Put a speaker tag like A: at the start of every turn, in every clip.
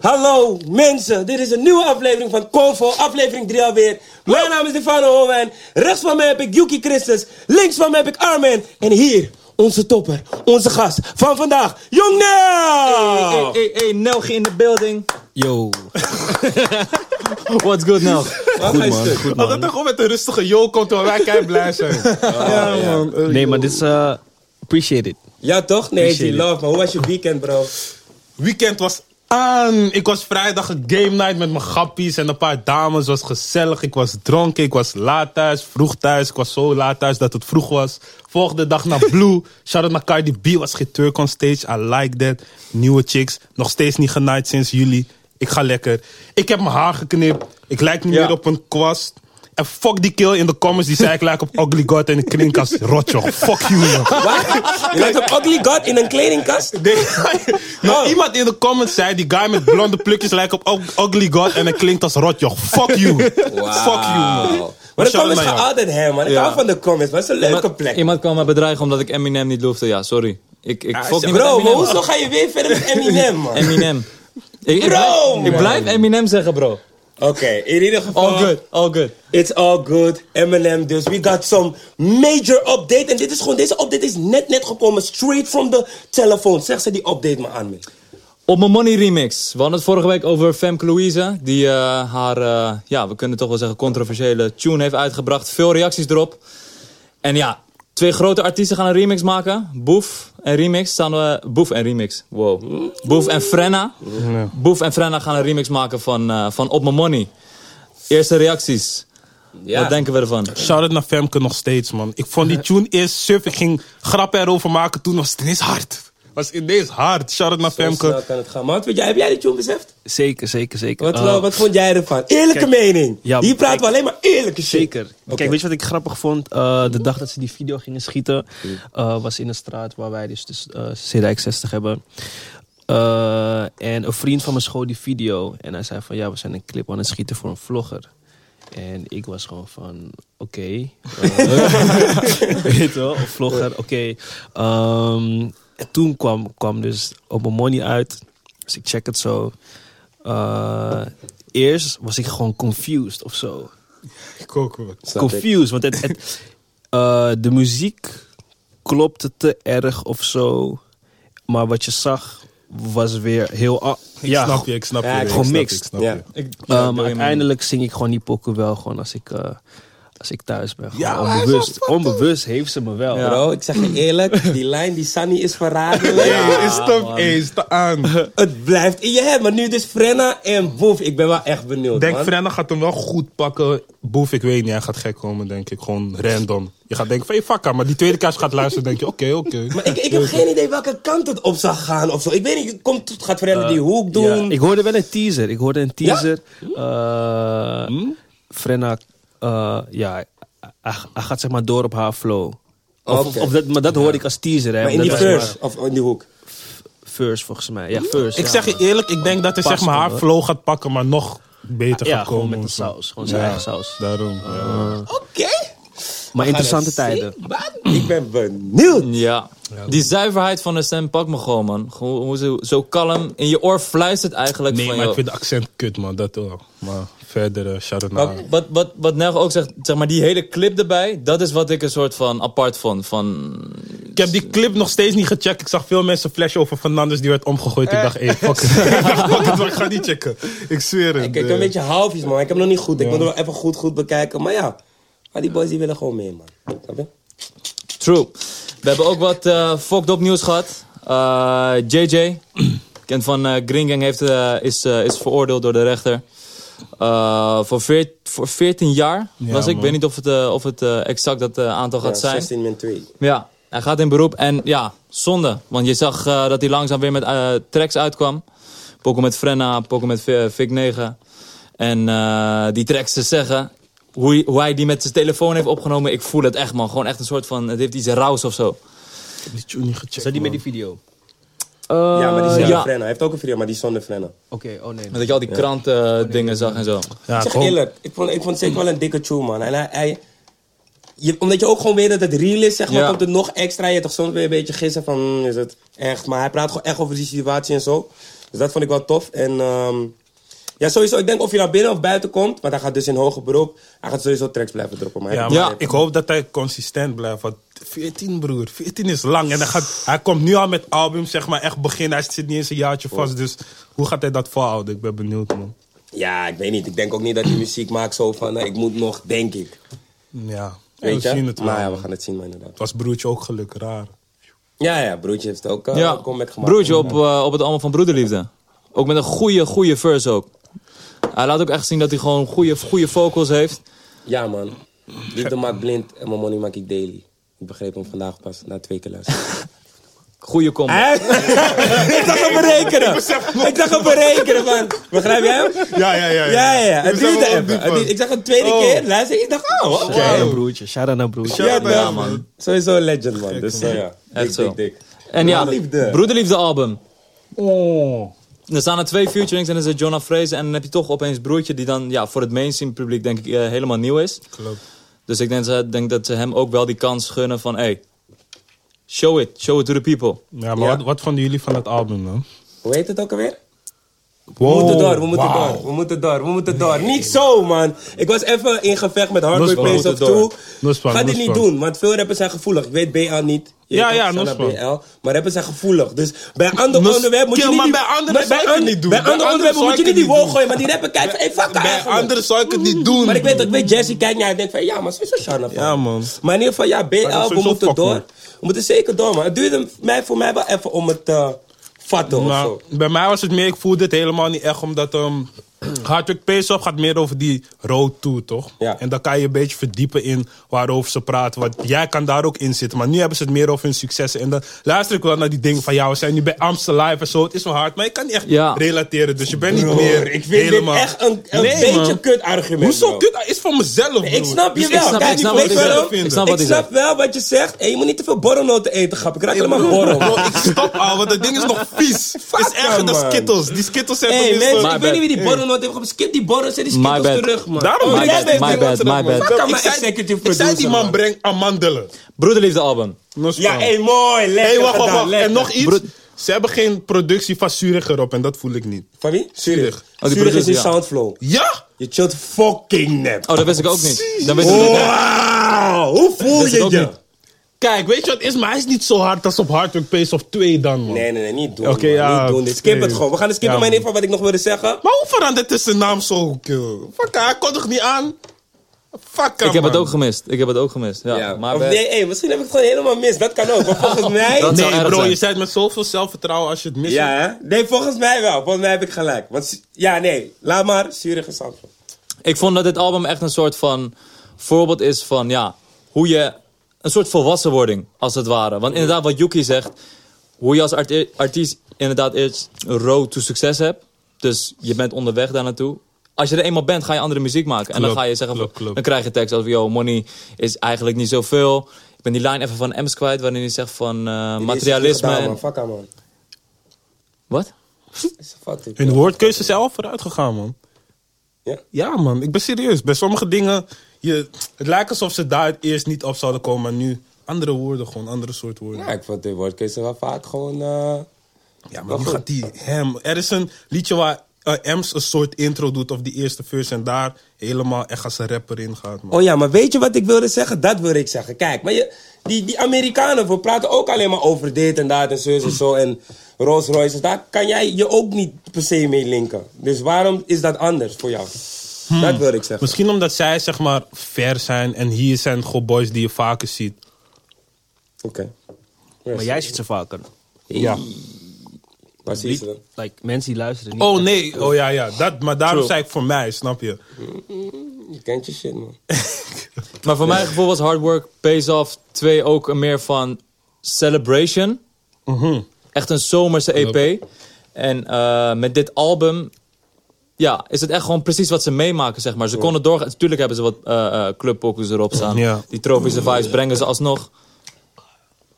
A: Hallo mensen, dit is een nieuwe aflevering van Convo, aflevering 3 alweer. Mijn naam is Stefano Owen, rechts van mij heb ik Yuki Christus, links van mij heb ik Armin. En hier, onze topper, onze gast van vandaag, Jong Nel!
B: Hey, hey, hey, Nelge in de building.
C: Yo,
B: What's good, Nelg?
C: goed man, goed
D: Dat
C: man.
D: het toch gewoon met een rustige yo komt terwijl wij kei blij zijn.
B: Ja, man.
C: Nee, maar dit is... eh, appreciate it.
A: Ja toch? Nee, die love man. Hoe was je weekend bro?
D: Weekend was aan. Ik was vrijdag een game night met mijn grappies en een paar dames. was gezellig. Ik was dronken. Ik was laat thuis, vroeg thuis. Ik was zo laat thuis dat het vroeg was. Volgende dag naar Blue. Shout out naar Cardi B. Was geen Turk on stage. I like that. Nieuwe chicks. Nog steeds niet genaaid sinds juli. Ik ga lekker. Ik heb mijn haar geknipt. Ik lijk niet
A: Ja.
D: meer op een kwast. En fuck die kill in de comments die zei ik lijk op Ugly God en ik klink als rotjoch. Fuck you, man.
A: Wat? Je lijkt op Ugly God in een kledingkast?
D: Nee. Nou,
A: Oh.
D: iemand in de comments zei: die guy met blonde plukjes lijkt op Ug- Ugly God en hij klinkt als rotjoch. Fuck you. Fuck you, man.
A: Maar de
D: Shout
A: comments
D: naar jou.
A: gaan altijd hem man, ik
B: Ja.
A: hou van de comments, maar het is een leuke plek.
B: Iemand kwam me bedreigen omdat ik Eminem niet loefde. Ja, sorry. Ik,
D: Ah,
B: ik fok
A: Bro,
B: niet met
A: maar
B: Eminem.
A: hoezo ga je weer verder met Eminem man?
B: Eminem. Ik,
A: Bro,
B: ik, blijf, ik
A: man.
B: blijf Eminem zeggen, bro.
A: Oké, in ieder geval...
D: Oh.
B: All good, all good.
A: It's all good, Eminem dus. We got some major update. En dit is gewoon, deze update is net net gekomen. Straight from the telephone. Zeg ze die update maar aan me.
B: Op mijn Money Remix. We hadden het vorige week over Femke Louise. Die eh, haar, eh, ja, we kunnen toch wel zeggen, controversiële tune heeft uitgebracht. Veel reacties erop. En ja, twee grote artiesten gaan een remix maken. Boef en Remix staan we... Boef en Remix, wow. Boef en Frenna. Boef en Frenna gaan een remix maken van, eh, van Op Mijn Money. Eerste reacties. Wat denken we ervan?
D: Shout out naar Femke nog steeds, man. Ik vond die tune eerst suf. Ik ging grappen erover maken. Toen was het ineens hard. Was ineens hard. Shout out naar
A: snel
D: Femke.
A: kan het gaan. Maar wat vind jij, heb jij die tune beseft?
C: Zeker, zeker, zeker.
A: Wat,
C: Eh,
A: wel- wat vond jij ervan? Eerlijke
C: kijk,
A: mening.
C: ja,
A: Hier praten we
C: kijk,
A: alleen maar eerlijke shit.
C: Zeker.
A: Oké.
C: Kijk, weet je wat ik grappig vond? Eh, de dag dat ze die video gingen schieten, eh, was in de straat waar wij dus, dus eh, C-Rijk 60 hebben. Eh, en een vriend van me schoot die video. En hij zei van, ja, we zijn een clip aan het schieten voor een vlogger. En ik was gewoon van, oké. eh, weet je wel, een vlogger, oké. Ehm, en toen kwam, kwam dus op mijn money uit. Dus ik check het zo. Eh, eerst was ik gewoon confused of zo
D: Ik ook, man.
A: Snap ik.
C: confused. Want het, het, eh, de muziek klopte te erg of zo. Maar wat je zag was weer heel... a-
D: Ik snap je, ik snap
A: Ja,
D: je.
A: ik
D: ik
C: gewoon
D: snap je,
C: mixed.
D: ik snap
A: Ja.
D: je.
B: Ik,
C: Eh, maar uiteindelijk zing ik gewoon die pokken wel gewoon als ik, eh, als ik thuis ben. Gewoon
D: Ja, hij is
C: onbewust. Onbewust heeft ze me wel.
B: Ja.
A: Bro, ik zeg je eerlijk. die lijn die Sunny is verraderlijk.
D: Hey, is top, hey, is te aan.
A: Het blijft in je head. Maar nu dus Frenna en Boef. Ik ben wel echt benieuwd,
D: Denk,
A: man.
D: Frenna gaat hem wel goed pakken. Boef, ik weet niet, hij gaat gek komen, denk ik. Gewoon random. Je gaat denken van, hey, fuck haar. Maar die tweede keer als je gaat luisteren, denk je, oké, oké.
A: Maar ik, ik heb geen idee welke kant het op zou gaan of zo. Ik weet niet, komt, gaat Frenna die hoek doen?
C: Eh, Ja, ik hoorde wel een teaser. Ik hoorde een teaser.
A: Hm?
C: Eh, Frenna, eh, ja, hij- hij hij gaat zeg maar door op haar flow. Of,
A: Oké.
C: of dat, maar dat hoorde ik als teaser. Hè,
A: maar in
C: omdat
A: die
C: dat was
A: verse, of in die hoek.
C: maar First volgens mij. Ja, first.
D: Ik
C: ja.
D: zeg je eerlijk, ik denk dat hij zeg
C: Past
D: maar
C: wel,
D: haar
C: hoor.
D: flow gaat pakken, maar nog beter
C: Ja,
D: gaat komen.
C: gewoon met de
D: of zo.
C: saus. Gewoon zijn eigen saus.
D: Daarom. ja.
A: Oké.
C: Maar interessante tijden.
A: Ik ben benieuwd.
B: Ja. Die zuiverheid van de stem, pak me gewoon, man. Gewoon hoe ze zo kalm in je oor fluistert eigenlijk
D: Nee,
B: van,
D: maar ik
B: joh,
D: vind de accent kut, man. Dat wel. Maar verder, eh, shout out naar
B: Wat, Ah. wat, wat, wat Nel ook zegt, zeg maar die hele clip erbij, dat is wat ik een soort van apart vond. Van,
D: Ik heb die clip nog steeds niet gecheckt. Ik zag veel mensen flash over Fernandes, die werd omgegooid. Ik dacht, hey, fuck it. ik dacht, Eh. fuck it, maar ik ga niet checken. Ik zweer het.
A: Ik kijk een
D: eh.
A: beetje halfjes, man. Ik heb hem nog niet goed. Ik moet hem wel even goed, goed bekijken. Maar ja, maar die boys die willen gewoon mee, man. Snap je?
B: true. We hebben ook wat eh fucked up nieuws gehad. Eh, JJ, kent van eh Green Gang, heeft, eh, is, eh, is veroordeeld door de rechter. Eh, voor, veert- voor 14 jaar was ik. Ik
D: man.
B: weet niet of het, eh, of het eh, exact dat eh, aantal gaat
A: Ja,
B: zijn.
A: 16 min 2.
B: Ja, hij gaat in beroep. En ja, zonde. Want je zag eh, dat hij langzaam weer met eh, tracks uitkwam. Pokken met Frenna, Pokken met Vi- Vic 9. En eh, die tracks te zeggen... Hoe, hij- hoe hij die met zijn telefoon heeft opgenomen, ik voel het echt, man. Gewoon echt een soort van... Het heeft iets raus of zo.
D: Ik heb die tune niet gecheckt,
C: Zijn die met
D: man.
C: die video? Eh,
A: ja, maar die zonder
B: ja.
A: Frenna. Hij heeft ook een video, maar die zonder Frenna.
C: Oké, oh nee.
B: Dat je al die kranten eh, dingen zag en zo.
D: Ja,
A: ik zeg
D: gewoon-
A: eerlijk, ik vond, ik vond het zeker wel een dikke tune, man. En hij, hij- je, omdat je ook gewoon weet dat het real is, zeg maar,
B: Ja.
A: komt het nog extra. Je hebt toch soms weer een beetje gissen van, hmm, is het echt? Maar hij praat gewoon echt over die situatie en zo. Dus dat vond ik wel tof. En ehm, ja, sowieso, ik denk of je naar binnen of buiten komt. Want hij gaat dus in hoger beroep. Hij gaat sowieso tracks blijven droppen. Maar hij
D: Ja,
A: heeft
D: maar
B: Ja.
D: ik hoop dat hij consistent blijft. Want 14, broer. 14 is lang. En hij, gaat, hij komt nu al met albums, zeg maar, echt beginnen. Hij zit niet eens een jaartje vast. Dus hoe gaat hij dat volhouden? Ik ben benieuwd, man.
A: Ja, ik weet niet. Ik denk ook niet dat hij muziek maakt zo van, eh, ik moet nog, denk ik.
D: Ja,
A: Weet
D: we
A: je?
D: zien het wel.
A: Maar ja, we gaan het zien, maar inderdaad.
D: Het was broertje ook geluk, raar.
A: Ja, ja, broertje heeft ook eh,
B: Ja,
A: een comeback gemaakt.
B: broertje op, eh, op het allemaal van broederliefde. Ook met een goede, goede verse ook. Hij laat ook echt zien dat hij gewoon goede, goede vocals heeft.
A: Ja, man. Liefde maakt blind en mijn money maak ik daily. Ik begreep hem vandaag pas, na twee keer luisteren.
B: Goede combo.
A: ik dacht hem berekenen. Ik dacht hem berekenen, man. Begrijp je hem?
D: Ja, ja, ja.
A: Ja, ja, ja.
D: Ik
A: Het
D: besef
A: duurde
D: wel
A: even.
D: diep
A: Het duurde-
D: was.
A: Ik zag het tweede
D: Oh.
A: keer luisteren. Ik dacht, oh, oké.
C: Shout out naar
D: Wow.
C: broertje, shout out naar broertje.
A: Ja,
D: Ja,
A: man.
B: man.
A: Sowieso een legend, man. Dus eh, ja,
B: Echt
A: dik,
B: zo.
A: dik, dik.
B: En ja,
A: Liefde.
B: broederliefde album.
D: Oh.
B: Er staan er twee featurings en er zit Jonah Fraser. En dan heb je toch opeens broertje die dan ja, voor het mainstream publiek denk ik eh, helemaal nieuw is.
D: Klopt.
B: Dus ik denk, ze- denk dat ze hem ook wel die kans gunnen van... Hey, show it. Show it to the people.
D: Ja, maar
A: Ja.
D: Wat, wat vonden jullie van het album, man?
A: Hoe heet het ook alweer?
D: Wow,
A: we moeten door, we moeten
D: Oh, wauw.
A: door, we moeten door, we moeten door. Niet zo, man. Ik was even in gevecht met Hardware
D: Nuspan,
A: Place
D: we
A: of
D: moeten
A: Two.
D: door. Nuspan,
A: Ga dit niet
D: Nuspan.
A: doen, want veel rappers zijn gevoelig. Ik weet BL niet. Je
D: Ja,
A: weet
D: ja,
A: toch, shout out
D: Nuspan.
A: BL. Maar rappers zijn gevoelig. Dus bij een ander
D: Nus-
A: onderwerp moet je
D: Kill,
A: niet...
D: maar
A: die-
D: bij anderen
A: bij-
D: zou ik
A: bij
D: het
A: an-
D: niet doen.
A: Bij
D: Bij
A: andere
D: anderen
A: onderwerpen
D: zou
A: moet je
D: ik
A: niet
D: het
A: die
D: niet
A: wol
D: doen.
A: gooien. Maar die rapper kijkt van, hey, fuck
D: Bij
A: eigenlijk.
D: anderen zou ik het niet doen.
A: Maar ik weet dat, ik weet, Jesse kijkt naar en denkt van, ja, maar sowieso Shanna.
D: Ja, man.
A: Maar in ieder geval, ja,
D: dat is
A: BL, we
D: sowieso
A: moeten
D: fuck,
A: door.
D: man.
A: We moeten zeker door, man. Het duurde mij, voor mij wel even om het eh vatten of
D: Nou,
A: zo.
D: bij mij was het meer, ik voelde het helemaal niet echt, omdat ehm Hardwick Pace Up gaat meer over die road toe, toch?
A: Ja.
D: En dan kan je een beetje verdiepen in waarover ze praten, want jij kan daar ook in zitten. Maar nu hebben ze het meer over hun successen. En dan luister ik wel naar die dingen van, ja, we zijn nu bij Amstel Live en zo, het is wel hard, maar je kan niet echt
B: Ja.
D: relateren, dus je bent niet meer
A: Oh, Ik vind
D: helemaal...
A: dit echt een, een
D: Nee,
A: beetje
D: man.
A: kut argument.
D: Hoezo
A: bro.
D: kut? Dat is van mezelf,
A: Ik
D: broer.
A: snap je
D: Dus
A: wel.
D: Ik snap
A: Kijk,
D: niet
B: snap
D: wat
B: wat
A: weet
B: ik
A: je
B: zeg.
A: waarom?
D: zelf
B: Ik
D: vind.
B: snap
A: ik
B: wat hij
A: snap wel wat je zegt. En je moet niet te veel borrelnoten eten, grap. Ik raak helemaal borrel.
D: Bro, ik stop al, want dat ding is nog vies. Het is
A: Fuck
D: erger
A: hem,
D: dan
A: man.
D: Skittles. Die Skittles zijn
A: Hé,
D: tenminste...
A: mensen,
B: My
A: ik weet niet
B: bad.
A: wie die borrelnoten heeft gehad. Skip die borrel, zet die
B: My
A: skittles
B: bad.
A: terug, man.
D: Daarom
A: Oh,
B: my
A: jij
B: bad,
A: bent
B: my
A: die
B: bad,
A: rotterdam,
B: my
A: man.
B: bad.
A: Fuck aan
D: Ik
A: mijn
D: zei,
A: executive
D: ik zei die
A: producer,
D: man brengt amandelen.
B: Broederliefde album.
A: Ja, hé, mooi. Lekker
D: hey, wacht, wacht,
A: gedaan,
D: wacht.
A: lekker.
D: En nog iets.
B: Broed-
D: Ze hebben geen productie van Zurich erop en dat voel ik niet.
A: Van wie? Zurich.
B: Oh, die
A: Zurich is
B: producer,
A: in
B: ja.
A: Soundflow.
D: Ja!
A: Je chillt fucking net.
B: Oh, dat wist ik ook niet. Dat wist ik niet.
A: Wauw, hoe voel
B: is
A: je
B: ook
A: je?
B: niet.
D: Kijk, weet je wat het is? Maar hij is niet zo hard als op Hardwork Pace of 2 dan, man.
A: Nee, nee, nee, niet doen.
D: Oké,
A: man.
D: ja,
A: Niet doen. dit. Skip
D: oké.
A: het gewoon. We gaan het skippen,
D: Ja,
A: maar in
D: man.
A: ieder geval wat ik nog wilde zeggen.
D: Maar hoe verandert is zijn naam zo? kill? Fuck, hij kon toch niet aan? Fuck,
B: Ik heb het ook gemist. Ik heb het ook gemist. Ja,
A: Ja,
B: maar
A: of
B: bij-
A: nee, hey, misschien heb ik het gewoon helemaal mis. Dat kan ook. Maar volgens mij.
B: Dat zou
D: Nee,
B: erg
D: bro,
B: zijn.
D: je zei het met zoveel zelfvertrouwen als je het mist.
A: Ja, hè? Nee, volgens mij wel. Volgens mij heb ik gelijk. Want, Su- ja, nee. Laat maar. Zurich en Zandvoort.
B: Ik vond dat dit album echt een soort van voorbeeld is van ja, hoe je een soort volwassenwording als het ware. Want inderdaad, wat Yuki zegt, hoe je als arti- artiest inderdaad eerst een road to succes hebt. Dus je bent onderweg daar naartoe. Als je er eenmaal bent, ga je andere muziek maken. en dan
D: Klopt,
B: ga je zeggen, van-
D: klopt, klopt.
B: dan krijg je tekst als yo, money is eigenlijk niet zoveel. Ik ben die line even van Ems kwijt, waarin hij zegt van eh, materialisme.
A: Gedaan,
B: en-
A: man. Fuck aan, man.
B: Wat?
A: Is een fuck it,
D: Hun
A: man.
D: woordkeuze is al vooruit gegaan, man.
A: Ja?
D: Ja, man, ik ben serieus. Bij sommige dingen, je, het lijkt alsof ze daar eerst niet op zouden komen, maar nu andere woorden, gewoon andere soort woorden.
A: Ja, ik vond de woordkeuze wel vaak gewoon. eh,
D: Ja, maar nu gaat die hem. Er is een liedje waar eh, Ems een soort intro doet of die eerste verse en daar helemaal echt als een rapper in gaat. Man.
A: Oh ja, maar weet je wat ik wilde zeggen? Dat wilde ik zeggen. Kijk, maar je, die, die Amerikanen, we praten ook alleen maar over dit en dat en zo en zo en Rolls Royce. Dus daar kan jij je ook niet per se mee linken. Dus waarom is dat anders voor jou? Dat wilde ik zeggen.
D: Misschien omdat zij zeg maar ver zijn en hier zijn gewoon boys die je vaker ziet.
A: Oké.
C: Maar jij ziet ze vaker.
D: Ja.
A: Waar zie je ze dan?
C: Like, mensen die luisteren niet.
D: Oh nee, oh ja, ja. Dat, maar daarom zei ik voor mij, snap je?
A: Je kent je shit, man.
B: Maar voor mijn gevoel was Hard Work Pays Off 2 ook een meer van celebration. Echt een zomerse EP. En eh, met dit album ja, is het echt gewoon precies wat ze meemaken, zeg maar. Ze konden doorgaan. Tuurlijk hebben ze wat eh eh, clubpokkers erop staan.
D: Ja.
B: Die tropische vibes brengen ze alsnog.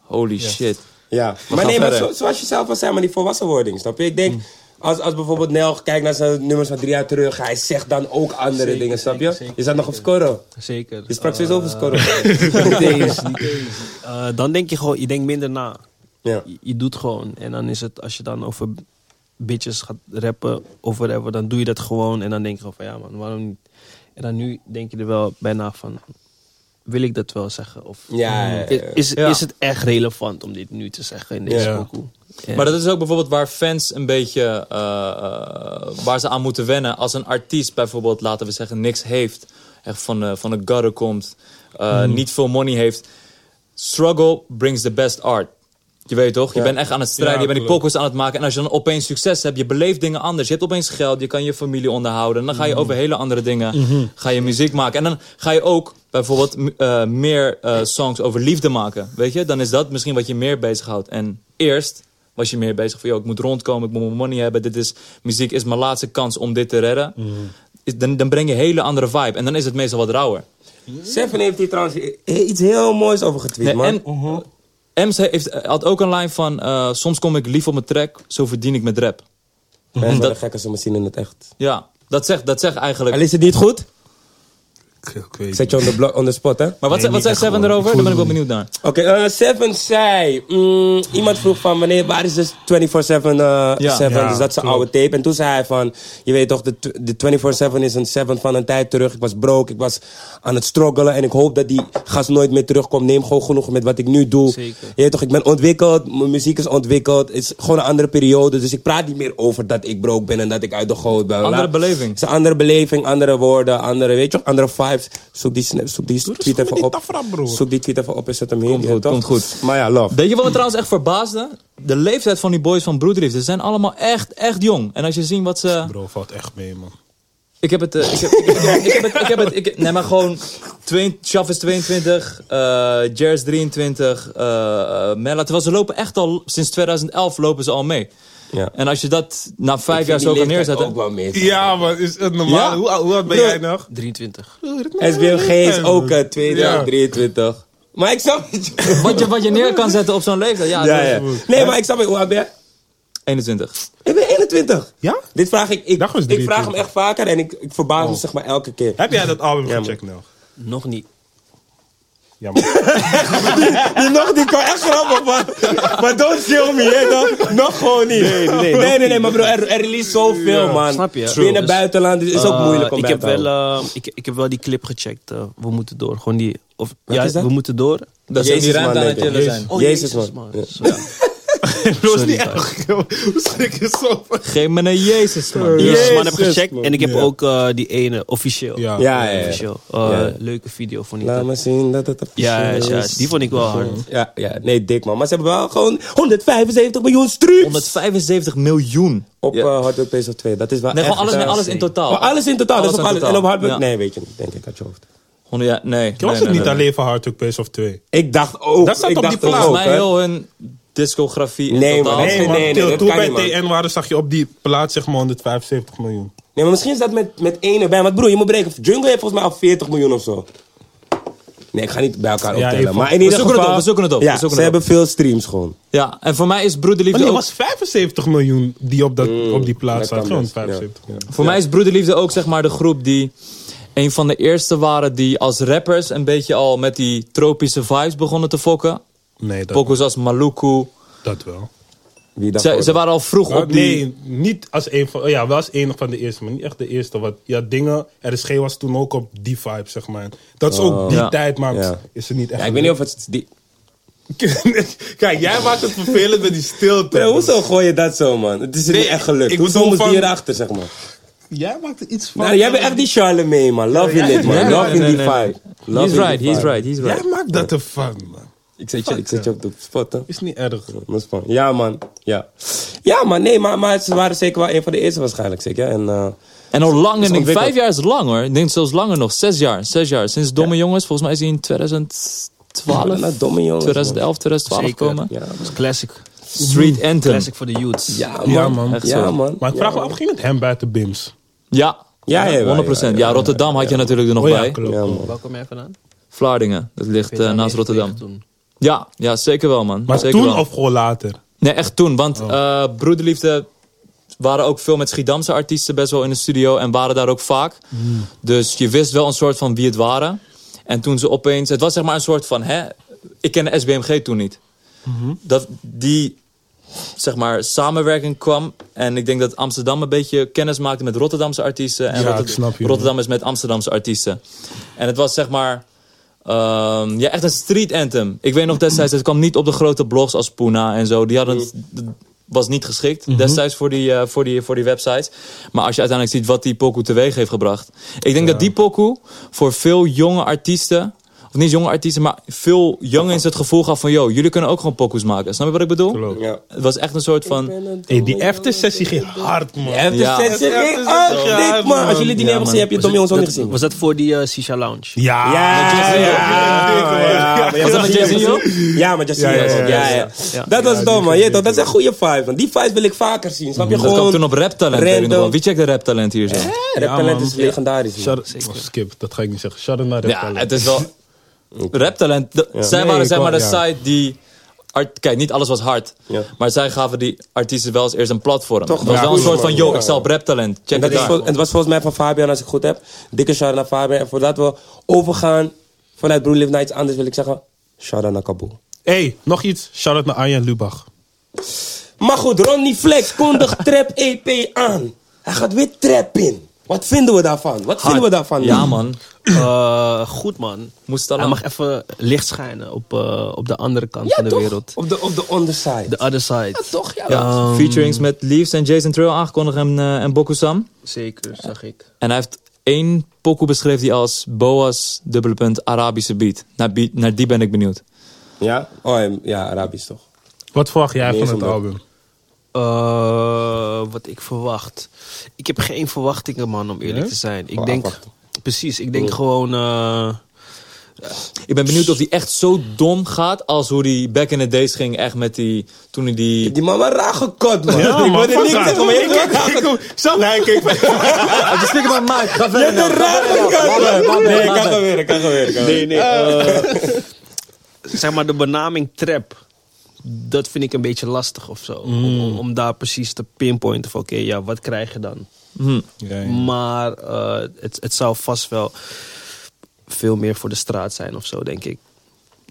B: Holy shit.
A: Ja, maar nee,
B: gaan
A: maar
B: verder.
A: zo- Mm. zoals je zelf al zei, maar die volwassenwording, snap je? Ik denk, als, als bijvoorbeeld Nel kijkt naar zijn nummers van drie jaar terug, hij zegt dan ook andere dingen, snap je? je zat nog op scoren.
C: Zeker.
A: Je sprak sowieso
C: Eh,
A: over scoren.
C: Niet eens, niet eens. Eh, dan denk je gewoon, je denkt minder na.
A: Ja.
C: Je, je doet gewoon. En dan is het, als je dan over bitches gaat rappen of whatever, dan doe je dat gewoon. En dan denk je gewoon van ja man, waarom niet? En dan nu denk je er wel bijna van, wil ik dat wel zeggen? Of
A: Ja, Eh, ja, ja.
C: Is, is,
B: Ja.
C: is het echt relevant om dit nu te zeggen in deze
A: Ja.
C: pokoe? Ja.
B: Maar dat is ook bijvoorbeeld waar fans een beetje eh, eh, waar ze aan moeten wennen. Als een artiest bijvoorbeeld, laten we zeggen, niks heeft. Echt van de, van de gutter komt. eh, Niet veel money heeft. Struggle brings the best art. Je weet toch? Je bent echt aan het strijden.
D: Ja,
B: je bent die
D: klopt.
B: pokus aan het maken. En als je dan opeens succes hebt, je beleeft dingen anders. Je hebt opeens geld, je kan je familie onderhouden. En dan ga
D: Mhm.
B: je over hele andere dingen ga je muziek maken. En dan ga je ook bijvoorbeeld m- eh, meer eh, songs over liefde maken. Weet je? Dan is dat misschien wat je meer bezighoudt. En eerst was je meer bezig van... Yo, ik moet rondkomen, ik moet mijn money hebben. Dit is, muziek is mijn laatste kans om dit te redden.
D: Mhm.
B: Is- Dan, dan breng je een hele andere vibe. En dan is het meestal wat rauwer.
A: Seven heeft hier trouwens iets heel moois over getweet,
B: Nee,
A: man.
B: en Ems Mhm. heeft, eh, had ook een line van... eh, soms kom ik lief op mijn track, zo verdien ik mijn rap.
A: dat is wel
B: dat-
A: een gek als we me zien in het echt.
B: Ja, dat zegt, dat zegt eigenlijk...
A: Al is het niet goed,
D: Ik, ik weet
A: zet je on the, blo- on the spot, hè?
B: maar wat,
D: Nee,
B: zei- wat
D: niet
B: zei
D: echt
B: Seven
D: gewoon.
B: erover? Daar ben ik wel benieuwd naar.
A: Oké, eh, Seven zei... mm, iemand vroeg van, wanneer, waar is dus 24-7? eh,
B: Ja.
A: Seven?
D: Ja,
A: dus dat is zijn
D: klopt.
A: oude tape. En toen zei hij van... Je weet toch, de, tw- de 24-7 is een Seven van een tijd terug. Ik was broke, ik was aan het struggelen. En ik hoop dat die gast nooit meer terugkomt. Neem gewoon genoeg met wat ik nu doe.
C: Zeker.
A: Je weet toch, ik ben ontwikkeld. Mijn muziek is ontwikkeld. Het is gewoon een andere periode. Dus ik praat niet meer over dat ik broke ben en dat ik uit de goot ben.
B: Andere
A: Laat-
B: beleving.
A: Het is een andere beleving, andere woorden, andere, weet je toch, andere vibes. Zoek die, snap- zoek die tweet
D: dus gewoon
A: even
D: die
A: op.
D: Tafra, broer.
A: Zoek die tweet even op en zet hem heen. ja,
B: goed,
A: toch?
B: komt goed.
A: Maar ja, love.
B: Weet je wat me trouwens echt verbaasde? De leeftijd van die boys van Broederief. Ze zijn allemaal echt, echt jong. En als je ziet wat ze...
D: Bro, valt echt mee, man.
B: Ik heb het... eh, ik, heb, ik, heb, ik heb het... Ik heb het ik- nee, maar gewoon... twee- Shaf is 22. eh Jers 23. eh eh, Mella. Terwijl ze lopen echt al... Sinds 2011 lopen ze al mee.
A: Ja.
B: En als je dat na
A: Ik
B: vijf
A: vind
B: jaar
A: die
B: zo
A: leeftijd
B: kan neerzetten...
A: ook wel meer.
D: Ja, man, is het normaal?
B: Ja.
D: Hoe, oud- hoe oud ben
A: Bro.
D: jij nog?
C: 23.
A: SBMG is ook eh, 22,
D: Ja.
A: 23. Maar ik snap het.
B: Wat je, wat je neer kan zetten op zo'n leeftijd. Ja,
A: Ja,
B: dat is-
A: ja. Nee, maar ik snap het. Hoe oud ben jij?
B: 21.
A: Ik ben 21.
D: Ja?
A: Dit vraag ik, ik,
D: Dag was
A: ik vraag hem
D: 23.
A: echt vaker en ik, ik verbaas me zeg maar elke keer.
D: Heb jij dat album gecheckt, Nel?
C: Nog niet.
D: Ja, man.
A: Die nog, die kwam echt grappig, man. Maar don't kill me, hè, toch? Nog gewoon niet. Nee, nee, nee. nee, maar bro, er, er release zoveel, man.
C: snap je?
A: Binnen
C: Dus,
A: buitenland is ook
C: Eh,
A: moeilijk om
C: ik
A: bij
C: heb
A: te houden.
C: wel, eh, ik, ik heb wel die clip gecheckt. eh, we moeten door. Gewoon die. Of,
A: is
C: ja,
A: dat?
C: we moeten door.
B: Dat ze in die
A: Jezus,
B: ruimte
A: man,
B: aan het
A: denk ik.
B: chillen zijn.
A: Oh, Jezus, man. Ja.
C: Sorry.
D: Bro, is niet
C: Sorry,
D: erg. joh. Hoe schrik je zo van?
B: Geef me een Jezus, man.
C: Jezus, man, heb
A: Jezus,
C: gecheckt.
A: man.
C: En ik heb
D: Ja.
C: ook eh, die ene officieel.
D: Ja.
B: Oh,
A: Ja, ja, ja.
C: Officieel. Eh,
A: Ja.
C: Leuke video vond ik.
A: Laat
C: dat.
A: maar zien dat het
C: Ja,
A: officieel
C: ja, ja,
A: is.
C: die vond ik wel hard.
A: Ja, ja, nee, dik man. Maar ze hebben wel gewoon 175 miljoen streams
B: 175 miljoen.
A: op
B: Ja.
A: eh Hot Dog Place of 2. Dat is wel
B: Nee,
A: echt
B: gewoon alles, nee,
A: eh,
B: alles in totaal.
A: Maar alles in totaal.
B: Alles
A: dus op
B: in
A: alles.
B: totaal.
A: En op Hard Rock-
B: Ja.
A: Nee, weet je niet. Denk ik uit je hoofd.
B: Honderd jaar- nee.
D: Ik was
B: nee,
D: het
B: nee,
D: niet
B: nee.
D: alleen van Hard Rock Pace of 2.
A: Ik dacht ook.
D: Dat staat
A: ik
D: op die
A: dacht ook,
D: plaat.
B: Volgens mij
A: hè.
B: heel hun discografie in
A: Nee,
B: totaal.
A: man. Nee,
D: Nee, man.
A: nee,
D: Til-
A: dat
D: Toen
A: kan
D: wij
A: niet,
D: TN waren, zag je op die plaat zeg maar 175 miljoen.
A: Nee, maar misschien is dat met, met één erbij. Want broer, je moet breken. Jungle heeft volgens mij al 40 miljoen of zo. Nee, ik ga niet bij elkaar
D: Ja,
A: optellen.
D: even-
A: maar in
D: We
A: ieder
B: zoeken het
A: geval...
B: op, we zoeken het op,
A: Ja,
B: we zoeken
A: ze
B: het op.
A: hebben veel streams gewoon.
B: Ja, en voor mij is
D: Oh
B: Broederliefde
D: nee, het
B: ook...
D: was 75 miljoen die op, dat, op die plaat
A: Mm, dat
D: staat.
A: kan
D: Gewoon
A: best, ja.
D: 75 miljoen.
B: Voor mij is Broederliefde ook zeg maar de groep die... Een van de eerste waren die als rappers een beetje al met die tropische vibes begonnen te fokken.
D: Nee, dat,
B: Pokus als Maluku.
D: dat wel.
A: Wie dat
B: Ze,
A: hoorde.
B: ze waren al vroeg op die...
D: Nee, niet als een van, ja, wel als een van de eerste, maar niet echt de eerste. Want ja, dingen, RSG was toen ook op die vibe, zeg maar. Dat is ook die
B: Ja.
D: tijd, maar
A: Oh. Ja.
D: is het niet echt.
A: Ja, ik weet niet of het... Die...
D: Kijk, jij maakt het vervelend met die stilte.
A: Bro, hoezo gooi je dat zo, man? Het is niet
D: Nee,
A: echt gelukt.
D: ik
A: Hoezo
D: bedoel
A: moest die
D: van-
A: erachter, zeg maar?
D: Jij maakt er iets van.
A: Nou, jij bent echt die Charlemagne, man. Love in it, man.
B: ja,
A: Love
B: ja,
A: in
B: nee,
A: die
B: nee,
A: vibe. Love
B: He's
A: in die
B: right, he's
A: vibe.
B: right, he's
D: Jij
B: right.
D: maakt dat ervan, man.
A: Ik zet je, ik zet je op de spot, hè.
D: Is niet erg.
A: Dat is fijn. Ja, man. Ja. Ja, man. Nee, maar, maar ze waren zeker wel een van de eerste waarschijnlijk, zeker. En, eh,
B: En al lang, en ik,
A: ontwikkeld.
B: vijf jaar is lang hoor. Ik denk zelfs langer nog. Zes jaar, zes jaar. Sinds Domme Jongens, volgens mij is hij in 2012,
A: Nou, domme jongens, man.
B: 2011, 2012
C: Zeker.
B: gekomen.
A: Ja, Hm.
C: Dat is classic.
B: Street Anthem.
C: Classic voor de youths.
A: Ja, man.
D: Ja, man.
B: Echt
A: Ja,
B: zo.
A: man.
D: Maar ik
A: Ja,
D: vraag me
A: man.
D: af, ging het hem buiten Bims?
B: Ja.
A: Ja, ja, ja,
B: 100 Ja,
A: ja, ja,
B: Rotterdam had je natuurlijk er nog
D: Oh ja,
B: bij.
D: klopt.
A: Ja, man.
C: Waar kom jij vandaan?
B: Vlaardingen, dat ligt eh, naast Rotterdam.
C: Toen.
B: Ja, ja, zeker wel, man.
D: Maar
B: zeker
D: toen
B: wel.
D: of gewoon later?
B: Nee, echt toen. Want
D: Oh.
B: eh, Broederliefde waren ook veel met Schiedamse artiesten best wel in de studio. En waren daar ook vaak.
D: Hmm.
B: Dus je wist wel een soort van wie het waren. En toen ze opeens...
D: Mhm.
B: Het was zeg maar een soort van... Hè, ik kende SBMG toen niet. dat, die zeg maar, samenwerking kwam. En ik denk dat Amsterdam een beetje kennis maakte met Rotterdamse artiesten. En
D: Ja,
B: Rotter-
D: ik snap je,
B: Rotterdam is met Amsterdamse artiesten. En het was zeg maar... ehm, ja, echt een street anthem. Ik weet nog destijds, het kwam niet op de grote blogs als Puna en zo. Die hadden het, dat was niet geschikt destijds voor die, eh, voor, die, voor die websites. Maar als je uiteindelijk ziet wat die pokoe teweeg heeft gebracht. Ik denk dat die pokoe voor veel jonge artiesten... Of niet jonge artiesten, maar veel jongens het gevoel gaf van... ...joh, jullie kunnen ook gewoon pokoes maken. Snap je wat ik bedoel?
D: Klopt.
A: Ja.
B: Het was echt een soort van...
D: Hey, die aftersessie ging hard, man.
A: Even
B: Ja.
A: zetten.
D: Ja,
A: Ik-
D: dat is
A: ah,
D: zo.
A: dik, man. Als jullie die niet hebben gezien, heb je het Tom Jongens ook niet gezien.
C: Was dat voor die eh, Sisha Lounge?
A: Ja,
D: Ja, ja,
A: ja,
D: ja.
A: ja.
B: Was dat met Jay-Z ook?
A: Ja, maar Justin
D: Ja, ja,
A: was ook.
D: ja,
A: Ja,
D: ja.
A: ja. Dat was het dan, man. Je, toch, dat is een goede vibe. Want die vibes wil ik vaker zien. Snap je
B: Dat
A: gewoon?
B: kwam toen op Raptalent. weet ik nog wel.
A: random.
B: Wie checkt de Raptalent hier zo?
A: Ja, Rap Talent is legendarisch. man.
D: Shout- oh, skip, dat ga ik niet zeggen. Shout-out naar
B: Ja,
D: Reptile.
B: het is wel... Raptalent, de- zij
D: Nee,
B: waren
D: ik
B: zeg maar de
D: wou- ja.
B: site die... art- Kijk, niet alles was hard.
A: Ja.
B: Maar zij gaven die artiesten wel eens eerst een platform.
A: Toch?
B: het was
A: Ja,
B: wel een
A: goed,
B: soort
A: man.
B: van, yo,
A: Ja.
B: ik zal op Raptalent. Check
A: En dat
B: het
A: is
B: daar.
A: vol- het was volgens mij van Fabian, als ik het goed heb. Dikke shout naar Fabian. En voordat we overgaan vanuit Broer Live naar iets anders, wil ik zeggen: shout naar Kaboel.
D: Hey, nog iets. Shout-out naar Arjen Lubach.
A: Maar goed, Ronnie Flex kondigt Trap EP aan. Hij gaat weer trap in. Wat vinden we daarvan? Wat vinden we daarvan?
B: Ja, man.
C: Eh, goed man.
B: Moest het
C: Hij
B: allemaal-
C: mag even licht schijnen op, eh, op de andere kant
A: Ja,
C: van de
A: toch?
C: wereld.
A: Op de, op de underside.
C: The other side.
A: Ja, toch? Ja,
B: Ja, Featurings met Leaves en Jason Trail aangekondigd en, eh, en Boku Sam.
C: Zeker, zag ik.
B: En hij heeft één pokoe beschreven die als Boas, dubbele punt, Arabische beat. Naar, beat- naar die ben ik benieuwd.
A: Ja? Oh, en- ja, Arabisch toch?
D: Wat verwacht jij
A: Nee,
D: van
A: is
D: het
A: omdat-
D: album?
C: Eh, wat ik verwacht. Ik heb geen verwachtingen, man, om eerlijk te zijn. Ik
A: Gewoon
C: denk.
A: afwachten.
C: Precies, Oh, ik denk gewoon. eh,
B: Ik ben benieuwd of die echt zo dom gaat als hoe die back in the days ging. Echt met die, toen hij die...
A: Die man was raar gekot, man.
D: Ja,
A: ik
D: man,
A: wilde
D: fuck
A: niks
D: dat.
A: zeggen, maar je hebt wel raar gekot.
D: Zo, nee, kijk.
B: Ah, de sticker van Mike, ga
A: Je hebt
B: verder.
A: een raar gekot, man. Nee, ik kan gewoon weer, ik kan gewoon weer. ik kan gewoon weer.
C: zeg maar de benaming trap. Dat vind ik een beetje lastig of zo. Om, om, om daar precies te pinpointen van oké, ja, wat krijg je dan? Maar eh, het, het zou vast wel veel meer voor de straat zijn of zo, denk ik.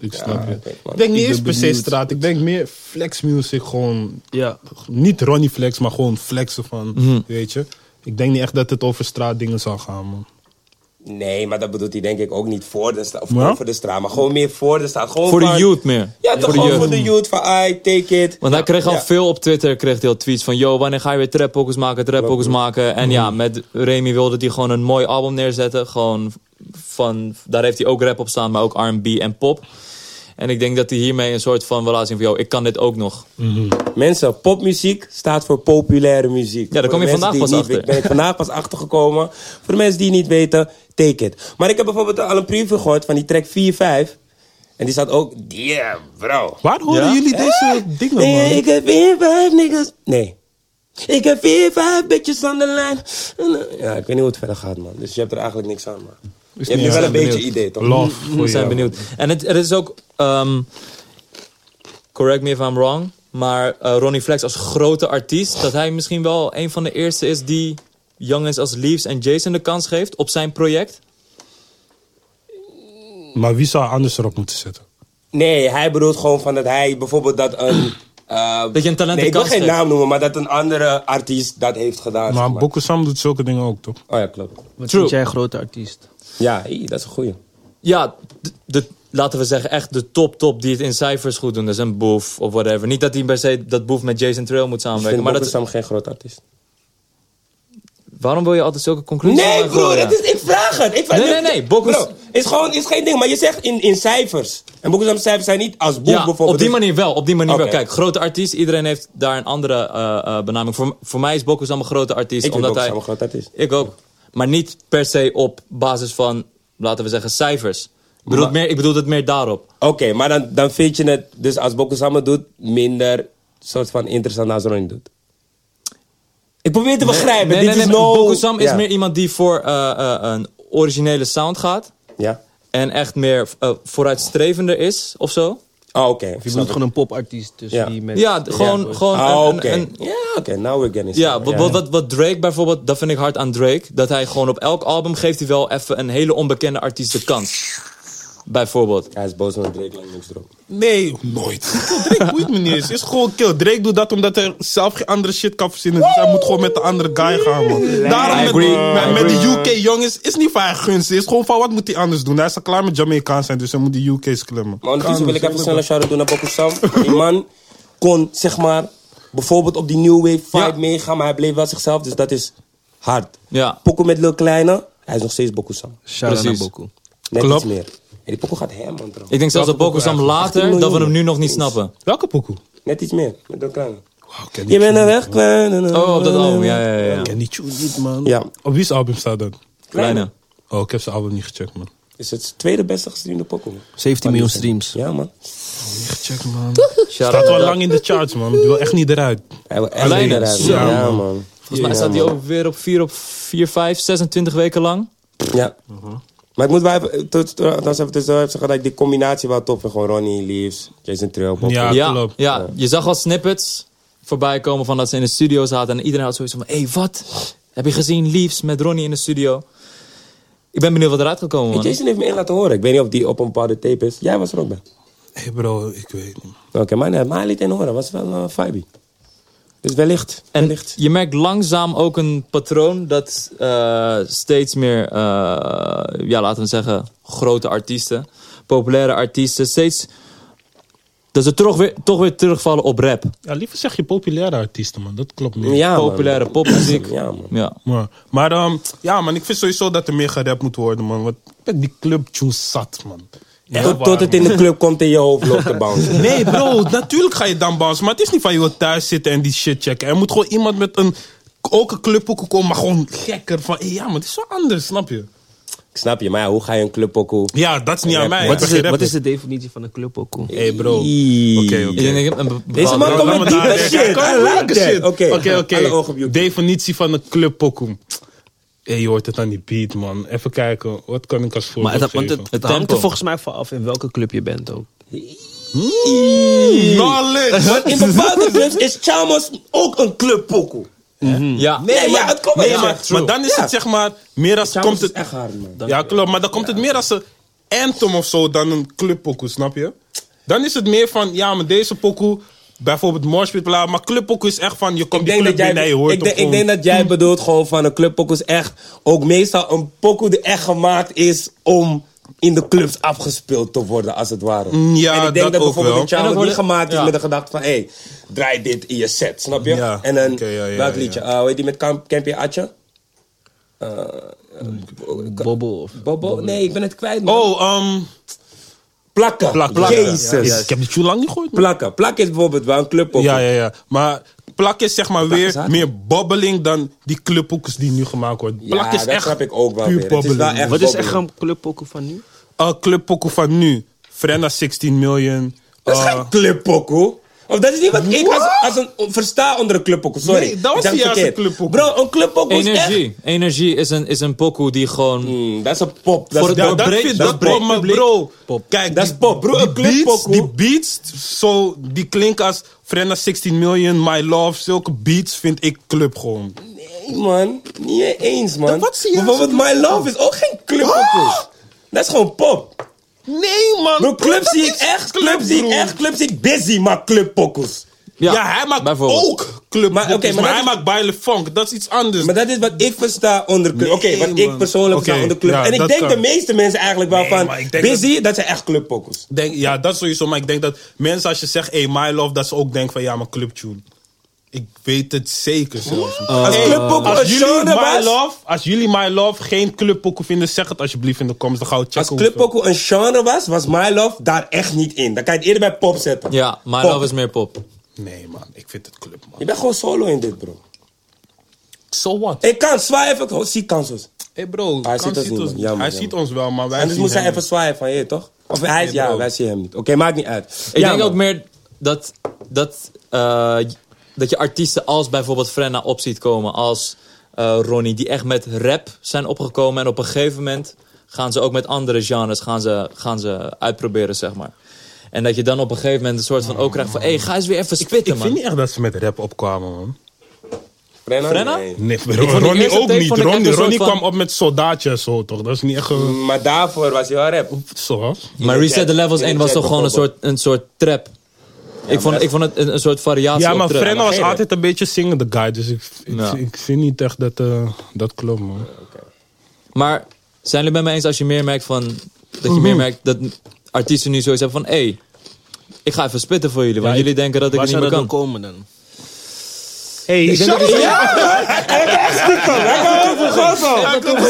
D: Ik snap je.
A: oké, man.
D: Ik denk niet
C: Ik
D: eens
C: ben
D: per se
C: benieuwd.
D: straat. Ik denk meer flex music. Gewoon,
C: Ja.
D: Eh, niet Ronnie Flex, maar gewoon flexen van,
A: Mhm.
D: weet je. Ik denk niet echt dat het over straatdingen zal gaan, man.
A: Eh, Nee, maar dat bedoelt hij denk ik ook niet voor de straat. Of
D: Ja?
A: over de straat, maar gewoon meer voor de straat. Gewoon
B: Voor de
A: van-
B: youth meer.
A: Ja,
B: Voor
A: toch
B: de
A: gewoon
B: youth.
A: voor de youth. Van, I take it.
B: Want hij kreeg al
A: Ja.
B: veel op Twitter, kreeg hij al tweets van... Yo, wanneer ga je weer trap pokus maken, trap pokus maken? En ja, met Remy wilde hij gewoon een mooi album neerzetten. Gewoon van... Daar heeft hij ook rap op staan, maar ook R&B en pop. En ik denk dat hij hiermee een soort van wil laten zien van... Yo, ik kan dit ook nog.
A: Mensen, popmuziek staat voor populaire muziek.
B: Ja,
A: Voor
B: daar kom je
A: de mensen die
B: vandaag pas
A: niet
B: achter.
A: weten- Ben ik vandaag pas achtergekomen. Voor de mensen die het niet weten, take it. Maar ik heb bijvoorbeeld al een preview gehoord van die track 4-5. En die staat ook... Yeah, bro.
D: Waar horen jullie deze dingen, man?
A: Eh? Nee, ik heb 4-5 niggas. Nee. Ik heb 4-5 bitches aan de lijn. Ja, ik weet niet hoe het verder gaat, man. Dus je hebt er eigenlijk niks aan, man. je hebt nu
D: niet
A: wel
D: aan.
A: een beetje idee, toch?
D: Love. voor
B: We zijn
D: jou.
B: benieuwd. En het, het is ook... ehm, correct me if I'm wrong. Maar eh, Ronnie Flex als grote artiest... dat hij misschien wel een van de eerste is die... jongens als Leaves en Jason de kans geeft op zijn project.
D: Maar wie zou anders erop moeten zetten?
A: Nee, hij bedoelt gewoon van dat hij bijvoorbeeld dat een... eh,
B: Dat je een talent
A: Nee,
B: een
A: ik wil
B: kans
A: geen
B: geeft.
A: naam noemen, maar dat een andere artiest dat heeft gedaan. zeg
D: Maar
A: maar.
D: Boko Sam doet zulke dingen ook, toch?
A: Oh ja, klopt.
C: Wat
B: True.
C: vind jij een grote artiest?
A: Ja, i, dat is een goeie.
B: Ja, de, de- laten we zeggen echt de top top die het in cijfers goed doen. Dat is een boef of whatever. Niet dat hij per se dat boef met Jason Trail moet
A: Ik
B: samenwerken.
A: vind
B: Maar
A: Boko
B: dat,
A: Sam geen groot artiest.
B: waarom wil je altijd zulke conclusies
A: Nee,
B: maken?
A: broer,
B: Ja.
A: dat is, ik vraag het. Ik vraag
B: Nee,
A: het.
B: nee, nee, Boko-
A: Bro, is gewoon is geen ding, maar je zegt in, in cijfers. En Boko Sam's cijfers zijn niet als boek
B: Ja,
A: bijvoorbeeld.
B: op die
A: Dus-
B: manier wel. Op die manier
A: Oké.
B: wel. Kijk, grote artiest. Iedereen heeft daar een andere eh, eh, benaming. Voor, voor mij is Boko Sam een grote artiest.
A: Ik vind
B: omdat
A: Boko
B: hij,
A: Sam een groot artiest.
B: Ik ook. Maar niet per se op basis van, laten we zeggen, cijfers. Ik bedoel, het meer, ik bedoel het meer daarop.
A: Oké, maar dan, dan vind je het, dus als Boko Sam het doet, minder soort van interessant als Ronnie doet. Ik probeer te begrijpen.
B: Nee,
A: Dit
B: nee, nee,
A: is
B: nee.
A: no...
B: Boko Sam is
A: Ja.
B: meer iemand die voor eh, eh, een originele sound gaat.
A: Ja.
B: en echt meer eh, vooruitstrevender is of zo.
A: Oh, oké.
C: Je bedoelt gewoon een popartiest, dus
A: Ja.
C: die met...
B: Ja, d- gewoon,
C: goed.
B: gewoon
A: Ah,
B: een,
A: oké.
B: een- een-
A: Ja, oké. Now we're getting
B: ja, wat,
A: somewhere.
B: wat, wat Drake bijvoorbeeld, dat vind ik hard aan Drake. Dat hij gewoon op elk album geeft hij wel even een hele onbekende artiest de kans. Bijvoorbeeld.
A: Hij is boos omdat Drake lang niks droog.
D: Nee, nooit. Drake boeit me niet eens. is gewoon kill. Drake doet dat omdat hij zelf geen andere shit kan verzinnen. Dus hij moet gewoon met de andere guy gaan, man. Daarom
B: I
D: met,
B: agree,
D: met,
B: I
D: met
B: agree.
D: de UK jongens is niet van haar gunst. Het is gewoon van wat moet hij anders doen. Hij is al klaar met Jamaicaans zijn, dus hij moet de UK's klimmen.
A: Maar ondertussen wil ik even snel
D: sneller.
A: een shout-out doen naar Boku Sam. Die man kon, zeg maar, bijvoorbeeld op die New Wave vibe
B: Ja.
A: meegaan, maar hij bleef wel zichzelf, dus dat is hard.
B: Ja.
A: Poco met Lil Kleine, hij is nog steeds Boku Sam.
C: Shout-out naar
B: Precies.
C: Boku.
A: Net
D: Klopt.
A: iets meer. En die Poco gaat hem, man, trouwens.
B: Ik denk zelfs dat Boko Sam later, dat we hem nu nog niet snappen.
D: Welke pokoe?
A: Net iets meer, met Lil Kleine.
D: Wauw, Ah, ik ken die
A: Je bent er weg, Kleine.
B: Oh, op dat album, ja, ja, ja. ja.
D: Ik ken die tune niet, man.
A: Ja.
D: Op wie's album staat dat?
B: Kleine.
D: Oh, ik heb zijn album niet gecheckt, man.
A: Is het tweede beste gestreamde Poco.
C: 17 miljoen streams.
A: Ja, man.
D: Niet gecheckt, man.
B: Shout-out
D: Staat wel
B: naar-
D: lang in de charts, man. Die wil echt niet eruit.
A: Hij wil echt
B: Kleine,
A: weer eruit.
D: ja,
A: Ja,
D: man.
A: man.
B: Volgens mij
A: Ja,
B: staat hij
A: man.
B: ook weer op 4, op 4, 5, 26 weken lang.
A: Ja.
B: Mhm.
A: Maar ik moet wel even, tot- tot- althans even tussendoor even zeggen dat ik die combinatie wel top vind. Gewoon Ronnie, Leaves, Jason Trail, Bob.
D: Ja,
B: Ja,
D: klopt.
B: ja, je zag wat snippets voorbij komen van dat ze in de studio zaten. En iedereen had zoiets van, hé, hey, wat? Heb je gezien Leaves met Ronnie in de studio? Ik ben benieuwd wat eruit gaat komen, man.
A: Jason heeft me één laten horen. Ik weet niet of die op een bepaalde tape is. Jij was er ook bij.
D: Hé hey bro, ik weet niet.
A: Oké, maar, nee, maar hij liet één horen. Was wel eh vibey. Dus wellicht.
B: En
A: wellicht.
B: je merkt langzaam ook een patroon dat eh, steeds meer, eh, ja, laten we zeggen, grote artiesten, populaire artiesten, steeds dat ze toch weer, toch weer terugvallen op rap.
A: Ah,
D: Ja, liever zeg je populaire artiesten, man. Dat klopt niet.
A: Ja, man.
B: Populaire popmuziek.
A: Ja, man.
B: Ja.
D: Maar, maar ehm, ja, man, ik vind sowieso dat er meer gerapt moet worden, man. Want ik ben die clubtunes zat, man. Echt
A: Tot,
D: waar,
A: tot het
D: man.
A: in de club komt en je hoofd loopt te bouncen.
D: Nee, bro, natuurlijk ga je dan bouncen. Maar het is niet van je wil thuis zitten en die shit checken. Er moet gewoon iemand met een. Ook een clubpoeken komen, maar gewoon gekker. Van, hé, ja, maar het is zo anders, snap je?
A: Ik snap je, maar ja, hoe ga je een club ook hoe?
D: Ja, dat is niet aan mij.
C: Wat
D: Ik
C: is,
D: ben
C: de,
D: geen
C: wat is de
D: rapper.
C: definitie van een club ook? Koen?
D: Hé, bro. Oké,
B: Ik
D: oké.
B: denk een be-
A: Deze man
B: bepaalde-
A: komt
D: Laat
A: met
D: me daar-
A: diepe
D: Ja,
A: shit.
D: kom,
A: I
D: leuke
A: like that.
D: shit.
A: Oké,
D: Oké,
A: alle
D: oké.
A: ogen op YouTube.
D: Definitie van een clubpokoe. Hé, je hoort het aan die beat, man. Even kijken, wat kan ik als
C: Maar
D: voorbeeld
C: het, want
D: geven?
C: het, het
B: Tempo.
C: hangt er volgens mij van af in welke club je bent ook.
D: Knowledge!
A: In bepaalde clubs is Chalmers ook een club pokoe.
B: Ja.
A: Nee, ja, het komt wel.
D: Mhm. Nee,
A: Ja,
D: maar,
A: true.
D: maar dan is
A: Ja.
D: het zeg maar meer als
A: Chalmers
D: komt het.
A: is echt hard, man.
D: ja, klopt, maar dan komt het meer als een anthem of zo dan een clubpokoe, snap je? Dan is het meer van, ja, maar deze pokoe, bijvoorbeeld Morspit, bla, maar clubpokoe is echt van, je komt
A: Ik
D: die
A: denk,
D: club
A: dat jij,
D: binnen en je hoort Hmm.
A: ik,
D: hem
A: denk, ik
D: gewoon.
A: denk dat jij bedoelt gewoon van een clubpokoe is echt... ook meestal een pokoe die echt gemaakt is om in de clubs afgespeeld te worden, als het ware.
D: Mm, ja,
A: en ik denk
D: dat
A: dat,
D: ook
A: bijvoorbeeld
D: wel.
A: een Charles
B: En dan
A: die
B: worden-
A: gemaakt is
B: ja.
A: met de gedachte van... hé, hey, draai dit in je set, snap je?
D: Ja,
A: En dan,
D: oké, ja, ja,
A: welk
D: ja.
A: liedje? Eh, hoe heet die met Kamp- Campy Atje?
C: Bobo of...
A: Bobo? Nee, ik ben het kwijt, man.
D: Oh, ehm
A: plakken.
D: plak, plak.
A: Jezus.
D: Ja, ja, ik heb die tune lang niet gehoord, man.
A: Plakken. Plakken is bijvoorbeeld wel een clubpokoe.
D: Ja, ja, ja. Maar plak is zeg maar
A: is
D: weer
A: hard.
D: meer bobbeling dan die clubpoekes die nu gemaakt worden.
A: Ja,
D: Plak is
A: dat
D: echt
A: snap ik ook wel
D: puur
A: weer. Het is wel
D: bobbeling.
A: echt
C: Wat is echt
A: Bobo.
C: een club ook van nu?
D: Een clubpokoe van nu. Frenna 16 miljoen.
A: Dat is
D: Eh,
A: geen clubpokoe. Of dat is niet wat ik als, als een versta onder een clubpokoe. Sorry.
D: Nee, dat
A: Ik dacht
D: was juist een
A: verkeerd.
D: clubpokoe.
A: Bro, een clubpokoe is echt...
B: Energie. Energie is een, is een pokoe die gewoon...
A: Mm, dat is een pop. Dat
B: Voor
A: is
B: het
D: ja,
A: pop.
D: dat
B: breekt-
D: vind
B: dat
D: dat
B: breekt
D: pop, maar
B: publiek.
D: bro.
B: Pop.
D: Kijk,
A: Dat
D: die-
A: is pop, bro. Een
D: Die beats,
A: clubpokoe.
D: die beats, zo, die klinken als Frenna 16 miljoen, My Love. Zulke beats vind ik club gewoon.
A: Nee, man. Niet eens, man.
D: wat zie je als
A: Bijvoorbeeld My Love is ook geen clubpokoe.
D: Ah!
A: Dat is gewoon pop.
D: Nee, man.
A: Bro, club
D: dat
A: zie ik
D: is
A: echt, club zie ik
D: bro.
A: echt, club zie ik busy, maar clubpokoes.
D: Ja, hij maakt
B: bijvoorbeeld.
D: ook club.
A: Maar
D: Maar,
A: oké, maar
D: maar
A: dat
D: hij
A: is-
D: maakt Baile Funk. Dat is iets anders.
A: Maar dat is wat ik versta onder club.
D: Nee,
A: Oké, wat
D: man.
A: ik persoonlijk
D: Oké,
A: versta onder club.
D: ja,
A: en ik
D: dat
A: denk
D: kan.
A: de meeste mensen eigenlijk wel
D: Nee,
A: van,
D: maar ik denk
A: busy, dat, zijn echt clubpokoes.
D: Denk, ja, dat sowieso. Maar ik denk dat mensen als je zegt, hey, my love, dat ze ook denken van, ja, maar clubtune. Ik weet het zeker zelfs.
A: Als
D: Hey,
A: clubpokoe
D: Eh, als
A: een
D: jullie
A: genre
D: my
A: was-
D: love, als jullie my love geen clubpokoe vinden, zeg het alsjeblieft in de comments. Dan gaan we checken.
A: Als
D: hoeveel.
A: clubpokoe een genre was, was My Love daar echt niet in. Dan kan je het eerder bij pop zetten.
B: Ja, My
A: Pop.
B: Love is meer pop.
D: Nee, man. Ik vind het club, man.
A: Je bent gewoon solo in dit, bro.
D: So what?
A: Ik kan zwaaien even, ik zie kansen.
D: Hey bro,
A: Hij
D: hij,
A: ziet ons
D: ziet,
A: niet,
D: ons,
A: man. Jammer,
D: hij
A: jammer.
D: ziet ons wel, maar wij
A: En dus
D: zien
A: moest hij
D: hem
A: even zwaaien van, je toch? Of hij is,
D: Nee,
A: ja,
D: bro.
A: wij zien hem niet. Oké, maakt niet uit.
B: Ik
A: Ja,
B: denk
A: man.
B: ook meer dat, dat, eh, dat je artiesten als bijvoorbeeld Frenna op ziet komen, als eh, Ronnie, die echt met rap zijn opgekomen. En op een gegeven moment gaan ze ook met andere genres gaan ze, gaan ze uitproberen, zeg maar. En dat je dan op een gegeven moment een soort van ook krijgt van... hé, hey, ga eens weer even spitten,
D: Ik vind
B: man.
D: niet echt dat ze met rap opkwamen, man.
A: Frenna?
B: Frenna?
A: Nee.
D: Nee,
B: die
D: Ronnie
B: eerste
D: ook
B: tape
D: niet.
B: vond ik echt
D: Ronnie,
B: een soort
D: Ronnie
B: van-
D: kwam op met soldaatje en zo, toch? Dat is niet echt... eh,
A: Maar daarvoor was hij wel rap.
D: Zo, hè?
B: Maar
A: de
B: Reset
A: chat-
B: the Levels
A: in de
B: 1 was
A: chat
B: toch gewoon een soort, een soort trap. ik, vond,
A: maar-
B: ik vond het een, een soort variatie
D: Ja,
B: op
D: maar
B: trap.
D: Frenna was
A: geen rap.
D: altijd een beetje zingende guy. Dus ik, ik,
B: Ja.
D: ik vind niet echt dat eh, dat klopt, man.
B: Maar zijn jullie het met me eens als je meer merkt van... Dat je meer merkt dat artiesten nu zoiets hebben van... Hé, ik ga even spitten voor jullie. Want
C: ik-
B: jullie denken dat ik
C: Waar
B: het niet
C: zou
B: meer
C: dat dan
B: kan.
C: komen dan?
D: Hey, ik denk
C: dus-
D: dat-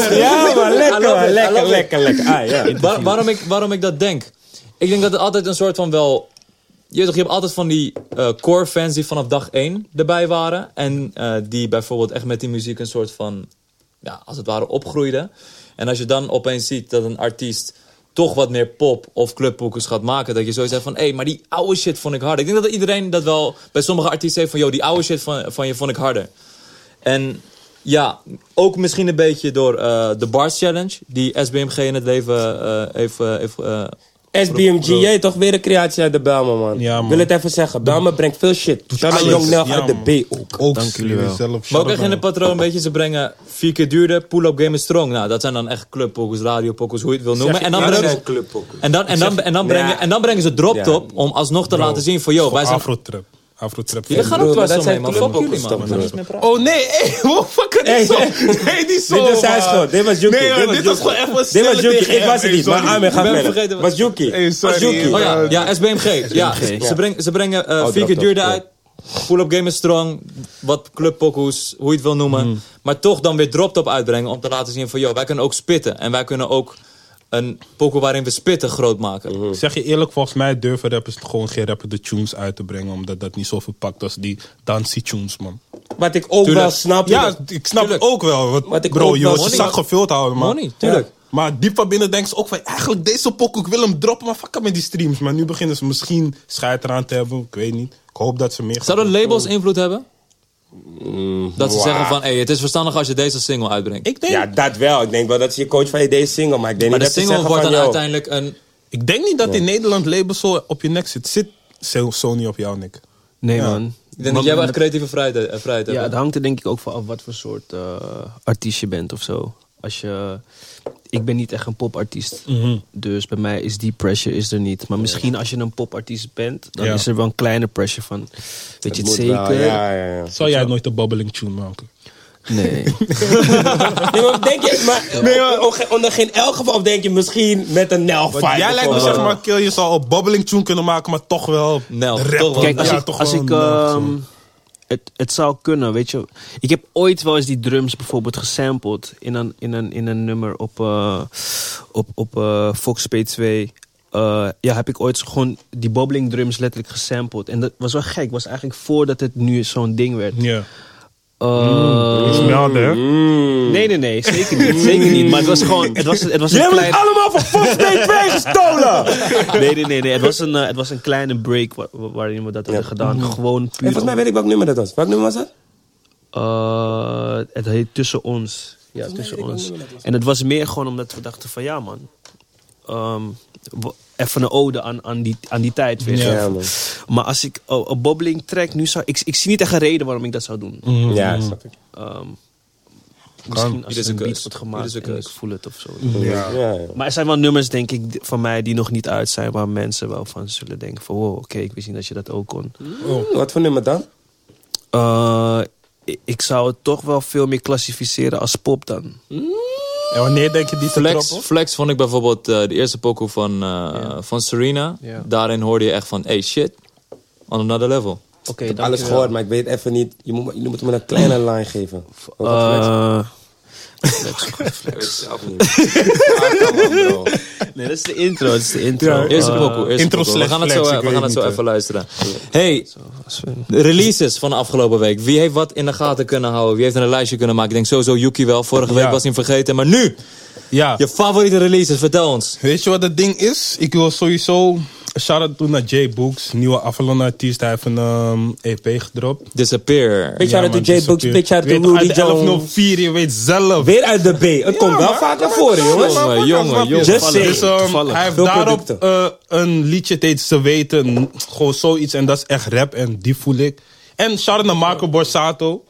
A: Ja, maar
B: I
A: lekker,
B: love
A: man,
B: it, I
A: lekker,
B: love it.
A: lekker, lekker. Ah, ja.
B: Waar- waarom, ik, waarom ik dat denk? Ik denk dat het altijd een soort van wel... Je, weet toch, je hebt altijd van die eh, core fans die vanaf dag één erbij waren. En eh, die bijvoorbeeld echt met die muziek een soort van... Ja, als het ware opgroeiden. En als je dan opeens ziet dat een artiest toch wat meer pop of clubboekers gaat maken. Dat je zo zegt van, hé, maar die oude shit vond ik harder. Ik denk dat iedereen dat wel bij sommige artiesten heeft van... joh, die oude shit van, van je vond ik harder. En ja, ook misschien een beetje door eh, de Bars Challenge, die SBMG in het leven eh, heeft. eh, heeft eh,
A: SBMG, jij toch weer een creatie uit de Belmen, man.
D: Ja, man.
A: Wil het even zeggen, Belmen brengt veel shit. Shout out
D: alles.
A: Young Nel
D: Ja,
A: uit
D: man.
A: de B ook.
D: Ook
C: Dank jullie wel.
D: zelf.
B: maar ook echt in het patroon, weet je, ze brengen vier keer duurder, pull-up game is strong. Nou, dat zijn dan echt clubpokkers, radiopokers, hoe je het wil noemen. En dan,
A: dat
B: brengen,
A: zijn clubpokkers.
B: en, dan, en, dan, en, dan brengen,
A: Ja.
B: en dan brengen ze drop top om alsnog te laten zien van, yo, wij zijn...
D: Afro-trap. Afro-trap.
B: Jullie gaan ook
A: Bro, maar
B: twijfel
A: dat
B: mee,
A: zijn
B: man. Fuck jullie,
A: clubpokkers,
B: man.
A: toch,
B: man.
A: bro.
D: Oh nee, hey, wow, fuck het
A: Hey,
D: niet zo.
A: hey.
D: Nee, niet zo.
A: Dit was hij
D: man.
A: schot, dit was Yuki.
D: Nee, man, dit was
A: Yuki.
D: gewoon echt wat
A: Dit was
D: stille
A: Yuki,
D: tegen
A: ik was het
D: hem,
A: niet,
D: hey,
A: maar
D: sorry.
A: Amen, ga
B: Ik ben
A: verder.
B: vergeten
A: Was
B: wat-
A: Yuki.
D: Hey,
A: Was
D: sorry,
A: Yuki.
D: eh,
B: Oh ja,
D: Eh,
B: ja SBMG. Ja,
A: SBMG, ja.
B: Ze brengen, ze brengen eh, vier
A: dat,
B: keer
A: dat,
B: duurder
A: dat.
B: uit. Pull-up game is strong. Wat clubpokoes, hoe je het wil noemen. Maar toch dan weer drop-top uitbrengen. Om te laten zien van, joh, wij kunnen ook spitten. En wij kunnen ook een pokoe waarin we spitten groot maken.
D: Ik Zeg je eerlijk, volgens mij durven rappers gewoon geen rapper de tunes uit te brengen. Omdat dat niet zo verpakt als die dansie tunes, man.
A: Wat ik ook
B: Tuurlijk.
A: wel snap.
D: Ja, ik snap
B: Tuurlijk.
D: het ook wel. Want,
A: Wat ik ook
D: bro, je
A: wel-
D: moet je
B: Money.
D: zak gevuld houden, man.
B: Money, tuurlijk.
D: Ja. Maar diep van binnen denken ze ook van... Eigenlijk deze pokoe, ik wil hem droppen, maar fuck up met die streams. Maar nu beginnen ze misschien scheid eraan te hebben. Ik weet niet. Ik hoop dat ze meer gaan
B: Zouden labels invloed hebben? Dat ze
A: wow.
B: zeggen van, hey, het is verstandig als je deze als single uitbrengt.
D: Ik denk,
A: Ja, dat wel. Ik denk wel dat ze je coach van je deze single, maar ik denk
B: maar
A: niet
B: de
A: dat ze
B: single
A: zeggen
B: wordt
A: van
B: dan
A: jou.
B: uiteindelijk een...
D: ik denk niet dat in Nederland labels zo op je nek zit. Zit Sony op jou, Nick?
C: Nee, man.
B: Ik denk dat jij wel echt creatieve vrijheid, eh, vrijheid
C: Ja,
B: hebt.
C: het hangt er denk ik ook van af wat voor soort eh, artiest je bent of zo. Als je, ik ben niet echt een popartiest.
A: Mhm.
C: Dus bij mij is die pressure is er niet. Maar misschien als je een popartiest bent, dan
D: Ja.
C: is er wel een kleine pressure van. Weet je het
A: Moet wel,
C: zeker?
A: Ja, ja, ja.
D: Zou jij nooit een bubbling tune maken?
C: Nee.
A: Nee, maar denk je, maar o- onder geen elk geval of denk je misschien met een Nel
D: Want
A: fight.
D: jij lijkt me
A: bijvoorbeeld.
D: zeg maar, kill, je zou een bubbling tune kunnen maken, maar toch wel
B: Nel,
D: rap.
B: toch wel
D: Ja,
C: Kijk, als ik,
D: toch
C: als
D: wel
C: ik
D: een
A: eh,
D: nel,
C: ehm,
D: zo.
C: het, het zou kunnen, weet je. Ik heb ooit wel eens die drums bijvoorbeeld gesampled in een, in een, in een nummer op, eh, op, op eh, Fox P2. Eh, ja, heb ik ooit zo gewoon die bobbling drums letterlijk gesampled. En dat was wel gek. was eigenlijk voordat het nu zo'n ding werd.
A: Mm.
D: Ja.
C: Eh, Nee, nee, nee. Zeker niet. zeker niet. Maar het was gewoon... Het was, het was
A: Jullie
C: een
A: hebben
C: klein...
A: het allemaal van Fox TV gestolen!
C: Nee, nee, nee. nee. Het, was een, eh, het was een kleine break wa- wa- waarin we dat hadden gedaan. Gewoon puur...
A: Mm. En volgens mij
C: om-
A: weet ik welk nummer dat was. Welk nummer was dat?
C: Eh, het heet Tussen ons. Ja, Tussen
A: weet ik
C: ons.
A: wel hoe dat was.
C: En het was meer gewoon omdat we dachten van ja man. ehm, w- even een ode aan, aan, die, aan die tijd. Weet je.
A: Ja, man.
C: Maar als ik oh, een bobbling track nu zou... Ik, ik zie niet echt een reden waarom ik dat zou doen.
B: Mm.
A: Ja, snap ik.
C: Ehm, misschien als
B: Ieder
C: er
B: zijn
C: een beat
B: keus.
C: wordt
B: Ieder
C: gemaakt
B: zijn
C: en ik
B: keus.
C: voel het of zo.
A: Ja, ja.
C: Maar er zijn wel nummers, denk ik, d- van mij die nog niet uit zijn... waar mensen wel van zullen denken van... wow, oké, ik wist niet dat je dat ook kon.
D: Oh.
A: Hmm, Wat voor nummer dan?
C: Eh, ik, ik zou het toch wel veel meer klassificeren als pop dan.
D: En wanneer denk je die te
B: Flex,
D: droppen?
B: Flex vond ik bijvoorbeeld eh, de eerste pokoe van, eh, van Serena.
C: Ja.
B: Daarin hoorde je echt van, hey shit, on another level.
C: Oké,
A: Ik heb
C: dankjewel.
A: alles gehoord, maar ik weet even niet. Je moet, jullie moeten me een kleine line geven. Ook een flex.
C: Eh,
A: Ik weet het zelf niet. Ah, come on, bro.
C: nee, dat is de intro. Dat is de intro.
B: Eerste
C: Eh,
B: pokoe, eerste
D: intro
B: pokoe. We
D: slash
B: gaan het zo,
D: Flex, ik
B: we
D: weet
B: gaan het
D: niet,
B: zo
D: eh.
B: even luisteren. Hey,
C: als we-
B: de releases van de afgelopen week. Wie heeft wat in de gaten kunnen houden? Wie heeft een lijstje kunnen maken? Ik denk sowieso Yuki wel. Vorige week
D: Ja.
B: was hij hem vergeten. Maar nu,
D: Ja.
B: je favoriete releases, vertel ons.
D: Weet je wat het ding is? Ik wil sowieso een shout-out doen naar Jay Books, nieuwe Avalon-artiest. Hij heeft een ehm, EP gedropt.
B: Disappear.
A: Big shout-out
D: man,
A: to Jay
D: die
A: Books,
D: is op-
A: big shout-out
D: Weet
A: to
D: toch,
A: Rudy
D: uit de
A: Jones.
D: 1104, je weet zelf.
A: Weer uit de B. Het komt wel
D: maar-
A: vaak naar
D: maar-
A: voren,
D: maar-
A: jongens.
D: maar- maar-
B: jongen,
D: maar-
B: jongen.
A: Just saying.
D: Dus, ehm,
C: Toevallig.
D: hij heeft
A: Veel
D: daarop
A: producten.
D: eh, een liedje, het heet Ze Weten. Gewoon zoiets en dat is echt rap en die voel ik. En shout-out naar Marco Borsato.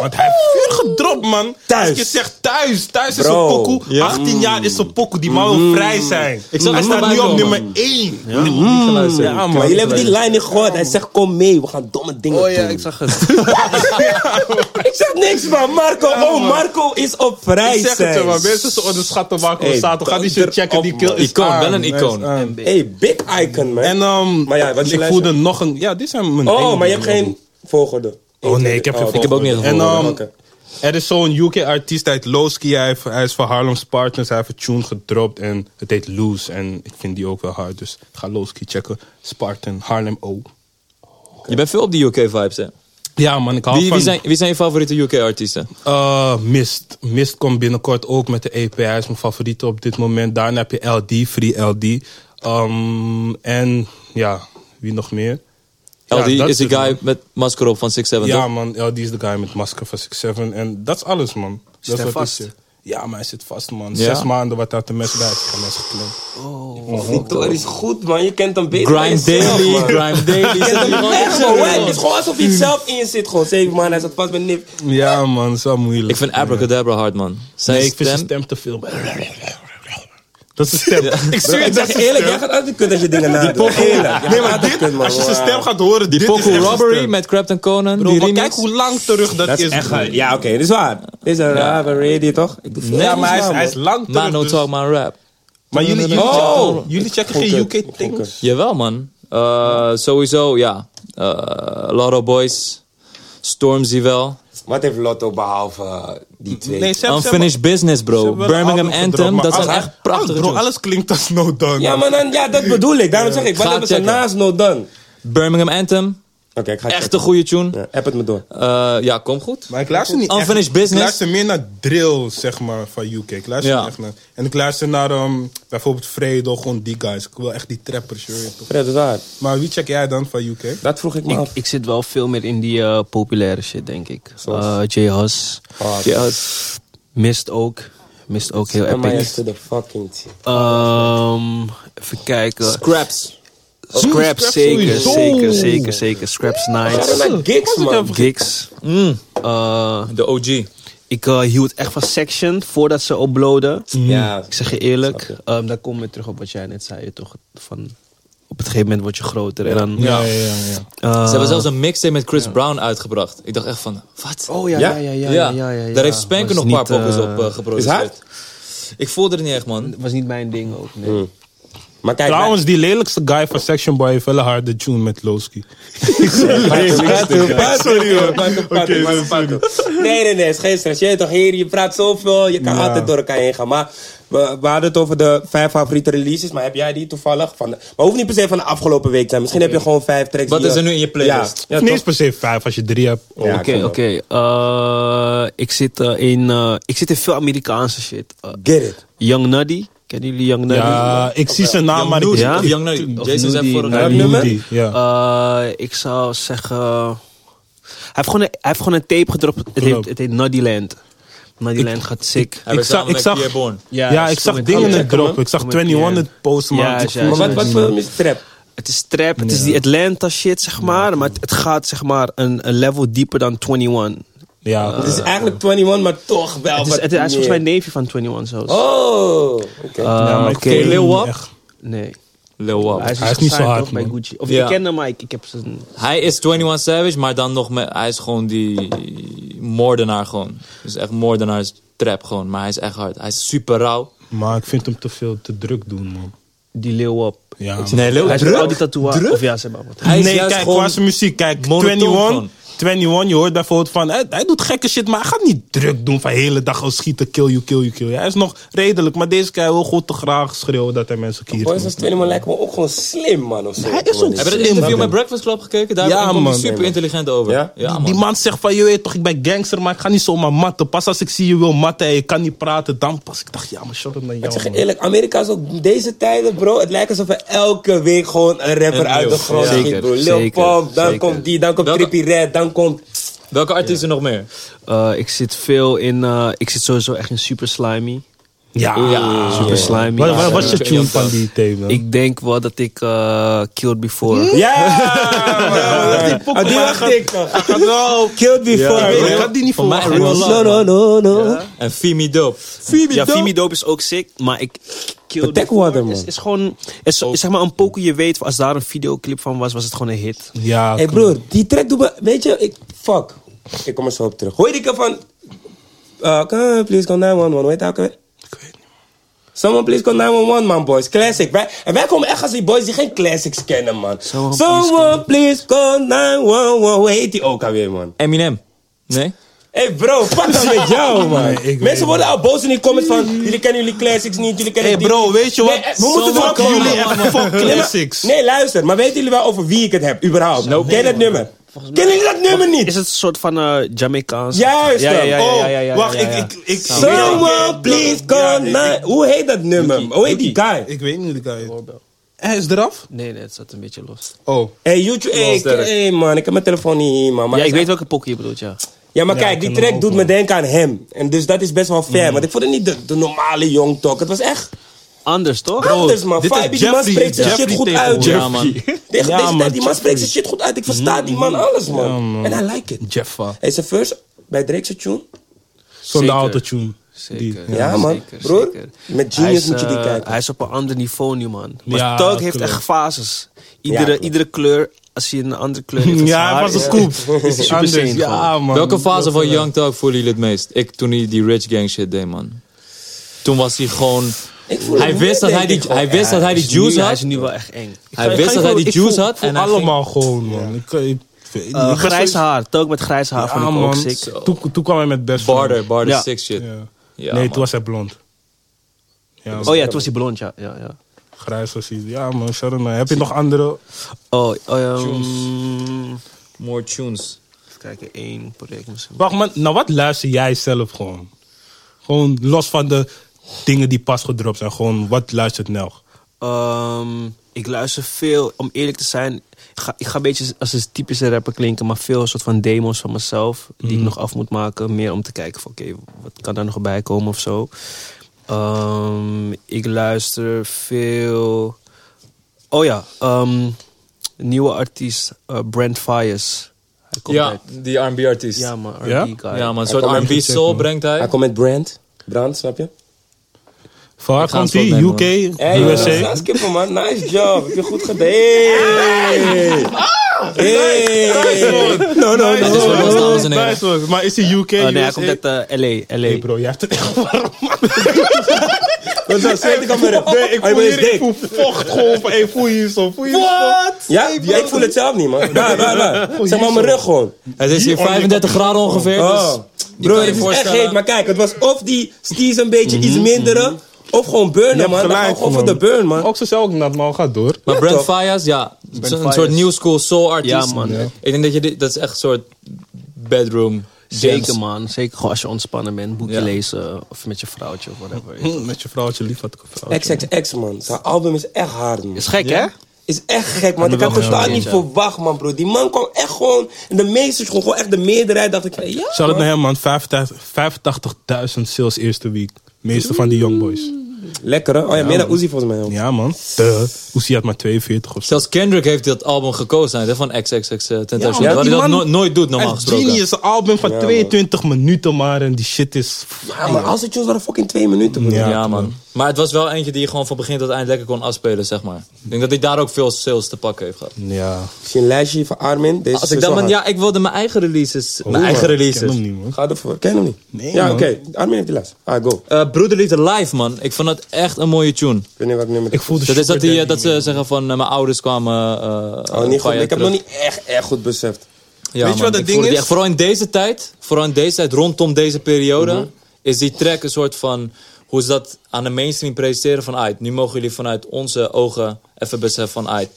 D: Want hij heeft vuur gedropt, man.
A: Thuis.
D: Als je zegt thuis, thuis is
A: Bro.
D: een pokoe.
B: Ja.
D: 18 jaar is een pokoe, die man wil vrij zijn.
B: Ik zag
D: hij
B: het
D: staat
B: voorbij
D: nu op
B: komen.
D: nummer 1. Ja,
C: Mm-hmm.
B: Niet geluisterd.
D: man.
A: Maar jullie hebben die lijn niet gehoord. Hij zegt, kom mee, we gaan domme dingen
C: Oh ja,
A: doen.
C: ik zag het.
A: Ik zeg niks van Marco. oh,
D: man.
A: Marco is op vrij
D: Ik zeg het je,
A: zijn.
D: maar mensen ze onderschatten Marco
A: Hey,
D: Sato. Ga die shit checken, die kill is
B: Icoon,
D: aan. ehm,
B: wel een
D: Hij is
B: icoon.
D: aan.
A: Hey, big icon, man.
D: En ehm,
A: Maar ja, wat is je
D: ik
A: lijstje?
D: voelde nog een... Ja, dit zijn mijn
A: oh,
D: ene
A: maar je hebt
D: die-
A: geen volgorde.
D: Oh nee, ik heb geen
A: Oh,
B: heb ook niet
D: En
B: gevolgd.
D: ehm,
A: Oké.
D: er is zo'n UK-artiest uit Lowski. Hij, heeft- hij is van Harlem's Partners. Hij heeft een tune gedropt en het heet Loose. En ik vind die ook wel hard. Dus ga Lowski checken. Spartan, Harlem O.
B: Je bent veel op die UK-vibes, hè?
D: Ja man, ik hou
B: Wie,
D: van...
B: wie, zijn, wie zijn je favoriete UK-artiesten?
D: Eh, Mist. Mist komt binnenkort ook met de EP. Hij is mijn favoriete op dit moment. Daarna heb je LD, Free LD. Ehm, en ja, wie nog meer? Ja,
B: LD
D: dat dus
B: is die
D: het,
B: guy
D: man.
B: met masker op van 6'7,
D: Ja
B: toch?
D: man, LD is de guy met masker van 6-7. En dat is alles man.
C: Zit
D: dat
C: hij
D: is wat ik
C: vast?
D: zeg. Ja, maar hij zit vast man.
B: Ja?
D: Zes maanden wat uit de mes bij is. Mes geklemd.
A: Victor is goed, man. Je kent hem beter dan
B: Grime
A: jezelf,
B: Daily,
A: man.
B: Grime Daily.
A: Je
B: Zet
A: kent
B: die
A: hem
B: man
A: echt, man.
B: op zijn
A: Why? Het
B: rol.
A: is gewoon alsof hij het zelf in je zit. Gewoon zeven man, hij zat vast met Nip.
D: Ja man, dat is wel moeilijk.
B: Ik vind Abracadabra hard, man. Zijn
D: nee, ik vind
B: stem...
D: zijn stem te veel. Dat is een stem. Ik zweer
A: Ik
D: het, dat
A: zeg
D: is
A: je
D: een
A: eerlijk,
D: stem.
A: jij gaat altijd kut als je dingen nadenkt. Eerlijk.
D: Nee, maar dit,
A: kunt, man.
D: als je zijn
A: Wow.
D: stem gaat horen, dit
B: Die
D: is
B: Poco
D: echt zijn
B: Robbery
D: stem.
B: met Clapton Conan,
D: Bro,
B: die
D: maar
B: remix.
D: kijk hoe lang terug dat,
A: Dat is
D: is.
A: echt...
D: broer.
A: een- Ja, oké, dit is waar. Dit is een rare radio, toch? Ik doe veel
D: Ja, maar hij is,
A: aan,
D: hij is
A: man.
D: lang terug.
B: Maar no
D: dus-
B: talk, maar rap.
D: Maar jullie, jullie,
A: Oh!
D: checken, jullie checken geen
A: Goed, eh, goed,
D: UK-things?
A: eh.
B: Jawel, man. Eh, sowieso, ja. Eh Lotto Boys. Stormzy wel.
A: Wat heeft Lotto behalve eh, die twee?
D: Nee, ze hebben- ze hebben-
B: Unfinished Business,
D: ze
B: bro.
D: hebben wel een
B: Birmingham
D: album gedropt,
B: Anthem.
D: maar
B: Dat
D: als
B: zijn
D: hij- Ah,
B: echt prachtige
D: Bro,
B: tunes.
D: alles klinkt als no done.
A: Ja, maar dan, ja, dat bedoel ik. Daarom zeg ik, wat
B: Ga
A: hebben ze
B: checken.
A: naast No Done? Oké,
B: Birmingham Anthem.
A: ik ga
B: Echt
A: checken.
B: een goede tune.
A: Ja, app het me door.
B: Eh, ja, kom goed.
D: Maar ik luister niet echt.
B: Unfinished Business.
D: Ik luister meer naar drill, zeg maar, van UK. Ik luister
B: Ja.
D: niet echt naar... En ik luister naar ehm, bijvoorbeeld Fredo, gewoon die guys. Ik wil echt die trappers, je weet toch.
A: Fred, dat is waar.
D: Maar wie check jij dan van UK?
A: Dat vroeg ik me
C: ik,
A: af.
C: ik zit wel veel meer in die eh, populaire shit, denk ik. Eh J. Hus.
B: Ja,
C: Mist ook. Mist ook heel
A: Am I
C: epic.
A: to the fucking team?
C: Ehm, even kijken.
B: Scraps.
C: Scraps,
D: Scraps
C: zeker,
D: sowieso.
C: zeker, zeker, zeker. Scraps,
A: Dat
C: nice.
A: zijn gigs, man.
C: Gigs. Eh,
B: De OG.
C: ik eh, hield echt van Section voordat ze uploaden.
A: Ja.
D: Mm.
C: Ik zeg je eerlijk,
A: Snap
C: ehm daar kom je terug op wat jij net zei. je Toch, van, op het gegeven moment word je groter. En dan,
D: Ja, ja, ja. ja.
C: eh,
B: Ze hebben zelfs een mixtape met Chris Brown uitgebracht. Ik dacht echt van, wat?
C: Oh ja,
A: Ja?
C: ja, ja, ja. ja, ja, ja.
B: Daar heeft Spanker nog
C: Was
B: een paar
C: niet,
B: poppers
C: eh,
B: op eh, geproduceerd. Ik voelde het niet echt, man.
C: was niet mijn ding ook. Nee.
A: Maar kijk,
D: Trouwens, die lelijkste guy van Section Boy heeft wel een harde tune met Lowski. Sorry, hoor. Oké, sorry.
A: Nee, nee, nee, het is geen stress. Je weet toch, heer, je praat zoveel, je kan
D: Ja.
A: altijd door elkaar heen gaan. Maar we, we hadden het over de vijf favoriete releases, maar heb jij die toevallig? Van de- maar hoeft niet per se van de afgelopen week te zijn. Misschien heb je gewoon vijf tracks.
B: Wat
A: die
B: is er nu in je playlist?
A: Ja, ja,
D: niet
A: toch?
D: eens per se vijf als je drie hebt.
A: Ja, ik
C: Oké,
A: vind
C: oké. Eh, Ik zit eh, in eh, ik zit in veel Amerikaanse shit. Eh,
A: wel. Get it.
C: Young Nuddy. Kennen jullie Young Nuddy?
D: Ja, ik zie zijn naam, maar
B: Nudy.
D: ik...
C: Ja?
B: Of Young Nuddy.
C: Of
B: Jason zei
C: Nudie,
B: vorig
A: Nudie.
B: jaar.
A: nummer?
D: Nudie, Ja.
C: Eh, ik zou zeggen. Hij heeft gewoon een, hij heeft gewoon een tape gedropt. Het heet,
D: Klopt.
C: het heet Nuddy Land. Nuddy Land gaat sick.
B: Hij werd
D: zag-
B: samen
D: ik
B: met
D: zag-
B: Pierre Bourne.
D: Ja, ik
C: zo
D: zag
C: met-
D: dingen
C: oh,
D: in
C: check hem,
D: drop.
C: man.
D: Ik zag
C: Zo met-
D: 21
C: ja.
D: het posten,
C: Ja,
D: man. Ik
C: ja,
D: voel me-
A: Maar wat,
C: ja,
A: wat
C: ja.
A: voor is trap?
C: Het is trap, het is die Atlanta shit, zeg maar. Maar het, het gaat zeg maar een, een level dieper dan 21.
D: Ja.
A: Het is
B: Ah,
A: eigenlijk 21, maar toch wel
C: Het is,
A: wat
C: het, hij is
A: meer.
C: volgens mij neefje van 21 zelfs.
A: Oh, oké.
C: Eh,
D: maar ik
C: oké.
D: voel hem
B: Lil
D: niet
B: Wap?
D: echt.
C: Nee.
B: Lil Wap.
C: Hij is,
D: Hij is niet zo
C: gesigned,
D: hard,
C: toch, bij
D: man.
C: Gucci. Of
B: Ja.
C: ik ken hem, maar ik, ik heb zijn...
B: Hij is 21 Savage, maar dan nog met... Hij is gewoon die moordenaar gewoon. Dus echt moordenaars trap gewoon. Maar hij is echt hard. Hij is super rauw.
D: Maar ik vind hem te veel te druk doen, man.
C: Die leeuw op.
D: Ja. man.
B: Nee, Lil
C: Hij heeft al die
B: Druk?
C: tatoeages. Of ja, ze hebben allemaal
B: Hij is
D: nee,
B: juist
D: kijk,
B: gewoon
D: qua zijn muziek. Kijk,
B: monotoon
D: 21,
B: gewoon.
D: 21, je hoort bijvoorbeeld van... Hij, hij doet gekke shit, maar hij gaat niet druk doen van hele dag... al schieten, kill you, kill you, kill you. Hij is nog redelijk, maar deze guy wil goed te graag schreeuwen... dat hij mensen kieren.
A: Boys als 21 lijkt me ook gewoon slim, man. Of zo.
D: Hij is ook
B: Heb je
A: Hebben
B: dat
A: we
B: interview met Breakfast Club gekeken? Daar
D: Ja,
B: komt hij
D: man.
B: super intelligent over.
A: Ja?
D: Die,
B: man.
D: die man zegt van, je weet toch, ik ben gangster... maar ik ga niet zomaar matten. Pas als ik zie je wil matten en je kan niet praten... dan pas ik dacht, ja, maar shut up naar
A: Ik
D: jou,
A: zeg je
D: man.
A: eerlijk, Amerika is ook deze tijden, bro. Het lijkt alsof er elke week gewoon een rapper
B: Een
A: uit de
B: nieuw.
A: grond
B: Ja.
A: schiet, bro. Lil
C: Zeker,
A: Pump, dan
C: zeker.
A: komt die, dan komt
B: Welke-
A: Trippy Red, dan komt...
B: Welke artiesten nog meer?
C: Eh, ik zit veel in. eh, ik zit sowieso echt in Super Slimy.
D: Ja.
C: Super slimy.
D: Wat, wat was je
B: Ja,
D: tune
B: ja,
D: van die thema?
C: Ik denk wel dat ik eh Killed Before.
A: Ja!
D: pokoe,
A: Ah, Die
D: maar
A: wacht
D: gaat-
A: ik.
D: Nou,
A: Killed before.
D: ik
A: bro.
D: had die niet
B: Voor mij
D: verwacht.
B: ook wel lang.
A: No, no, no, no.
B: En Fimi Dope.
C: ja, Fimi Dope is ook sick, maar ik... Killed
A: Blackwater,
C: Before
A: man.
C: Is, is gewoon... Is, is zeg maar een poker, je weet, als daar een videoclip van was, was het gewoon een hit.
D: Ja,
A: Hé hey
D: klopt.
A: broer, die track doet me... Weet je, ik... Fuck. Ik kom er zo op terug. Hoor je die keer van... Uh, come, please call 911. Weet je ook weer? Someone please call 911, man, boys. Classic. Wij, en wij komen echt als die boys die geen classics kennen, man.
C: Someone
A: Someone, please
C: please
A: call 911. Hoe heet die ook alweer, man?
B: Eminem. Nee?
A: Hé hey bro, fuck dan met jou, man.
D: ik weet
A: Mensen worden al boos in die comments van... Jullie kennen jullie classics niet, jullie kennen
D: Hey
A: die
D: bro, weet je
A: Nee,
D: wat?
A: eh, we moeten
D: Fuck
A: erop komen,
D: jullie
A: man.
D: echt fuck
A: Nee, maar-
D: classics.
A: Nee, luister. Maar weten jullie wel over wie ik het heb, überhaupt? Ken dat nummer? Kennen jullie dat nummer niet?
C: Is het een soort van eh Jamaicaans?
A: Juist,
C: Ja, ja, ja, ja,
D: Oh,
C: ja, ja, ja,
D: wacht,
C: ja, ja.
D: ik... ik, ik
A: Someone please call nine. Hoe heet dat nummer? Hoe heet die guy?
D: Ik weet niet hoe die guy heet. Hij is eraf?
C: Nee, nee, het zat een beetje los.
D: Oh.
A: Hey, YouTube. Hey,
B: Los Derek.
A: hey, man, ik heb mijn telefoon niet hier, man. Maar
C: ja,
A: hij
C: ik weet
A: zegt-
C: welke poker je bedoelt, ja.
A: Ja, maar
D: Ja, ik
A: kijk, die
D: ken hem
A: track
D: ook,
A: doet me
D: man. Mm.
A: denken aan hem. En dus dat is best wel fair. Want ik vond het niet de, de normale Young Talk. Het was echt
C: Anders, toch?
A: anders, man.
D: dit is
A: Vibe, die man
D: Jeffrey-
A: spreekt zijn shit
D: Jeffrey
A: goed uit.
D: tegenwoordig.
B: Ja, man.
A: Tegen deze
D: Ja, man,
A: tijd, die man
D: Jeffrey. Mm,
A: spreekt zijn shit goed uit. Ik versta die man alles, man.
D: Ja, man.
A: En I like it.
D: Jeffa.
A: Hij is de first bij Drake's tune.
C: Zeker.
D: Zonder autotune. Die.
C: Zeker.
A: Ja, man. Broer, met
C: Hij
A: Genius
C: is,
A: moet je die
C: eh,
A: kijken.
C: Hij is op een ander niveau nu, man. Maar
D: Ja,
C: Talk heeft
D: klopt.
C: echt fases. Iedere,
A: klopt.
C: iedere kleur, als je een andere kleur heeft.
D: Ja, hij was een koep.
C: Is die super
D: Anders.
C: sane
D: Ja, man.
B: Welke fase van Young Talk voelen jullie het meest? Ik, toen hij die Rich Gang shit deed, man. Toen was hij gewoon...
A: Ik voel
B: Hij
A: het
B: wist
A: niet,
B: dat hij
A: denk
B: die,
A: ik gewoon.
B: hij wist dat hij die juice
C: Hij is
B: had.
C: Dus nu wel echt eng.
B: Hij wist dat hij die juice had.
D: En
B: En hij ging-
D: allemaal gewoon, man. Ik, ik, ik, ik
C: Eh,
D: was
C: grijs
D: sowieso-
C: haar. Talk met grijs haar vond
D: Ja,
C: ik ook
D: man.
C: sick.
D: Toen, toen kwam hij met best Friend.
B: Barter, barter
C: Ja.
B: sick shit.
D: Ja.
B: Ja,
D: nee,
B: man.
D: toen was hij blond. Ja,
C: Oh ja, toen was hij blond, ja. ja, ja.
D: Grijs was hij. Ja, man. Shout out naar- Heb je nog andere?
C: Oh, ehm
B: More tunes.
C: even kijken, één project misschien.
D: Wacht, man. Nou, wat luister jij zelf gewoon? Gewoon los van de dingen die pas gedropt zijn. Gewoon, wat luistert Nelg?
C: Ehm, ik luister veel, om eerlijk te zijn. Ik ga, ik ga een beetje als een typische rapper klinken, maar veel soort van demos van mezelf. Die
B: Mhm.
C: ik nog af moet maken. Meer om te kijken van oké, wat kan daar nog bij komen of zo. Ehm, ik luister veel. Oh ja, ehm, nieuwe artiest, eh, Brent Fires. Hij komt
B: Ja,
C: uit-
B: die R&B artiest.
C: ja, man, R&B
D: Ja?
C: guy.
B: Ja, man. Een
A: Hij
B: soort
A: kwam
B: R&B
D: met-
B: soul brengt hij.
A: Hij komt met Brand. Brand, snap je?
D: Voor haar
B: Ik ga
D: komt
B: het
D: hij,
B: wel
D: UK,
B: nemen,
A: Hey,
D: USA.
A: USA. Ja, skippen man. Nice job. Heb je goed gedaan. Hey. Hey.
D: No, no,
B: Nice work, dat is wel eens een hele.
D: Nice work. Maar is hij UK,
C: Eh, nee, hij
D: USA?
C: komt uit eh, LA. LA.
D: Hey bro, jij hebt het echt warm.
A: Wat is dat? Zweet ik al met hem.
D: Nee, ik
A: Oh, je
D: voel
A: bent
D: hier,
A: dik.
D: ik voel vocht gewoon van, hey, voel je hier zo, voel je hier zo.
A: Ja? ja, ik voel het zelf niet, man. Waar, waar, waar? Zeg maar op mijn rug gewoon.
B: Het is hier
D: Hier
B: 35 graden ongeveer.
A: Oh.
B: Dus die
A: Bro,
B: kan
A: het
B: je
A: is echt
B: voorstellen.
A: heet. Maar kijk, het was of die skis een beetje iets mindere, of gewoon burnen, man. Dan gaan we gewoon voor de burn, man.
D: Ook zo zelf nat, man, ga door.
B: Maar
A: Ja,
B: Brent
A: toch?
B: Fayas, ja. Zo'n
C: Fayez.
B: soort new school soul artiest.
C: Ja, man. Ja.
B: Ik denk dat je dit, dat is echt een soort bedroom.
C: Zeker
B: jams.
C: man, zeker gewoon als je ontspannen bent, boekje
B: Ja.
C: lezen of met je vrouwtje of whatever.
D: Hm, Met je vrouwtje, lief had ik een vrouw.
A: XXX, man. Zijn album is echt hard, man.
C: Is gek hè?
A: Is echt gek, man. Ik had totaal niet verwacht, man, bro. Die man kwam echt gewoon... En de meesters, gewoon, gewoon echt de meerderheid, dacht ik van... Ja,
D: Shout out naar hem, man. 85 85.000 sales eerste week. Meeste van die young boys.
A: Lekker, hè? Oh ja, meer dan Uzi volgens mij. joh.
D: Ja, man. Duh. Oesie had maar 42 of zo.
B: Zelfs Kendrick heeft dat album gekozen hè, van XXX eh,
D: Ja,
B: Tentacion.
D: man,
B: wat
D: die
B: hij dat
D: man-
B: no- nooit doet normaal
D: Hij is
B: gesproken.
D: Genius, een album van 22 minuten maar. En die shit is...
A: Ja, Ah, maar als het tunes waren fucking twee minuten, bro.
D: Ja.
B: Ja, man. Maar het was wel eentje die je gewoon van begin tot eind lekker kon afspelen, zeg maar. Ik denk dat hij daar ook veel sales te pakken heeft gehad.
D: Ja.
A: Ik zie een lijstje van Armin. Deze
B: Als
A: is
B: ik dan,
A: zo
B: man,
A: hard.
B: ja, ik wilde mijn eigen releases. mijn
D: Oeh,
B: eigen
D: man. Ik ken
B: releases.
D: hem niet, man.
A: Ga ervoor. Ken je hem niet?
D: Nee,
A: Ja,
D: man.
A: oké. Armin heeft die les. Ah, go.
B: Eh Broederliefde live, man. Ik vond dat echt een mooie tune.
A: Ik weet niet welk nummer.
D: Ik voel de
B: Dat is dat, die, eh,
D: sugar
B: dat
D: daddy,
B: ze zeggen van eh, mijn ouders kwamen. eh, eh,
A: Oh,
B: een
A: niet
B: paar
A: goed.
B: jaar
A: Ik heb
B: terug.
A: nog niet echt, echt goed beseft.
B: Ja,
D: Weet je
B: man,
D: wat het
B: ik
D: ding
B: voelde die
D: is?
B: echt- vooral in deze tijd, vooral in deze tijd, rondom deze periode,
D: Mhm.
B: is die track een soort van hoe ze dat aan de mainstream presenteren van uit. Nu mogen jullie vanuit onze ogen even beseffen van uit.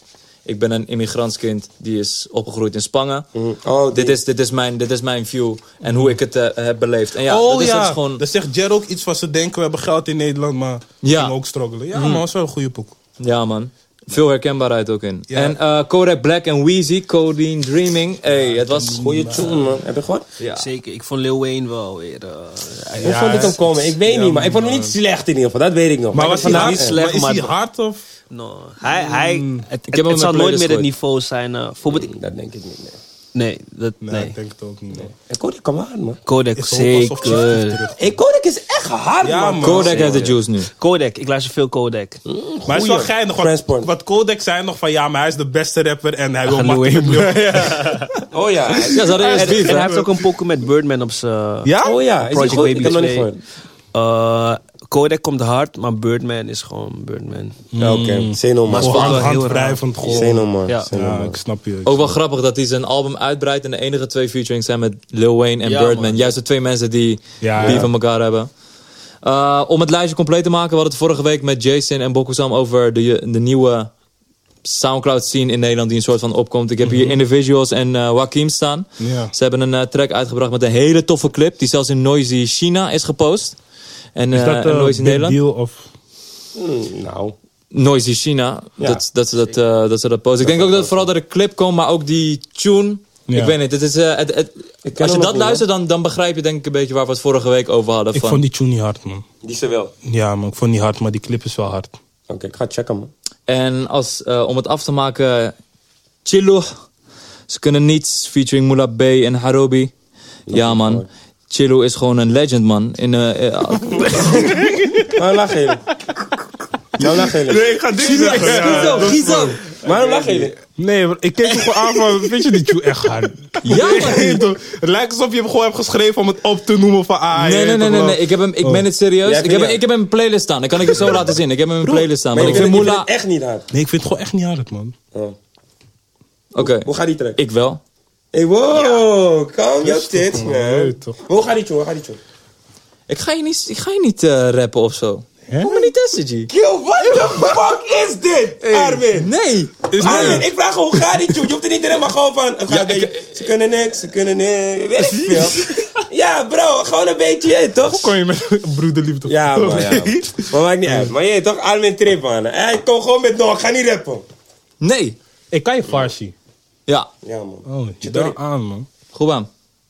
B: Ik ben een immigrantskind die is opgegroeid in Spangen.
D: Mhm.
A: Oh,
B: dit,
A: die-
B: is, dit, is mijn, dit is mijn view en hoe ik het eh, heb beleefd. En ja,
D: oh
B: dat is,
D: ja,
B: dat is gewoon.
D: dan zegt Jer ook iets van ze denken, we hebben geld in Nederland, maar
B: Ja. Mm.
D: ja. ook struggelen. Ja man, dat is wel een goede boek.
B: Ja, man. Veel herkenbaarheid ook in.
D: Ja.
B: En eh, Kodak Black en Weezy, Codeine Dreaming. Hey, het was...
A: Goeie tune, Hm, man. Heb je gehoord?
B: Ja.
C: Zeker, ik vond Lil Wayne wel weer... eh, hij-
A: Hoe
D: Ja,
A: vond ik hem
D: het-
A: komen? Ik weet niet, maar ik vond hem niet slecht in ieder geval. Dat weet ik nog.
D: Maar
A: ik
D: was
A: vond
D: hij nou-
A: hem
D: hard?
A: niet
C: slecht,
D: maar is
C: maar-
D: hij hard of...
C: No. Hij, hij, het
B: heb hem
C: het,
B: met
C: zal nooit
B: Playlist
C: meer het
B: gooien.
C: niveau zijn. eh, bijvoorbeeld,
A: slecht. Dat denk ik niet, nee.
C: nee, dat,
D: Nee,
C: nee.
D: ik denk het ook niet. man.
A: En Kodak, kom aan, man.
C: Kodak,
D: Is gewoon alsof Chief Keef
C: zeker.
D: Eh, terug-
A: Hey, Kodak is echt hard,
D: Ja,
A: man.
D: man.
B: Kodak heeft de juice nu.
C: Kodak, ik luister veel Kodak.
D: Maar het is wel geinig. Wat,
A: Transport.
D: wat Kodak zei nog van ja, maar hij is de beste rapper en hij wil
C: Ach,
D: makkelijk...
C: Lil
A: Oh ja.
B: Ja, ze hadden
C: En,
B: eerst
C: en
B: beef,
C: hij
B: hè?
C: heeft ook een poker met Birdman op zijn... eh,
D: Ja?
A: Oh ja, is hij
C: Project
A: goed? Ik heb
C: Baby
A: hem nog niet
C: 2.
A: gehoord.
C: Eh, Kodak komt hard, maar Birdman is gewoon Birdman.
A: Ja, Oké, zenuwman.
D: Gewoon
C: wel
D: hand-
C: heel
D: handwrijvend gewoon.
A: Zenuwman.
C: Ja.
D: Hmm. Ja,
A: Zenuwman.
D: ik snap je. ik
B: Ook wel grappig dat hij zijn album uitbreidt en de enige twee featurings zijn met Lil Wayne en
C: Ja,
B: Birdman.
C: man.
B: Juist de twee mensen die
D: Ja,
B: die
D: ja.
B: van elkaar hebben. Eh, om het lijstje compleet te maken, we hadden het vorige week met Jason en Bokusam over de, de nieuwe Soundcloud scene in Nederland die een soort van opkomt. Ik heb
C: Mhm.
B: hier Individuals en eh Joaquim staan.
D: Ja.
B: Ze hebben een eh, track uitgebracht met een hele toffe clip die zelfs in Noisy China is gepost. En,
D: Is
B: eh,
D: dat
B: en
D: eh,
B: Noisy
D: big
B: Nederland.
D: deal of... Hmm,
A: Mm, Nou,
B: Noisy China.
A: Ja.
B: Dat, dat, ze dat, eh, dat ze dat posten. ik denk ook dat vooral dat de clip komt, maar ook die tune.
D: Ja.
B: Ik weet niet. Het is, eh, het, het- als je
A: hem
B: dat
A: ook niet,
B: luistert, dan, dan begrijp je denk ik een beetje waar we het vorige week over hadden.
D: Ik
B: van,
D: vond die tune niet hard, man.
A: die ze wel. Oké,
D: Ja, man, ik vond die hard, maar die clip is wel hard.
A: ik ga checken, man.
B: En als, eh, om het af te maken, Chillo. Ze kunnen niets, featuring Moula B en Harobi. Ja man, Chillo is gewoon een legend man. In, eh, eh,
A: Waarom lachen jullie? Waarom lachen jullie?
D: Nee, ik ga dit zeggen. ja.
A: Gizo! Waarom lachen jullie?
D: Nee, maar ik keek hem gewoon aan van, vind je die tune echt hard?
B: Ja,
D: Nee,
B: man.
D: nee, toch? Het lijkt alsof je hem gewoon hebt geschreven om het op te noemen van ah,
B: nee,
D: je
B: nee, nee,
D: weet toch
B: nee,
D: wel. Oh.
B: nee, Ik, heb hem, ik ben het serieus.
A: Jij
B: Ik heb,
A: vindt-
B: ik heb hem in een playlist staan. Dat kan ik je zo laten zien. Ik heb hem in een playlist staan.
A: Maar
B: Maar
A: je
B: ik
A: vindt
B: vind
A: het- je vindt
B: Moula...
A: het echt niet hard.
D: Nee, ik vind het gewoon echt niet hard, man.
A: Oh.
B: Oké,
A: Hoe gaat die track?
B: ik wel.
A: Hey, wow, calm your tits,
D: man. Nee,
A: man.
D: toch.
A: Hoe gaat die tune? Hoe gaat die tune?
B: Ik ga je niet, ik ga je niet eh, rappen of zo.
D: Hè?
B: Kom me niet testen, G.
A: Yo, what the fuck is dit, Armin?
B: Nee!
A: Armin, Dus ik vraag gewoon, hoe gaat die tune? Je hoeft er niet in, maar gewoon van... het gaat een beetje- ze kunnen niks, ze kunnen niks. Weet ik veel. Ja, bro, gewoon een beetje, je weet toch?
D: Kon je met broederliefde
A: Ja, man, ja. Maar maakt niet uit. Maar je weet toch, Armin Trip, man. Hij komt gewoon met nog, ga niet rappen.
B: Nee!
D: Ik kan je Farsi.
B: Ja,
A: Ja, man.
D: Oh, je
A: Chitori.
D: daar aan, man.
B: goed aan.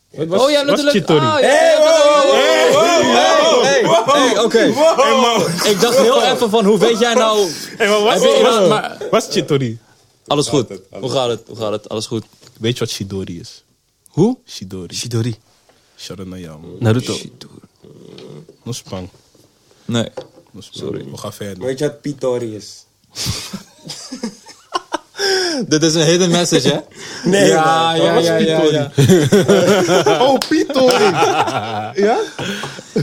D: Wat was-
B: oh, jij hebt
D: was
B: natuurlijk...
D: Chitori?
B: Ah, ja,
A: Hey,
B: ja,
A: wow,
B: dat-
A: wow, wow, wow, wow, wow, wow.
B: Hey, oké.
A: Wow.
B: Ik dacht heel even van, hoe weet jij nou...
D: Hey, maar was,
B: Heb je-
D: was,
B: maar-
D: was Chitori?
B: Alles goed. Hoe gaat het? Hoe gaat het? Alles goed.
D: Weet je wat Shidori is?
B: Hoe?
D: Shidori.
C: Chidori.
D: Sharon naar jou, man.
C: Naruto.
D: Nog spang.
B: Nee.
D: Sorry. We gaan verder.
A: Weet je wat Pitori is?
B: Dit is een hidden message, hè?
A: Nee,
B: ja,
A: man.
B: ja,
A: Wat is
B: ja, ja, ja.
D: Oh, Pitori!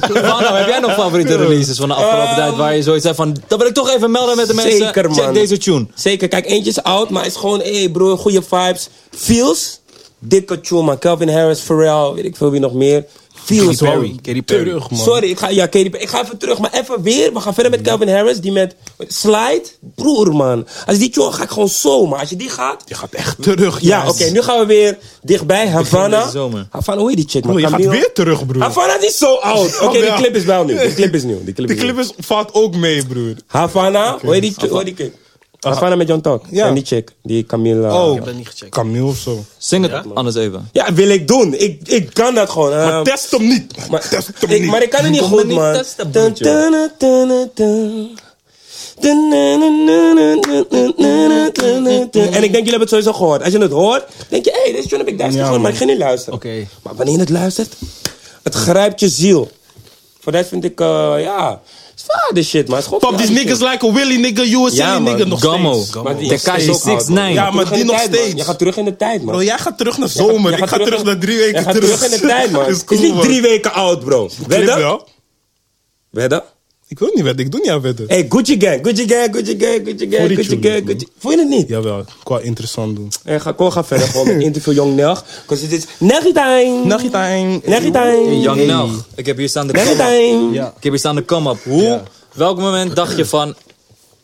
B: Vano, nou, heb jij nog favoriete releases van de afgelopen tijd waar je zoiets hebt van... Dat wil ik toch even melden met de mensen.
A: Zeker, man.
B: Check deze tune.
A: Zeker, kijk, eentje is oud, maar is gewoon, hé hey broer, goede vibes. Feels, dikke tune, man. Calvin Harris, Pharrell, weet ik veel wie nog meer. Feels,
C: Katy Perry.
A: man.
C: Katy Perry.
D: Terug, man.
A: Sorry, ik ga, ja, Katy Perry. ik ga even terug, maar even weer. We gaan verder met Calvin Harris, die met Slide. Broer, man. Als die tune ga ik gewoon zo, maar als je die gaat...
D: Je gaat echt terug,
A: Ja,
D: yes.
A: oké, nu gaan we weer dichtbij. Havana.
B: deze zomer.
A: Havana, hoe heet die chick, man?
D: Broer, je gaat
A: Camille?
D: weer terug, broer.
A: Havana is zo oud. Oké,
D: Oh,
A: die
D: ja.
A: clip is wel nieuw. Die clip is nieuw. Die clip
D: Die
A: is nieuw.
D: clip is, valt ook mee, broer.
A: Havana, hoe heet die, hoe heet die chick? Havana met John Talk.
D: Ja.
A: En die chick, die Camilla.
D: Oh,
C: dat niet gecheckt.
D: Camille of zo.
B: Zing het anders even.
A: Ja, wil ik doen. Ik, ik kan dat gewoon. Eh,
D: Maar test hem niet.
A: maar,
D: test hem
A: ik,
D: niet.
A: maar ik kan het niet
B: Kom
A: goed,
B: me niet
A: man.
B: testen,
A: Dun,
B: broertje.
A: dun, dun, dun, dun. Dun, dun, dun, dun, dun, dun, dun, dun, dun, dun, dun. En ik denk, jullie hebben het sowieso gehoord. Als je het hoort, denk je, hé, hey, deze tune heb ik duizend keer gehoord, maar ik ga niet luisteren.
C: Oké.
A: Maar wanneer je het luistert, het grijpt je ziel. Voor dat vind ik, eh, ja, het is vader shit, maar het is gewoon
D: Pap,
A: vader
D: these
A: shit.
D: niggas like a Willy nigga, you a silly
A: Ja, man.
D: nigga nog
B: Gammo.
D: steeds.
A: Maar die is
B: Tekashi
A: steeds oud, man.
B: 69.
D: Ja,
A: Je
D: maar
A: gaat terug
D: die
A: in de tijd, man.
D: nog steeds.
A: Je gaat terug in de tijd, man.
D: Bro, jij gaat terug naar
A: Jij
D: zomer.
A: gaat
D: ik ga terug, naar drie weken
A: Jij gaat terug in de tijd, man.
D: Is
A: Het
D: cool,
A: is niet
D: man.
A: drie weken oud, bro.
D: Clip
A: Wedden?
D: wel.
A: Wedden?
D: Ik wil niet wedden, ik doe niet aan wedden.
A: Hey, Gucci Gang, Gucci Gang, Gucci Gang, Gucci
D: Voor
A: Gang,
D: die
A: Gucci
D: tune,
A: Gang,
D: man.
A: Gucci... Vond je het niet?
D: Jawel, qua interessant doen.
A: Hey, ga, kom, ga verder gewoon met interview Young Nelg. Because it is Nelgie time.
D: Nachtje time.
A: Nelgie time.
B: Young Nelg. Ik heb hier staan de
A: Nelgie
B: come-up.
A: time.
B: Ik heb hier staan de come-up. Hoe, welk moment dacht je van...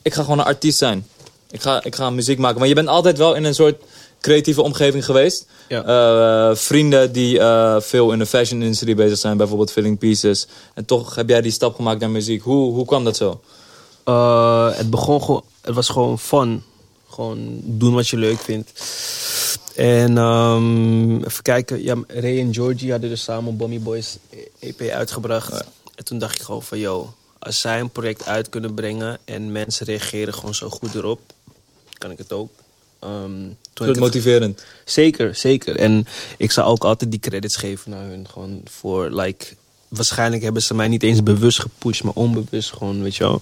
B: Ik ga gewoon een artiest zijn. Ik ga, ik ga muziek maken. Maar je bent altijd wel in een soort creatieve omgeving geweest.
C: Ja.
B: Eh, vrienden die eh, veel in de fashion industrie bezig zijn. Bijvoorbeeld Filling Pieces. En toch heb jij die stap gemaakt naar muziek. Hoe, hoe kwam dat zo?
C: Eh, het begon gewoon, het was gewoon fun. Gewoon doen wat je leuk vindt. En ehm, even kijken. Ja, Ray en Georgie hadden dus samen Bommy Boys EP uitgebracht. En toen dacht ik gewoon van, yo, als zij een project uit kunnen brengen en mensen reageren gewoon zo goed erop, kan ik het ook. Ehm, toen ik
B: Goed
C: het-
B: motiverend.
C: Zeker, zeker. En ik zou ook altijd die credits geven naar hun. Gewoon voor, like... Waarschijnlijk hebben ze mij niet eens bewust gepusht, maar onbewust gewoon, weet je wel.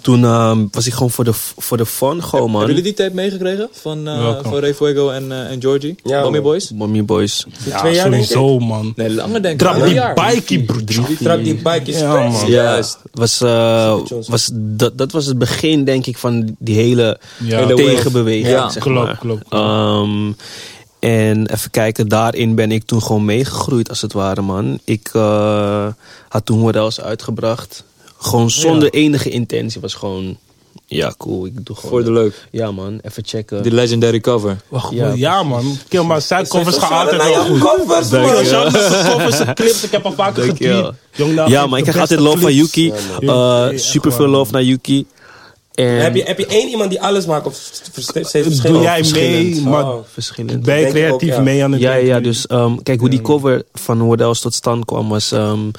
C: Toen ehm, was ik gewoon voor de, voor de fun, gewoon, man.
B: Mhm. Hebben jullie die tape meegekregen van, eh
D: Welke?
B: van Ray Fuego en, eh, en Georgie?
A: Ja,
B: Bommy
A: man.
B: Boys?
C: Mommy Boys.
A: twee jaar, denk ik.
D: sowieso, man.
B: Nee, langer denk ik.
D: Trap
B: Een
D: die
B: jaar.
D: bikey, broeder.
A: Die trap die bike is
D: Ja, man.
A: crazy.
B: Juist.
C: Was, eh,
A: Super Johnson.
C: was, dat, dat was het begin, denk ik, van die hele
D: Ja. Hele
C: tegenbeweging.
B: wave. Ja.
C: zeg
D: Klopt,
C: maar.
D: klopt, klopt.
C: Ehm, en even kijken, daarin ben ik toen gewoon meegegroeid, als het ware, man. Ik eh, had toen Morels uitgebracht. Gewoon zonder enige intentie. Was gewoon, ja, cool. Ik doe gewoon.
B: Voor de leuk.
C: Ja, man. Even checken.
B: Die legendary cover.
D: Wacht,
C: Ja.
D: ja, ja man. Kill, maar zijn covers gaan
A: Shout-out
D: altijd
A: naar
D: wel
A: jouw
D: goed.
A: Covers, man.
D: Ja, zijn covers, zijn clips. Ik heb al vaker
C: Dank je wel.
D: getweet. Jong, daar
C: ja,
D: heeft
C: maar ik
D: de
C: krijg altijd love
D: beste
C: van
D: clips.
C: Yuki.
D: man.
C: Eh, super veel love naar Yuki. En
A: Heb je, heb je één iemand die alles maakt of steeds
D: Doe
A: verschillend?
D: jij mee,
C: Oh, verschillend.
D: maar
A: Oh.
C: verschillend.
D: ben
A: Denk
D: je
A: ik
D: creatief
A: ook, ja.
D: mee aan het
C: Ja, ja,
D: denken?
C: ja, dus ehm, kijk hoe die cover van Wordels tot stand kwam was... ehm,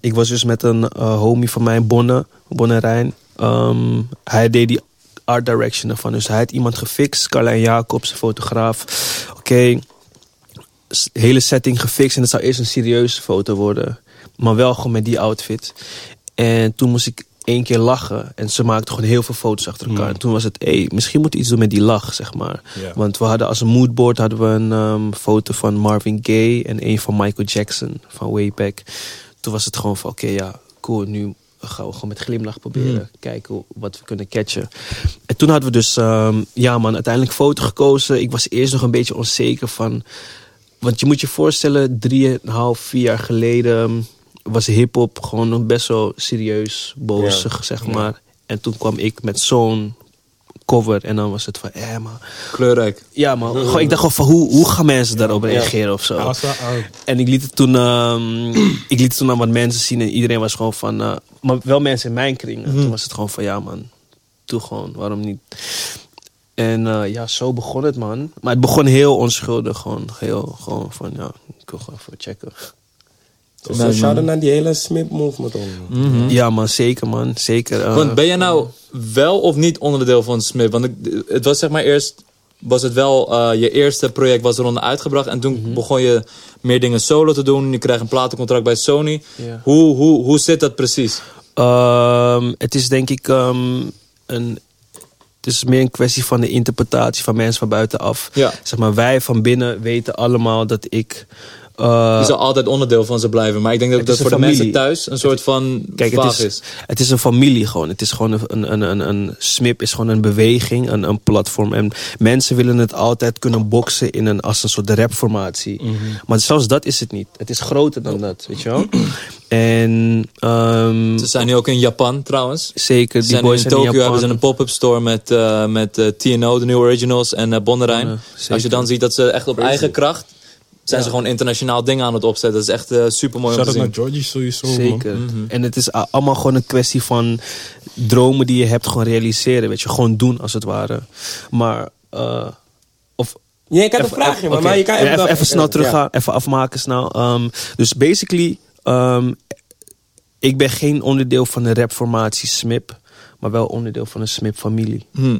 C: ik was dus met een eh, homie van mij, Bonne, Bonne Rijn. Ehm, hij deed die art direction ervan. Dus hij had iemand gefixt, Carlijn Jacobs, een fotograaf. Oké, s- hele setting gefixt en het zou eerst een serieuze foto worden. Maar wel gewoon met die outfit. En toen moest ik één keer lachen. En ze maakte gewoon heel veel foto's achter elkaar. En toen was het, hey, misschien moet iets doen met die lach, zeg maar.
D: Ja.
C: Want we hadden als een moodboard hadden we een ehm, foto van Marvin Gaye en een van Michael Jackson van way back. Toen was het gewoon van, oké, ja, cool, nu gaan we gewoon met glimlach proberen. Kijken hoe- wat we kunnen catchen. En toen hadden we dus, ehm, ja man, uiteindelijk foto gekozen. Ik was eerst nog een beetje onzeker van... Want je moet je voorstellen, drieënhalf, vier jaar geleden was hip-hop gewoon nog best wel serieus bozig, zeg maar. En toen kwam ik met zo'n cover en dan was het van, eh, maar.
B: Kleurrijk.
C: Ja, maar gewoon, ik dacht gewoon van hoe, hoe gaan mensen daarop reageren of zo.
D: Als we- ah,
C: En ik liet het toen, ehm, ik liet het toen aan wat mensen zien en iedereen was gewoon van, eh, maar wel mensen in mijn kring. En Toen was het gewoon van, ja man, doe gewoon, waarom niet? En eh, ja, zo begon het man. Maar het begon heel onschuldig, gewoon, heel, gewoon van, ja, ik wil gewoon voor checken.
A: Dus eh, shout-out naar die hele Smith movement, man.
C: Ja man, zeker man, zeker. eh.
B: Want ben jij nou wel of niet onderdeel van Smith? Want ik- het was zeg maar eerst... Was het wel, eh, je eerste project was eronder uitgebracht. En toen
C: Mhm.
B: begon je meer dingen solo te doen. Je kreeg een platencontract bij Sony.
C: Ja.
B: Hoe, hoe, hoe zit dat precies?
C: Ehm, het is denk ik ehm, een. Het is meer een kwestie van de interpretatie van mensen van buitenaf.
B: Ja.
C: Zeg maar, wij van binnen weten allemaal dat ik. eh,
B: Je zal altijd onderdeel van ze blijven. Maar ik denk dat
C: Het
B: dat
C: is
B: voor
C: een
B: de mensen
C: familie.
B: thuis een soort van
C: Kijk, het
B: vaag
C: is,
B: is.
C: het is een familie gewoon. Het is gewoon een, een, een, een SMIP, is gewoon een beweging, een, een platform. En mensen willen het altijd kunnen boksen in een, als een soort rapformatie.
B: Mhm.
C: Maar zelfs dat is het niet. Het is groter dan dat, weet je wel? En ehm,
B: Ze zijn nu ook in Japan trouwens.
C: zeker,
B: Ze
C: die
B: zijn nu
C: boys
B: in
C: zijn in
B: Tokio hebben ze
C: Japan.
B: een pop-up store met, eh, met eh, TNO, de New Originals en eh Bonnerijn.
C: Bonne,
B: Als je
C: zeker.
B: dan ziet dat ze echt op eigen kracht zijn ze gewoon internationaal dingen aan het opzetten. Dat is echt eh, super mooi om te
D: Shout-out naar
B: zien.
D: Georgie sowieso, man.
C: Zeker. En het is a- allemaal gewoon een kwestie van dromen die je hebt gewoon realiseren. Weet je, gewoon doen als het ware. Maar, eh, of...
A: Ja, ik had een
C: even-
A: vraagje, man.
C: oké.
A: Maar je kan
C: Ja, even, even snel teruggaan, even afmaken snel. Ehm, dus basically, ehm, ik ben geen onderdeel van de rapformatie SMIP. Maar wel onderdeel van een SMIP-familie.
B: Hm.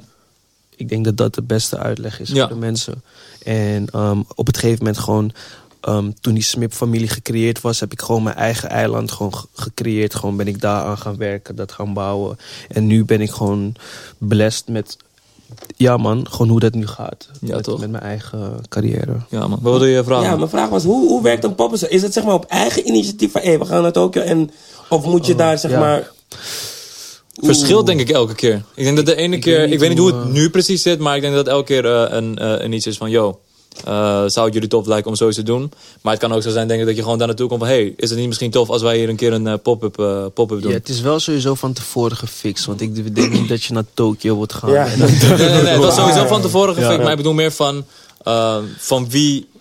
C: Ik denk dat dat de beste uitleg is
B: Ja.
C: voor de mensen. En ehm, op het gegeven moment gewoon... ehm, toen die Smip-familie gecreëerd was, heb ik gewoon mijn eigen eiland gewoon ge- gecreëerd. Gewoon ben ik daar aan gaan werken, dat gaan bouwen. En nu ben ik gewoon blessed met... Ja man, gewoon hoe dat nu gaat.
B: Ja,
C: met,
B: toch?
C: met mijn eigen carrière.
B: Ja man, wat wilde je
A: Ja.
B: vragen?
A: ja, mijn vraag was, hoe, hoe werkt een poppense? Is het zeg maar op eigen initiatief van, hé, we gaan naar Tokio en... Of moet je daar zeg
C: Oh, ja.
A: maar...
B: Verschilt denk ik elke keer. Ik denk dat de ene keer,
C: weet niet
B: ik weet niet
C: hoe, eh,
B: hoe het nu precies zit, maar ik denk dat elke keer eh, een, eh, een iets is van, yo, eh, zou het jullie tof lijken om zoiets te doen? Maar het kan ook zo zijn, denk ik, dat je gewoon daar naartoe komt van, hey, is het niet misschien tof als wij hier een keer een eh, pop-up eh, pop-up doen?
C: Ja, het is wel sowieso van tevoren gefixt. Want ik denk niet dat je naar Tokio wordt gaan.
A: Ja.
C: En dan-
B: nee, nee, nee, het was sowieso van tevoren gefikt, maar ik bedoel meer van, eh, van ehm, wie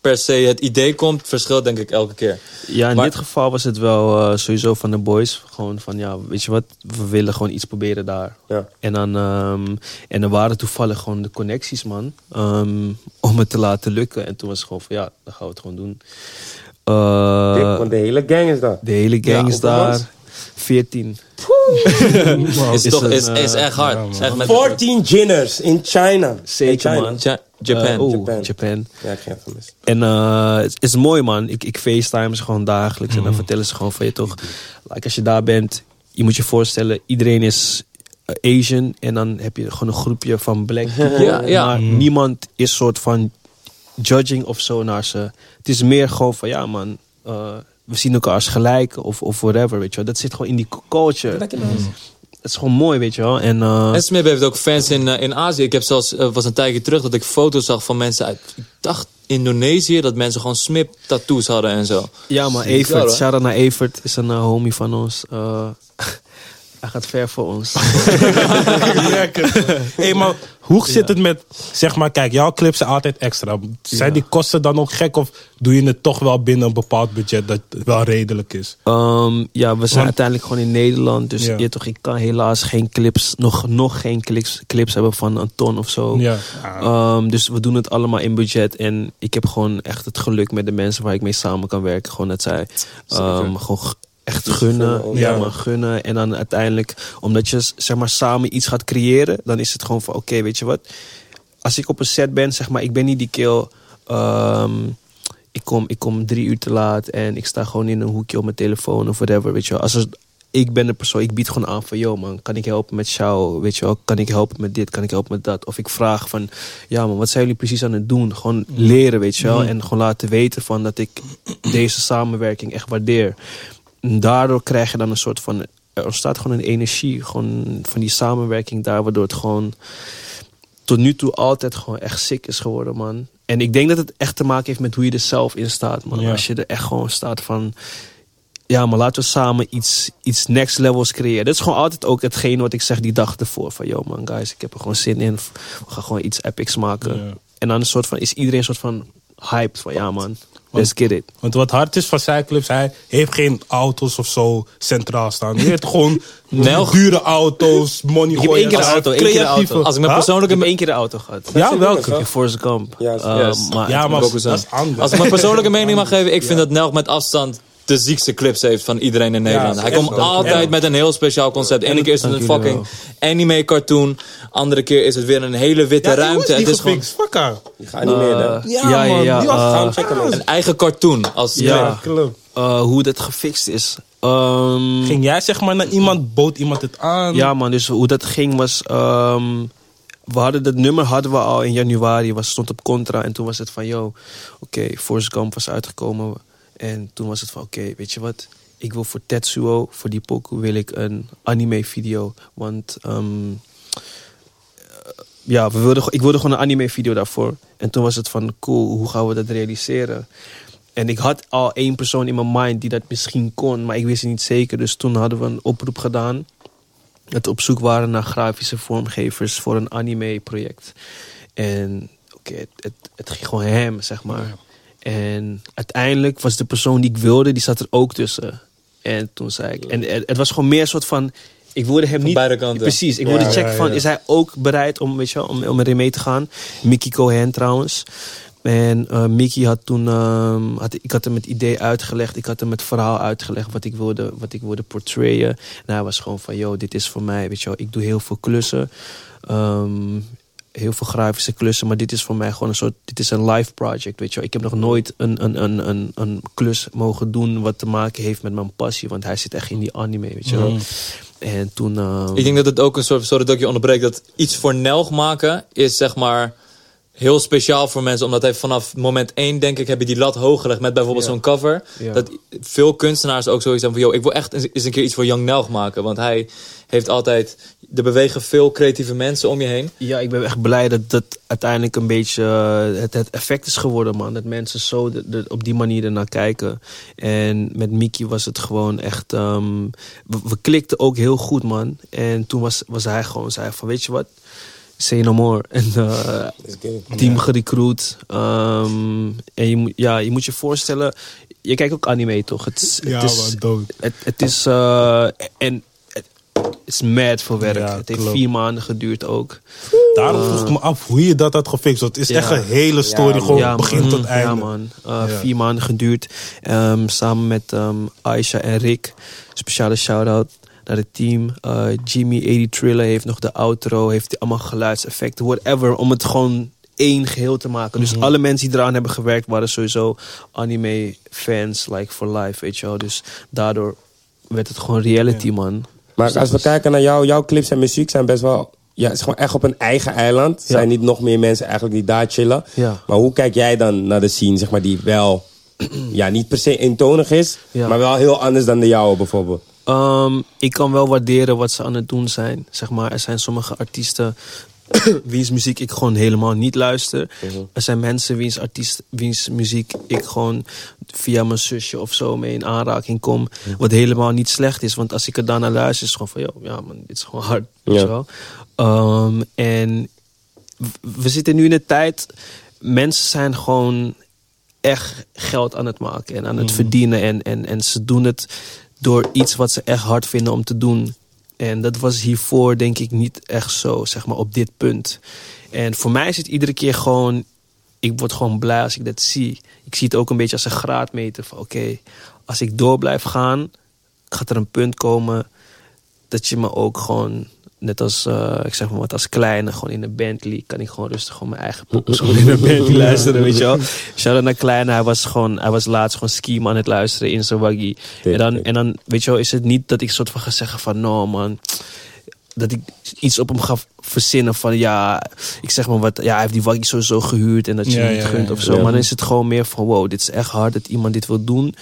B: per se het idee komt, verschilt denk ik elke keer.
C: Ja, in
B: Maar-
C: dit geval was het wel eh, sowieso van de boys. Gewoon van, ja, weet je wat, we willen gewoon iets proberen daar.
B: Ja.
C: En, dan, ehm, en er waren toevallig gewoon de connecties, man. ehm, om het te laten lukken. En toen was het gewoon van, ja, dan gaan we het gewoon doen. Eh,
A: Want de hele gang is daar.
C: de hele gang
B: Ja,
C: is
B: hoeveel was?
C: daar. 14.
B: is,
C: Is
B: toch,
C: een,
B: is, is
C: eh,
B: echt hard. Is echt met
A: 14 ginners in China. In
C: Zeker,
A: China.
C: man.
B: Ja, Japan.
C: Eh, oh,
A: Japan.
C: Japan.
A: Ja, ik ga even missen.
C: En eh, het is mooi, man. Ik, ik facetime ze gewoon dagelijks. En dan
B: Mhm.
C: vertellen ze gewoon van je toch. Like, als je daar bent, je moet je voorstellen, iedereen is eh, Asian. En dan heb je gewoon een groepje van black people.
B: Ja, ja. Mhm.
C: Maar niemand is soort van judging of zo naar ze. Het is meer gewoon van ja, man. eh, we zien elkaar als gelijk of, of whatever, weet je wel. Dat zit gewoon in die culture. Het is gewoon mooi, weet je wel. En, eh,
B: En Smith heeft ook fans in, eh, in Azië. Ik heb zelfs, eh, was een tijdje terug dat ik foto's zag van mensen uit, ik dacht Indonesië, dat mensen gewoon Smith tattoos hadden en zo.
C: Ja, maar
B: Bizar,
C: Evert.
B: hoor.
C: Shout-out naar Evert. Is een eh, homie van ons. Eh, hij gaat ver voor ons.
D: Ik merk het. Hey, maar hoe zit het met, zeg maar, kijk, jouw clips zijn altijd extra. Zijn die kosten dan ook gek of doe je het toch wel binnen een bepaald budget dat het wel redelijk is?
C: Ehm, ja, we zijn
D: Want-
C: uiteindelijk gewoon in Nederland. Dus
D: Ja.
C: je toch, ik kan helaas geen clips, nog, nog geen clips, clips hebben van een ton of zo.
D: Ja.
C: Ehm, dus we doen het allemaal in budget. En ik heb gewoon echt het geluk met de mensen waar ik mee samen kan werken. Gewoon dat zij ehm, gewoon g- echt gunnen.
A: gunnen,
C: Ja,
D: ja.
C: maar gunnen. En dan uiteindelijk, omdat je s- zeg maar, samen iets gaat creëren, dan is het gewoon van: oké, weet je wat. Als ik op een set ben, zeg maar, ik ben niet die kill. ehm, ik, kom, ik kom drie uur te laat en ik sta gewoon in een hoekje op mijn telefoon of whatever. Weet je wel. Als het- ik ben de persoon, ik bied gewoon aan van, yo man, kan ik helpen met jou, weet je wel, kan ik helpen met dit, kan ik helpen met dat. Of ik vraag van, ja man, wat zijn jullie precies aan het doen? Gewoon leren, weet je wel, en gewoon laten weten van dat ik deze samenwerking echt waardeer. En daardoor krijg je dan een soort van, er ontstaat gewoon een energie, gewoon van die samenwerking daar, waardoor het gewoon tot nu toe altijd gewoon echt sick is geworden, man. En ik denk dat het echt te maken heeft met hoe je er zelf in staat, man.
D: Ja.
C: Als je er echt gewoon staat van... Ja, maar laten we samen iets, iets next levels creëren. Dat is gewoon altijd ook hetgeen wat ik zeg die dag ervoor. Van, yo man, guys, ik heb er gewoon zin in. We gaan gewoon iets epics maken.
D: Ja.
C: En dan een soort van, is iedereen een soort van hyped. Van, ja man, let's get it.
D: Want wat hard is van zijn clubs, hij heeft geen auto's of zo centraal staan. Hij heeft gewoon
B: Nelg.
D: dure auto's, money eh,
C: heb één keer een auto, één keer een auto.
B: Als ik mijn
D: Huh?
C: Ik heb
B: persoonlijke,
C: één keer de auto gehad.
D: Ja, welke?
C: In Forza Camp.
A: Juist.
C: Eh,
B: Yes.
C: maar
D: Ja, maar dat
B: Goku-san.
D: is anders.
B: als ik mijn persoonlijke mening mag geven, ik vind dat Nelk met afstand de ziekste clips heeft van iedereen in Nederland.
D: dat
B: Hij
D: is
B: komt
D: echt zo.
B: altijd
D: En-
B: met een heel speciaal concept. Ene keer is het een
C: Dank jullie
B: fucking anime cartoon. Andere keer is het weer een hele witte
D: Ja, die was
B: ruimte.
D: niet
B: Het is gewoon
D: gefixt, fuck haar.
A: Die ga
C: Eh,
A: niet meer dan.
D: Ja,
C: dus Ja, ja,
D: man,
C: ja,
D: die was
C: eh,
D: gaan
A: Gaan
D: checken.
A: checken, mensen.
B: een eigen cartoon als
C: Ja.
B: clip.
D: Club.
C: eh, hoe dat gefixt is. Ehm,
D: Ging jij zeg maar naar iemand, bood iemand het aan?
C: Ja, man, dus hoe dat ging was. ehm, we hadden dat nummer hadden we al in januari, was, stond op contra. En toen was het van, yo, oké, Forrest Gump was uitgekomen. En toen was het van, oké, weet je wat? Ik wil voor Tetsuo, voor die pokoe, wil ik een anime-video. Want ehm, ja, we wilden, ik wilde gewoon een anime-video daarvoor. En toen was het van, cool, hoe gaan we dat realiseren? En ik had al één persoon in mijn mind die dat misschien kon, maar ik wist het niet zeker. Dus toen hadden we een oproep gedaan. Dat we op zoek waren naar grafische vormgevers voor een anime-project. En oké, het, het, het ging gewoon hem, zeg maar. En uiteindelijk was de persoon die ik wilde, die zat er ook tussen. En toen zei ik... En het, het was gewoon meer een soort van... Ik wilde hem niet...
B: beide kanten.
C: Precies, ik
D: Ja,
C: wilde
D: ja,
C: checken van...
D: ja.
C: Is hij ook bereid om, weet je, wel, om, om erin mee te gaan? Mickey Cohen trouwens. En eh, Mickey had toen... ehm, had, ik had hem het idee uitgelegd. Ik had hem het verhaal uitgelegd. Wat ik wilde, wat ik wilde portrayen. En hij was gewoon van... Yo, dit is voor mij, weet je wel. Ik doe heel veel klussen. Ehm, heel veel grafische klussen. Maar dit is voor mij gewoon een soort... Dit is een live project, weet je wel. Ik heb nog nooit een, een, een, een, een klus mogen doen... wat te maken heeft met mijn passie. Want hij zit echt in die anime, weet je wel.
D: Mm.
C: En toen... ehm,
B: Ik denk dat het ook een soort, sorry dat ik je onderbreek, dat iets voor Nelg maken is zeg maar heel speciaal voor mensen. Omdat hij vanaf moment 1, denk ik, heb je die lat hoog gelegd met bijvoorbeeld
C: Ja.
B: zo'n cover.
C: Ja.
B: Dat veel kunstenaars ook zoiets hebben van, yo, ik wil echt eens eens een keer iets voor Young Nelg maken. Want hij heeft altijd, er bewegen veel creatieve mensen om je heen.
C: Ja, ik ben echt blij dat dat uiteindelijk een beetje eh, het, het effect is geworden, man. Dat mensen zo de- de- op die manier ernaar kijken. En met Miki was het gewoon echt... ehm, we, we klikten ook heel goed, man. En toen was, was hij gewoon, zei hij van, weet je wat? Say No More. En eh, team gerecruit. Ehm, en je, moet- ja, je moet je voorstellen, je kijkt ook anime toch? Het, is- het
D: Ja,
C: is,
D: man, dood.
C: Het, het is, eh, en het is mad voor werk.
D: Ja,
C: het heeft
D: klopt.
C: vier maanden geduurd ook.
D: Daarom vroeg ik me af hoe je dat had gefixt. Want het is
C: Ja.
D: echt een hele story,
E: Ja,
D: gewoon
C: man.
D: begin tot einde.
C: Ja, man. Uh,
D: Ja.
C: Vier maanden geduurd. Ehm, samen met ehm Aisha en Rick. Speciale shout-out naar het team. Eh, Jimmy 80 Triller heeft nog de outro. Heeft die allemaal geluidseffecten, whatever. Om het gewoon één geheel te maken.
D: Mhm.
C: Dus alle mensen die eraan hebben gewerkt waren sowieso anime fans, like for life, weet je wel. Dus daardoor werd het gewoon reality, man.
A: Maar als we kijken naar jou, jouw clips en muziek zijn best wel... Ja, het is gewoon echt op een eigen eiland. Er
C: Ja.
A: zijn niet nog meer mensen eigenlijk die daar chillen.
C: Ja.
A: Maar hoe kijk jij dan naar de scene, zeg maar, die wel... Ja, niet per se eentonig is,
C: Ja.
A: maar wel heel anders dan de jouwe bijvoorbeeld.
C: Ehm, ik kan wel waarderen wat ze aan het doen zijn. Zeg maar, er zijn sommige artiesten wiens muziek ik gewoon helemaal niet luister. Er zijn mensen wiens, artiest, wiens muziek ik gewoon via mijn zusje of zo mee in aanraking kom. Wat helemaal niet slecht is. Want als ik er daarna luister, is het gewoon van... Yo, ja man, dit is gewoon hard. weet
A: Ja.
C: je wel. Ehm, en w- we zitten nu in een tijd... Mensen zijn gewoon echt geld aan het maken en aan het verdienen. En, en, en ze doen het door iets wat ze echt hard vinden om te doen. En dat was hiervoor denk ik niet echt zo, zeg maar, op dit punt. En voor mij is het iedere keer gewoon... Ik word gewoon blij als ik dat zie. Ik zie het ook een beetje als een graadmeter van... Oké, als ik door blijf gaan, gaat er een punt komen... dat je me ook gewoon... Net als, eh, ik zeg maar wat, als kleine, gewoon in een Bentley... kan ik gewoon rustig gewoon mijn eigen pokkers gewoon in een Bentley luisteren, weet je wel. Shout-out naar Kleine, hij was, gewoon, hij was laatst gewoon scheme aan het luisteren in zijn waggie. En dan, en dan, weet je wel, is het niet dat ik soort van ga zeggen van... No man, dat ik iets op hem ga verzinnen van ja, ik zeg maar wat, ja, hij heeft die waggie sowieso gehuurd en dat je
D: Ja,
C: hem niet
D: ja,
C: gunt
D: ja,
C: of
D: ja.
C: zo. Maar dan is het gewoon meer van wow, dit is echt hard dat iemand dit wil doen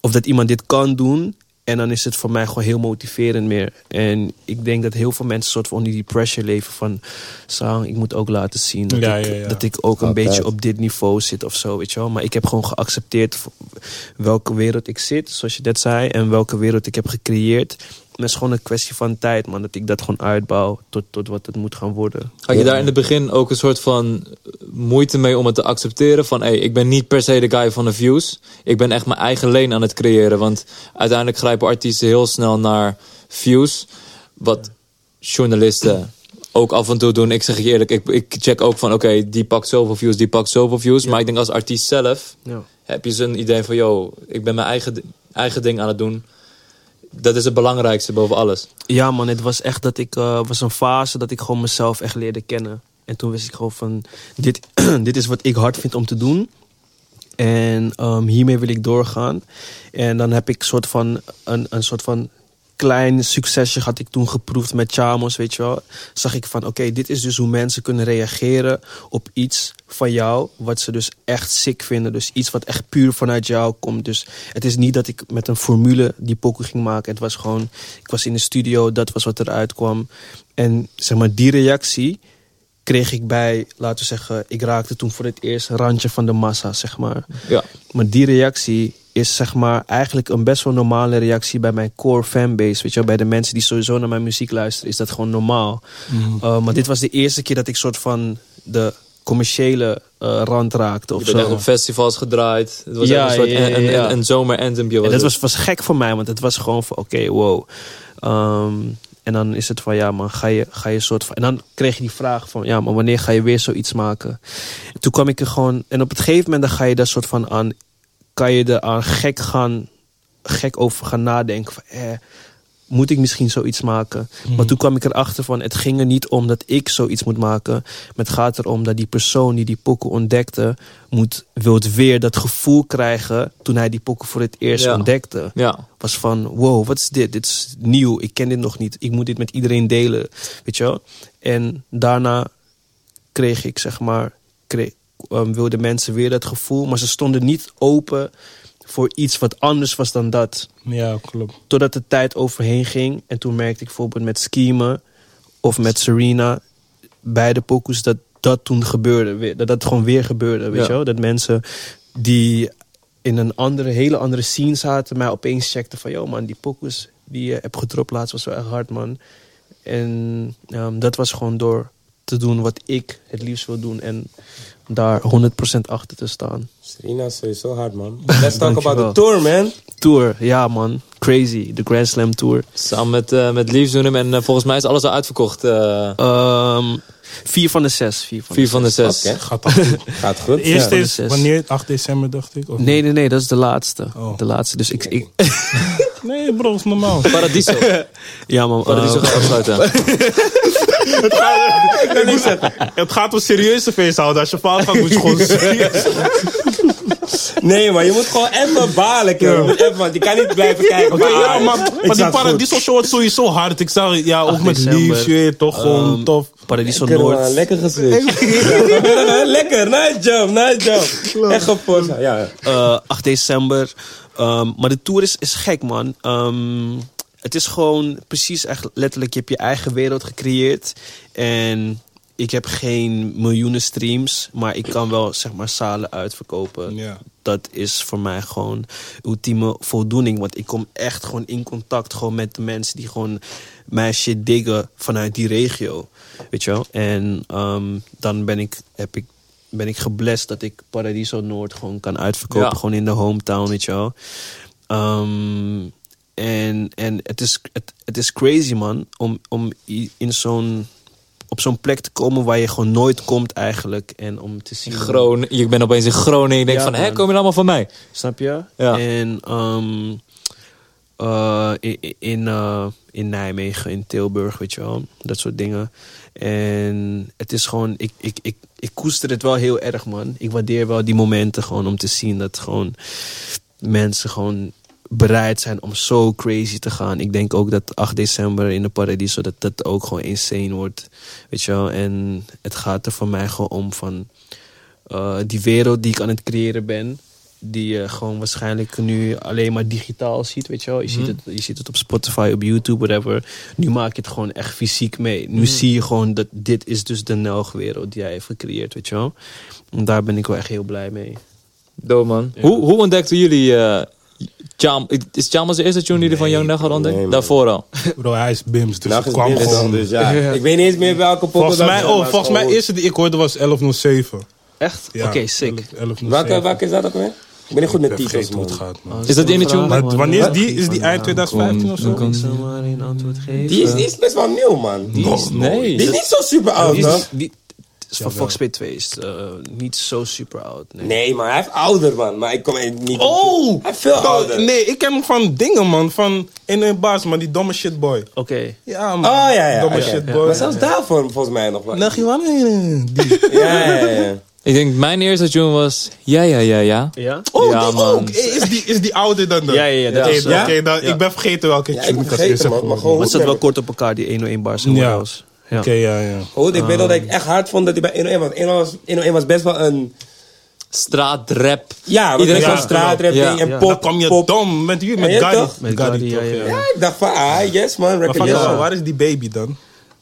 C: of dat iemand dit kan doen. En dan is het voor mij gewoon heel motiverend meer. En ik denk dat heel veel mensen soort van onder die pressure leven van... Sang, ik moet ook laten zien dat,
D: Ja,
C: ik,
D: ja, ja.
C: dat ik ook een
A: Altijd.
C: beetje op dit niveau zit of zo, weet je wel. Maar ik heb gewoon geaccepteerd v- welke wereld ik zit, zoals je net zei. En welke wereld ik heb gecreëerd. En dat is gewoon een kwestie van tijd, man. Dat ik dat gewoon uitbouw tot, tot wat het moet gaan worden.
B: Had je daar in het begin ook een soort van moeite mee om het te accepteren? Van, hey, ik ben niet per se de guy van de views. Ik ben echt mijn eigen lane aan het creëren. Want uiteindelijk grijpen artiesten heel snel naar views. Wat journalisten ook af en toe doen. Ik zeg je eerlijk, ik, ik check ook van, oké, die pakt zoveel views, die pakt zoveel views. Maar ik denk als artiest zelf
C: Ja.
B: heb je zo'n idee van, yo, ik ben mijn eigen, di- eigen ding aan het doen. Dat is het belangrijkste boven alles.
C: Ja, man, het was echt dat ik. eh was een fase dat ik gewoon mezelf echt leerde kennen. En toen wist ik gewoon van: dit, dit is wat ik hard vind om te doen. En ehm, hiermee wil ik doorgaan. En dan heb ik soort van een, een soort van klein succesje had ik toen geproefd met Chamos, weet je wel. Zag ik van, oké, dit is dus hoe mensen kunnen reageren op iets van jou... wat ze dus echt sick vinden. Dus iets wat echt puur vanuit jou komt. Dus het is niet dat ik met een formule die pokoe ging maken. Het was gewoon, ik was in de studio, dat was wat eruit kwam. En zeg maar, die reactie kreeg ik bij, laten we zeggen... ik raakte toen voor het eerst een randje van de massa, zeg maar.
B: Ja.
C: Maar die reactie is zeg maar eigenlijk een best wel normale reactie bij mijn core fanbase. Weet je wel, bij de mensen die sowieso naar mijn muziek luisteren, is dat gewoon normaal.
B: Mhm.
C: Uh, maar dit was de eerste keer dat ik soort van de commerciële eh, rand raakte of
B: Je bent
C: zo.
B: echt op festivals gedraaid. Het was
C: Ja,
B: echt een soort
C: ja, ja,
B: een, een,
C: ja.
B: een, een zomer-anthempje.
C: En
B: was
C: dat
B: het.
C: was, was gek voor mij, want het was gewoon van oké, wow. Ehm, en dan is het van ja, man, ga je, ga je soort van. En dan kreeg je die vraag van ja, maar wanneer ga je weer zoiets maken? Toen kwam ik er gewoon. En op het gegeven moment dan ga je daar soort van aan. Kan je er aan gek gaan. Gek over gaan nadenken. Van, eh, moet ik misschien zoiets maken? Maar toen kwam ik erachter van, het ging er niet om dat ik zoiets moet maken. Maar het gaat erom dat die persoon die die pokken ontdekte... Moet, wilt weer dat gevoel krijgen toen hij die pokken voor het eerst
B: Ja.
C: ontdekte.
B: Ja.
C: Was van, wow, wat is dit? Dit is nieuw, ik ken dit nog niet. Ik moet dit met iedereen delen, weet je wel? En daarna kreeg ik, zeg maar... Kreeg, ehm, wilden mensen weer dat gevoel, maar ze stonden niet open... voor iets wat anders was dan dat.
D: Ja, klopt.
C: Totdat de tijd overheen ging. En toen merkte ik bijvoorbeeld met Schema of met Serena, beide pokus, dat dat toen gebeurde. weer- Dat dat gewoon weer gebeurde, weet
B: Ja.
C: je wel? Dat mensen die in een andere, hele andere scene zaten, mij opeens checkten van... Yo man, die pokus die je hebt gedropt laatst was wel echt hard, man. En ehm, dat was gewoon door te doen wat ik het liefst wil doen. En daar 100% achter te staan.
A: Serena is sowieso hard, man. Let's talk about
C: Dankjewel.
A: the tour, man.
C: Tour, ja man. Crazy. De Grand Slam Tour.
B: Samen met, eh met Leaves doen hem. En eh, volgens mij is alles al uitverkocht. eh,
C: Ehm, vier van de zes. Vier van de
B: vier van de zes.
A: Oké.
D: Gaat dat goed.
A: Gaat goed.
D: De eerste
A: ja.
D: is,
C: zes.
D: wanneer? 8 december, dacht ik? Of-
C: Nee, nee, nee, dat is de laatste.
D: Oh.
C: De laatste. Dus ik. ik
D: Nee, bro, is normaal.
B: Paradiso.
C: ja, man.
B: Paradiso
C: eh,
B: gaat afsluiten.
D: Het gaat om serieuze feest houden. Als je faalt gaat, moet je gewoon serieus.
A: Nee, maar je moet gewoon even balen, kerel. Je moet even, want je kan niet blijven kijken.
D: Oké, ja, maar,
A: Ik
D: maar die
A: zat goed.
D: Paradiso show wordt sowieso hard. Ik zag, ja, ook
C: 8
D: met
C: december.
D: Leaves, je weet toch gewoon
C: Ehm,
D: tof.
C: Paradiso
A: Kunnen we een
C: Noord.
A: Lekker geswitcht. Ja, lekker, nice job, nice job. Echt gepost. Ja, ja.
D: Dus
C: eh, 8 december. Ehm, maar de tour is, is gek, man. Ehm, het is gewoon precies echt letterlijk. Je hebt je eigen wereld gecreëerd. En ik heb geen miljoenen streams. Maar ik kan wel, zeg maar, zalen uitverkopen.
D: Ja.
C: Dat is voor mij gewoon ultieme voldoening. Want ik kom echt gewoon in contact gewoon met de mensen die gewoon mijn shit diggen vanuit die regio. Weet je wel? En ehm, dan ben ik, heb ik, ben ik geblest dat ik Paradiso Noord gewoon kan uitverkopen.
B: Ja.
C: Gewoon in de hometown, weet je wel? Ehm, en en het, is, het, het is crazy, man. Om, om i- in zo'n, op zo'n plek te komen waar je gewoon nooit komt eigenlijk. En om te zien...
B: Groningen. Je bent opeens in Groningen. Ik denk
C: Ja,
B: van, hè,
C: man.
B: komen jullie allemaal van mij?
C: Snap je?
B: Ja.
C: En ehm, eh, i- i- in, eh, in Nijmegen, in Tilburg, weet je wel. Dat soort dingen. En het is gewoon, ik, ik, ik, ik koester het wel heel erg, man. Ik waardeer wel die momenten gewoon om te zien dat gewoon mensen gewoon bereid zijn om zo crazy te gaan. Ik denk ook dat 8 december in de Paradiso dat dat ook gewoon insane wordt. Weet je wel? En het gaat er voor mij gewoon om van eh, die wereld die ik aan het creëren ben. Die je gewoon waarschijnlijk nu alleen maar digitaal ziet, weet je wel. Je, ziet, het, je ziet het op Spotify, op YouTube, whatever. Nu maak je het gewoon echt fysiek mee. Nu zie je gewoon dat dit is dus de Nelg-wereld die jij heeft gecreëerd, weet je wel. En daar ben ik wel echt heel blij mee.
B: Doe man. Hoe, hoe ontdekten jullie... eh Cham, is Chalmers de eerste tune die jullie van Young Nag had ontdekt?
A: nee, man.
B: Daarvoor al.
D: Bro, hij is Bims, dus
A: Nacht
D: het
A: Nou, is binnen
D: kwam
A: dan,
D: gewoon.
A: dus ja. Ik weet niet eens meer welke poppen
D: Volgens
A: dat
D: mij,
A: was,
D: oh,
A: maar
D: volgens
A: gewoon
D: mij, de
A: goed.
D: eerste die ik hoorde was 1107.
C: Echt?
D: Ja,
C: Oké, sick.
D: 1107.
A: Welke, welke is dat ook weer? Ik ben niet goed
D: Ik
A: met
D: heb
A: titels,
D: vergeten hoe het
A: man. Oh,
D: gaat, man.
B: Is dat die ene tune?
D: Maar
C: man.
D: wanneer is die? Is die eind 2015 of zo?
C: Kan ik zomaar een antwoord geven?
A: Die is, die is best wel nieuw, man. Die
D: Nog nooit.
A: is niet zo super
D: Ah,
A: oud,
C: Die is-
A: man.
C: die- het is van Fox P2 is eh, niet zo super oud. Nee.
A: Nee, maar hij heeft ouder, man. Maar ik kom echt niet...
D: Oh!
A: Hij is veel
D: Oh,
A: ouder.
D: Nee, ik ken hem van dingen, man. Van in een baas, man. Die domme shitboy.
C: Oké.
D: Ja, man.
A: Oh, ja, ja.
D: Domme
A: oké.
D: shitboy.
A: Maar zelfs daarvoor volgens mij nog wel.
D: Nag je wel in, eh, die-
A: Ja, ja, ja.
B: Ik denk, mijn eerste tune was... Ja, ja, ja, ja.
C: Ja?
D: Oh,
B: Ja,
D: die
B: man.
D: ook. Eh, Is die, is die ouder dan dat?
C: Ja, ja, ja, dat
D: Oké,
C: is,
D: dan-
A: ja.
D: oké, dan- Ik ben vergeten welke
A: Ja, ik
D: tune
A: ben
D: als
A: vergeten,
D: eerste
A: man,
D: gehoord
A: maar gewoon-
D: heb.
C: Maar het zat wel kort op elkaar, die 101 bars en
D: Ja.
C: ja. else. Ja.
D: Oké, ja, ja.
A: Goed, ik weet wel dat ik echt hard vond dat hij bij 101 was. 101 was, 101 was best wel een...
B: Straatrap.
A: Ja, iedereen
B: Ja,
A: zo'n
D: klopt.
A: straatrap
B: Ja.
A: ding en
C: Ja.
A: pop.
D: Dan kwam je
A: pop.
D: dom met wie? Met
A: Ja,
D: Gaddy.
A: toch?
C: Met Gaddy, ja,
D: toch,
C: ja, ja.
A: Ja, ik dacht van, ah, yes man,
D: Maar van,
A: recognition.
D: ja, waar is die baby dan?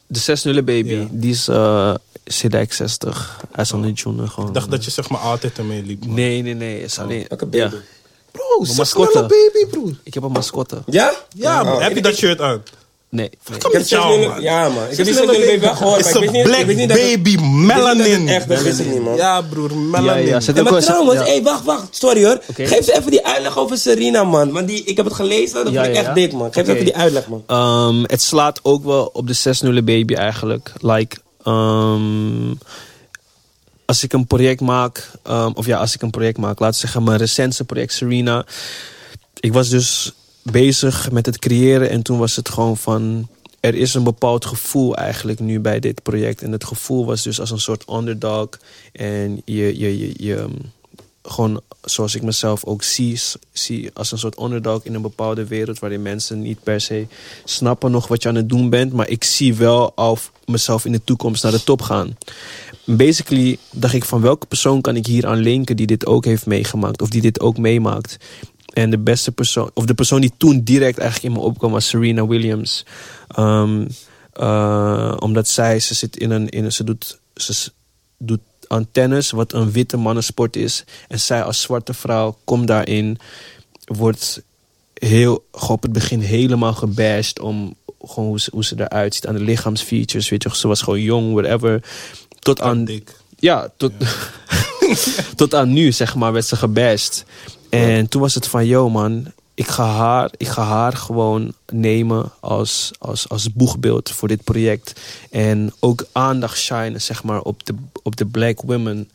C: De 6-0 baby,
D: Ja.
C: die is eh CDX 60. Hij is aan de tune gewoon.
D: Ik dacht dat je zeg maar altijd ermee liep. man.
C: Nee, nee, nee. Is alleen...
A: Welke
C: ja.
A: Oh, baby?
D: Bro, zes
C: mascotte.
D: nullen baby, broer.
C: Ik heb een mascotte.
A: Ja?
D: Ja,
A: Oh,
D: man, heb je
A: ik-
D: dat shirt aan?
C: nee. nee.
D: Kom
A: Ik heb
D: met
A: zes
D: jou,
A: miljoen-
D: man.
A: Ja, man. Ik heb die
D: Zes
A: zes
D: nullen
A: miljoen wel gehoord,
D: It's
A: maar ik weet niet-
D: a
A: ik
D: black
A: weet niet dat het-
D: baby
A: Ik weet niet dat
D: melanin.
A: het Echt, dat wist ik niet, man.
D: Ja, broer,
C: Ja,
D: melanin.
C: ja. Zet
A: Ja,
C: ook
A: maar
C: wel-
A: trouwens,
C: ja.
A: hey, wacht, wacht, sorry hoor. Geef ze even die uitleg over Serena, man. Want die, ik heb het gelezen, dat
C: Ja,
A: vind ik
C: ja,
A: echt
C: ja.
A: dik, man. Geef
C: Oké.
A: even die uitleg, man.
C: Ehm, het slaat ook wel op de 6-0 baby eigenlijk. Like, ehm, als ik een project maak, ehm, of ja, als ik een project maak, laten we zeggen mijn recentste project Serena. Ik was dus bezig met het creëren en toen was het gewoon van, er is een bepaald gevoel eigenlijk nu bij dit project. En het gevoel was dus als een soort underdog en je, je, je, je ehm, gewoon zoals ik mezelf ook zie, zie als een soort underdog in een bepaalde wereld waarin mensen niet per se snappen nog wat je aan het doen bent, maar ik zie wel of mezelf in de toekomst naar de top gaan. Basically dacht ik van welke persoon kan ik hier aan linken die dit ook heeft meegemaakt of die dit ook meemaakt. En de beste persoon, of de persoon die toen direct eigenlijk in me opkwam was Serena Williams. Ehm, eh, omdat zij, ze zit in een, in een ze doet, ze s- doet aan tennis, wat een witte mannensport is. En zij als zwarte vrouw komt daarin, wordt heel, gewoon op het begin helemaal gebashed om gewoon hoe ze, hoe ze eruit ziet. Aan de lichaamsfeatures, weet je. Ze was gewoon jong, whatever. Tot aan...
D: dik.
C: Ja, tot, tot aan nu, zeg maar, werd ze gebashed. En toen was het van, yo man, ik ga haar, ik ga haar gewoon nemen als, als, als boegbeeld voor dit project. En ook aandacht shinen, zeg maar, op de, op de black women.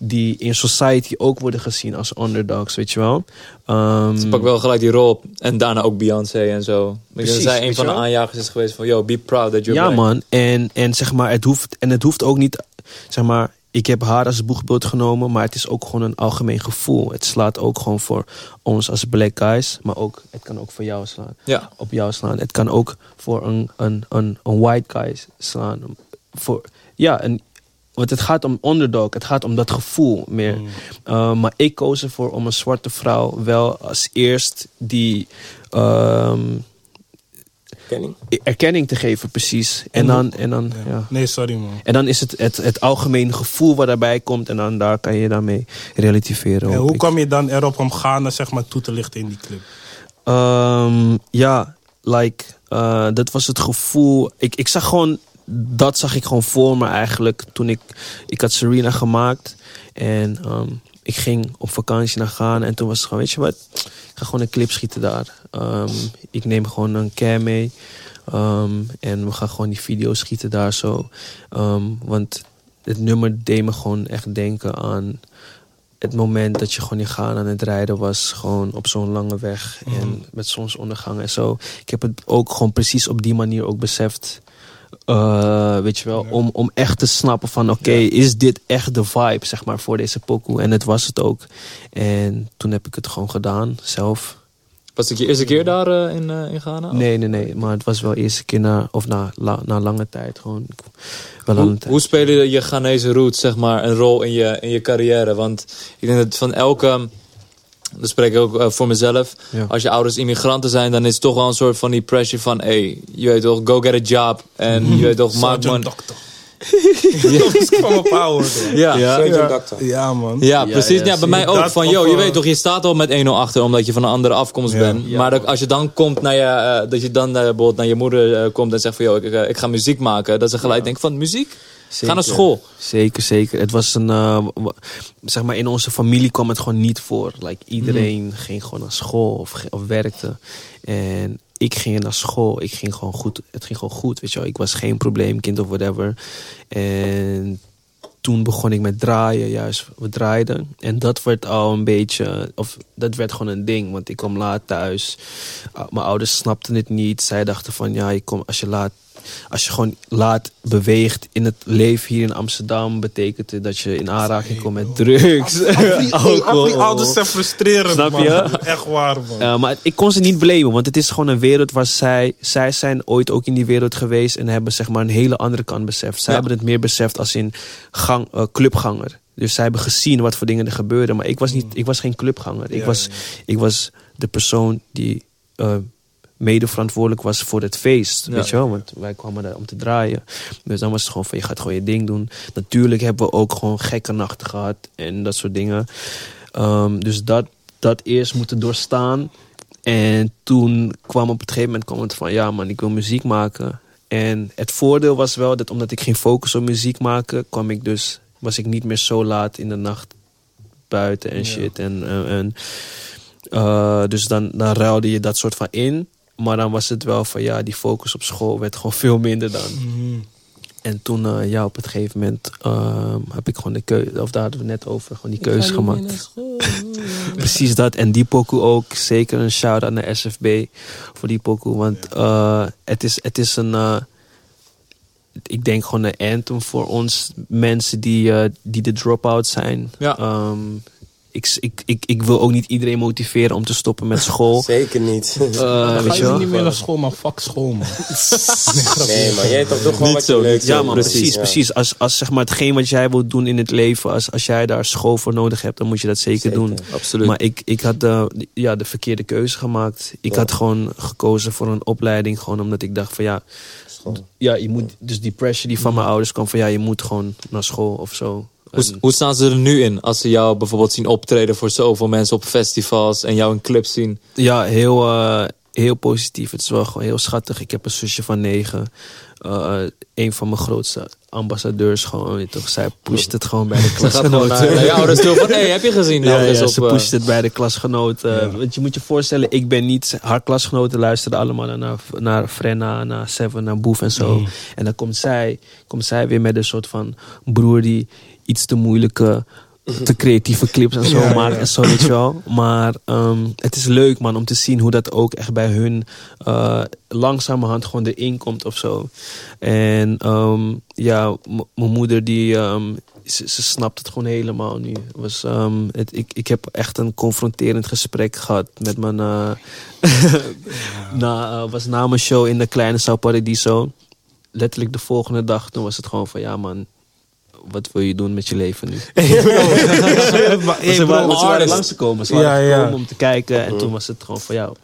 C: Die in society ook worden gezien als underdogs, weet je wel. Ehm,
B: Ze pakt wel gelijk die rol op. En daarna ook Beyoncé en zo. Ik denk dat
C: Precies,
B: zij een
C: weet
B: van
C: je
B: de
C: wel?
B: aanjagers is geweest van... Yo, be proud that you're
C: Ja,
B: black.
C: man. En, en zeg maar, het hoeft, en het hoeft ook niet, zeg maar, ik heb haar als boegbeeld genomen, maar het is ook gewoon een algemeen gevoel. Het slaat ook gewoon voor ons als black guys, maar ook, het kan ook voor jou slaan.
B: Ja.
C: Op jou slaan. Het kan ook voor een, een, een, een white guy slaan. Voor, ja, een, want het gaat om underdog, het gaat om dat gevoel meer. Uh, maar ik koos ervoor om een zwarte vrouw wel als eerst die. ehm,
A: Kenning.
C: erkenning te geven, precies. En dan, en dan, ja.
D: Nee, sorry man.
C: En dan is het, het het algemene gevoel wat daarbij komt. En dan daar kan je daarmee relativeren.
D: En
C: hoop
D: hoe
C: ik.
D: kwam je dan erop om Ghana zeg maar, toe te lichten in die club?
C: Ehm, ja, like, eh, dat was het gevoel. Ik, ik zag gewoon, dat zag ik gewoon voor me eigenlijk. Toen ik, ik had Serena gemaakt. En ehm, ik ging op vakantie naar Ghana. En toen was het gewoon, weet je wat? Ik ga gewoon een clip schieten daar. Ehm, ik neem gewoon een cam mee. Ehm, en we gaan gewoon die video schieten daar zo. Ehm, want het nummer deed me gewoon echt denken aan het moment dat je gewoon in Ghana aan het rijden was, gewoon op zo'n lange weg en met zonsondergang en zo. Ik heb het ook gewoon precies op die manier ook beseft. Eh, weet je wel, om, om echt te snappen van oké, is dit echt de vibe, zeg maar, voor deze pokoe? En het was het ook. En toen heb ik het gewoon gedaan, zelf.
B: Was het je eerste keer daar eh, in, eh, in Ghana?
C: Nee, nee, nee, maar het was wel eerste keer na, of na, la- na lange tijd, gewoon
B: Hoe,
C: wel lange tijd.
B: hoe spelen je Ghanese roots zeg maar, een rol in je, in je carrière? Want ik denk dat van elke... Dat spreek ik ook eh, voor mezelf.
C: Ja.
B: Als je ouders immigranten zijn, dan is het toch wel een soort van die pressure van... Hey, je weet toch, go get a job. En je weet toch,
C: Ah,
B: maak
D: Sergeant
B: man...
D: Doctor. Dat is van mijn pa hoor.
B: ja.
A: Sergeant Doctor.
D: Ja man.
B: Ja,
C: Ja,
B: precies. Ja,
C: ja,
B: bij
C: zie
B: mij
D: je.
B: ook.
D: Dat
B: van,
D: of,
B: yo, je
D: eh,
B: weet toch, je staat al met 1-0 achter omdat je van een andere afkomst
D: Ja.
B: bent.
C: Ja,
B: maar dat,
C: man.
B: als je dan komt naar je, eh, dat je dan eh, bijvoorbeeld naar je moeder eh, komt en zegt van, yo, ik, eh, ik ga muziek maken. Dat ze gelijk denken van, muziek? Ga naar
C: Zeker.
B: school.
C: Zeker, zeker. Het was een, eh, w- zeg maar, in onze familie kwam het gewoon niet voor. Like, iedereen ging gewoon naar school of, ge- of werkte. En ik ging naar school. Ik ging gewoon goed. Het ging gewoon goed, weet je wel. Ik was geen probleemkind of whatever. En toen begon ik met draaien, juist. We draaiden. En dat werd al een beetje, of dat werd gewoon een ding. Want ik kwam laat thuis. Uh, Mijn ouders snapten het niet. Zij dachten van, ja, je komt als je laat als je gewoon laat beweegt in het leven hier in Amsterdam, betekent het dat je in aanraking komt met drugs.
D: Al die
C: alcohol.
D: ouders zijn frustrerend
C: Snap
D: man.
C: je?
D: Echt waar man.
C: Eh, maar ik kon ze niet blamen, want het is gewoon een wereld waar zij... Zij zijn ooit ook in die wereld geweest en hebben zeg maar een hele andere kant beseft. Zij
B: Ja.
C: hebben het meer beseft als in gang, eh, clubganger. Dus zij hebben gezien wat voor dingen er gebeurden. Maar ik was, niet, ik was geen clubganger. Ik,
D: Mm. Ja,
C: was,
D: ja.
C: ik was de persoon die eh, mede verantwoordelijk was voor het feest.
B: Ja.
C: Weet je wel? Want wij kwamen daar om te draaien. Dus dan was het gewoon van, je gaat gewoon je ding doen. Natuurlijk hebben we ook gewoon gekke nachten gehad en dat soort dingen. Ehm, dus dat, dat eerst moeten doorstaan. En toen kwam op het gegeven moment kwam het van... ja man, ik wil muziek maken. En het voordeel was wel dat omdat ik ging focussen op muziek maken... kwam ik dus, was ik niet meer zo laat in de nacht buiten en shit. En, en, en, eh, dus dan, dan ruilde je dat soort van in. Maar dan was het wel van ja, die focus op school werd gewoon veel minder dan. En toen, eh, ja, op het gegeven moment ehm, heb ik gewoon de keuze, of daar hadden we net over, gewoon die keuze gemaakt. Precies dat. En die pokoe ook. Zeker een shout-out naar SFB voor die pokoe. Want eh, het, is, het is een, eh, ik denk gewoon een anthem voor ons mensen die, eh, die de drop-out zijn.
B: Ja.
C: Ehm, ik, ik, ik, ik wil ook niet iedereen motiveren om te stoppen met school.
A: Zeker niet.
C: Oh. Eh, weet
D: Dan
C: je
D: ga je
C: wel?
D: niet meer naar school, maar fuck school man.
A: Nee, maar jij toch toch gewoon
B: Niet
A: wat je
B: zo,
A: leuk
B: niet
A: vindt.
B: zo.
C: Ja, man, precies. Precies.
A: ja.
C: Als, als zeg maar hetgeen wat jij wilt doen in het leven, als, als jij daar school voor nodig hebt, dan moet je dat zeker,
A: Zeker.
C: doen.
B: Absoluut.
C: Maar ik, ik had eh, ja, de verkeerde keuze gemaakt. Ik
A: Ja.
C: had gewoon gekozen voor een opleiding, gewoon omdat ik dacht van ja,
A: Schoon.
C: ja je moet, dus die pressure die van mijn ouders kwam van ja, je moet gewoon naar school of zo.
B: hoe,
C: En-
B: hoe staan ze er nu in als ze jou bijvoorbeeld zien optreden voor zoveel mensen op festivals en jou in clips zien?
C: Ja, heel. eh, heel positief. Het is wel gewoon heel schattig. Ik heb een zusje van negen. Eh, een van mijn grootste ambassadeurs gewoon. weet je toch, zij pusht het gewoon bij de
B: Ze gaat gewoon naar,
C: klasgenoten.
B: naar je ouders toe van, hey, heb je gezien?
C: Ja,
B: Ouders
C: ja,
B: op,
C: ze
B: eh,
C: pusht het bij de klasgenoten. Want je moet je voorstellen, ik ben niet... Haar klasgenoten luisteren allemaal naar, naar Frenna, naar Seven, naar Boef en zo. En dan komt zij, komt zij weer met een soort van broer die iets te moeilijke... Te creatieve clips en zo maakt en zo, weet je wel. Maar ehm, het is leuk, man, om te zien hoe dat ook echt bij hun eh langzamerhand gewoon erin komt of zo. En ehm, ja, m- mijn moeder die, ehm, ze, ze snapt het gewoon helemaal nu. Het Was, ehm, het, ik, ik heb echt een confronterend gesprek gehad met mijn. eh, na, eh, was na mijn show in de kleine Sao Paradiso. Letterlijk de volgende dag, toen was het gewoon van ja, man. Wat wil je doen met je leven nu? Maar ze waren, ze waren
B: artist.
C: langs gekomen. Ze
D: Ja,
C: waren
D: ja.
C: gekomen om te kijken. En toen was het gewoon van jou.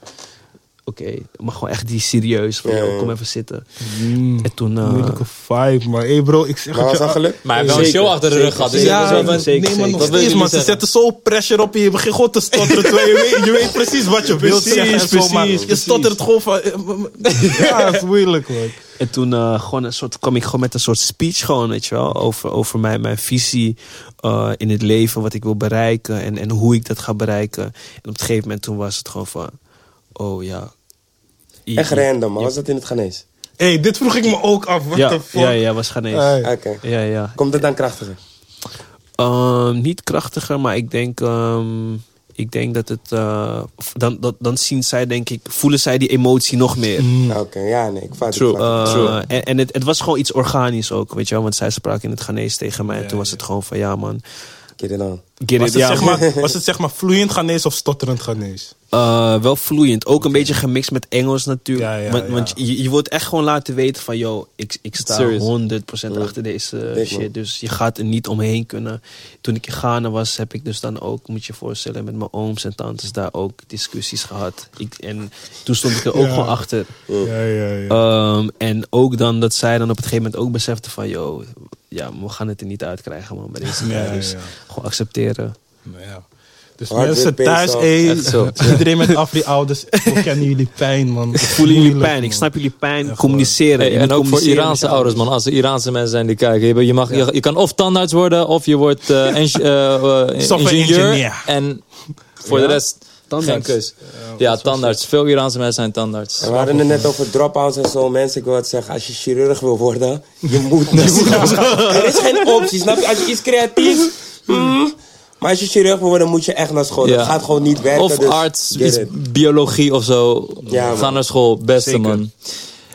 C: Oké, maar gewoon echt die serieus. Van,
E: Ja,
C: "Yo,
E: ja.
C: kom even zitten.
D: Mm,
C: En toen... eh,
D: Moeilijke vibe, man. Hé bro, ik zeg
E: Maar
D: het
E: was
D: je.
E: dat gelukt?
B: Maar hij heeft wel een
C: Zeker,
B: show achter de rug
C: zeker,
B: gehad. Dus
C: zeker,
B: dat is wel van-
C: zeker.
D: nee, maar nog
B: Dat wil je
D: steeds,
B: niet
D: man. Ze
B: zeggen.
D: zetten zo pressure op je. Je begint gewoon te stotteren. terwijl je, weet, je weet precies wat je wilt Precies, zeggen. en zo, maar precies, je precies. stottert gewoon van... eh, Ja, dat is moeilijk, man.
C: En toen eh, gewoon een soort, kwam ik gewoon met een soort speech gewoon, weet je wel, over, over mijn, mijn visie eh, in het leven, wat ik wil bereiken en, en hoe ik dat ga bereiken. En op een gegeven moment toen was het gewoon van, oh ja. I-
E: Echt
C: i-
E: random, maar was dat in het Ghanese?
D: Hé, dit vroeg ik me ook af. What
C: Ja,
D: the fuck?
C: ja, ja, was Ghanese.
D: Hey.
E: Oké.
C: Ja, ja.
E: Komt het dan krachtiger?
C: Ehm, niet krachtiger, maar ik denk, ehm, ik denk dat het, eh, f- dan, dat, dan zien zij denk ik, voelen zij die emotie nog meer.
A: Mm.
E: Ah, Oké, ja, nee, ik vat het.
B: Mm. True, Ah.
E: ik vat het.
C: Eh,
B: True.
C: En, en het, het was gewoon iets organisch ook, weet je wel. Want zij sprak in het Ghanese tegen mij. en toen was het gewoon van, ja man.
E: Get it on.
C: Get
D: Was
C: it,
D: het,
C: ja,
D: zeg maar, was het zeg maar vloeiend Ghanese of stotterend Ghanese?
C: Eh, wel vloeiend. Ook een beetje gemixt met Engels natuurlijk.
D: Ja, ja,
C: want
D: ja.
C: want je, je wordt echt gewoon laten weten van... yo, ik, ik sta
B: Serious.
C: 100% achter deze
E: man.
C: shit. Dus je gaat er niet omheen kunnen. Toen ik in Ghana was, heb ik dus dan ook... moet je je voorstellen, met mijn ooms en tantes daar ook discussies gehad. Ik, en toen stond ik er ook
D: Ja.
C: gewoon achter.
D: Ja, ja, ja.
C: Ehm, en ook dan dat zij dan op het gegeven moment ook besefte van... yo, ja, we gaan het er niet uitkrijgen man, bij deze
D: Ja,
C: guy.
D: ja,
C: Dus
D: ja.
C: gewoon accepteren.
D: Maar ja. Dus
E: Hard
D: mensen
E: whip,
D: thuis,
E: peso.
D: hé,
B: Echt zo.
D: iedereen met Afri-ouders, we kennen jullie pijn, man.
C: Voelen jullie pijn? Ik snap jullie pijn. communiceren.
B: Hey,
C: Je
B: en
C: moet
B: ook voor
C: communiceren
B: Iraanse
C: met je
B: ouders, man. Als er Iraanse mensen zijn die kijken. Je, je mag, je, je kan of tandarts worden, of je wordt eh, eng- eh, eh,
D: Software
B: ingenieur.
D: engineer.
B: En voor
C: Ja?
B: de rest geen
C: Tandarts.
B: keus. Ja, tandarts. Veel Iraanse mensen zijn tandarts.
E: En we hadden het net over dropouts en zo. Mensen, ik wil het zeggen. Als je chirurg wil worden, je moet naar school. Er is geen optie, snap je? Als je iets creatiefs... mm, maar als je chirurg wil worden, moet je echt naar school.
B: Ja.
E: Dat gaat gewoon niet werken.
B: Of
E: dus
B: arts,
E: get
B: iets,
E: it.
B: biologie of zo.
E: Ja, man.
B: Ga naar school, beste
C: Zeker.
B: man.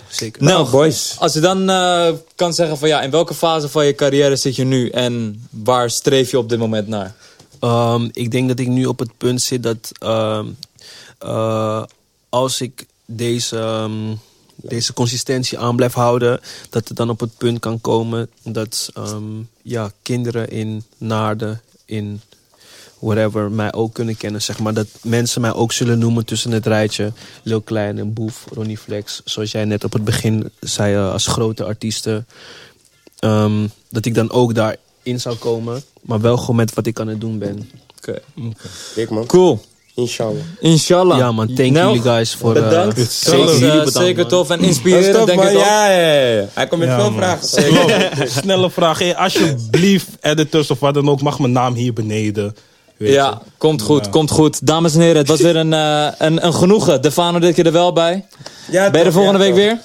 C: Zeker.
B: Nou,
E: boys.
B: als je dan eh, kan zeggen van ja, in welke fase van je carrière zit je nu en waar streef je op dit moment naar?
C: Ehm, ik denk dat ik nu op het punt zit dat ehm, eh, als ik deze, ehm, deze consistentie aan blijf houden, dat het dan op het punt kan komen dat ehm, ja, kinderen in Naarden, in whatever, mij ook kunnen kennen. Zeg maar dat mensen mij ook zullen noemen tussen het rijtje Lil Kleine, Boef, Ronnie Flex, zoals jij net op het begin zei eh, als grote artiesten. Ehm, dat ik dan ook daarin zou komen. Maar wel gewoon met wat ik aan het doen ben.
B: Oké.
E: Dik man.
B: Cool.
E: Inshallah.
B: Inshallah.
C: Ja man, thank
B: Nou,
C: jullie guys voor... eh,
B: Bedankt. Het
C: zeker
B: was, eh,
C: jullie bedankt,
B: zeker
C: man.
B: tof en
E: Dat is
B: inspirerend,
E: tof,
B: denk
E: man.
B: ik ook.
E: Ja, ja, ja. Hij komt met
D: Ja,
E: veel
D: man.
E: vragen.
D: Klopt. Snelle vraag. Hey, alsjeblieft, editors of wat dan ook, mag mijn naam hier beneden. Weet je.
B: Ja, komt goed, komt goed. Dames en heren, het was weer een, eh, een, een genoegen. Defano dit keer er wel bij.
E: Ja,
B: Ben je er
E: toch,
B: volgende
E: ja,
B: week
E: toch.
B: weer?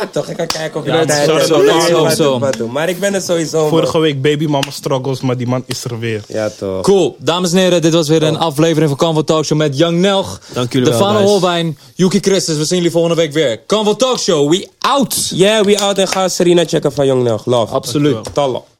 E: Ja, toch. Ik ga kijken of je
B: Ja,
E: dat
B: het
E: tijd
B: zou
E: hebt.
B: zo,
E: Ik
B: dat
E: weet
B: zou
E: wat
B: zo.
E: ik wat doe, Maar ik ben er sowieso, man.
D: Vorige week baby mama struggles, maar die man is er weer.
E: Ja, toch.
B: Cool. Dames en heren, dit was weer een aflevering van Canvo Talkshow met Young Nelg.
C: Dank jullie wel,
B: Defano
C: guys.
B: Holwijn, Yuki Christus. We zien jullie volgende week weer. Canvo Talkshow, we out!
E: Yeah, we out. En ga Serena checken van Jong Nelg. Love.
B: Absoluut.
E: Tallah.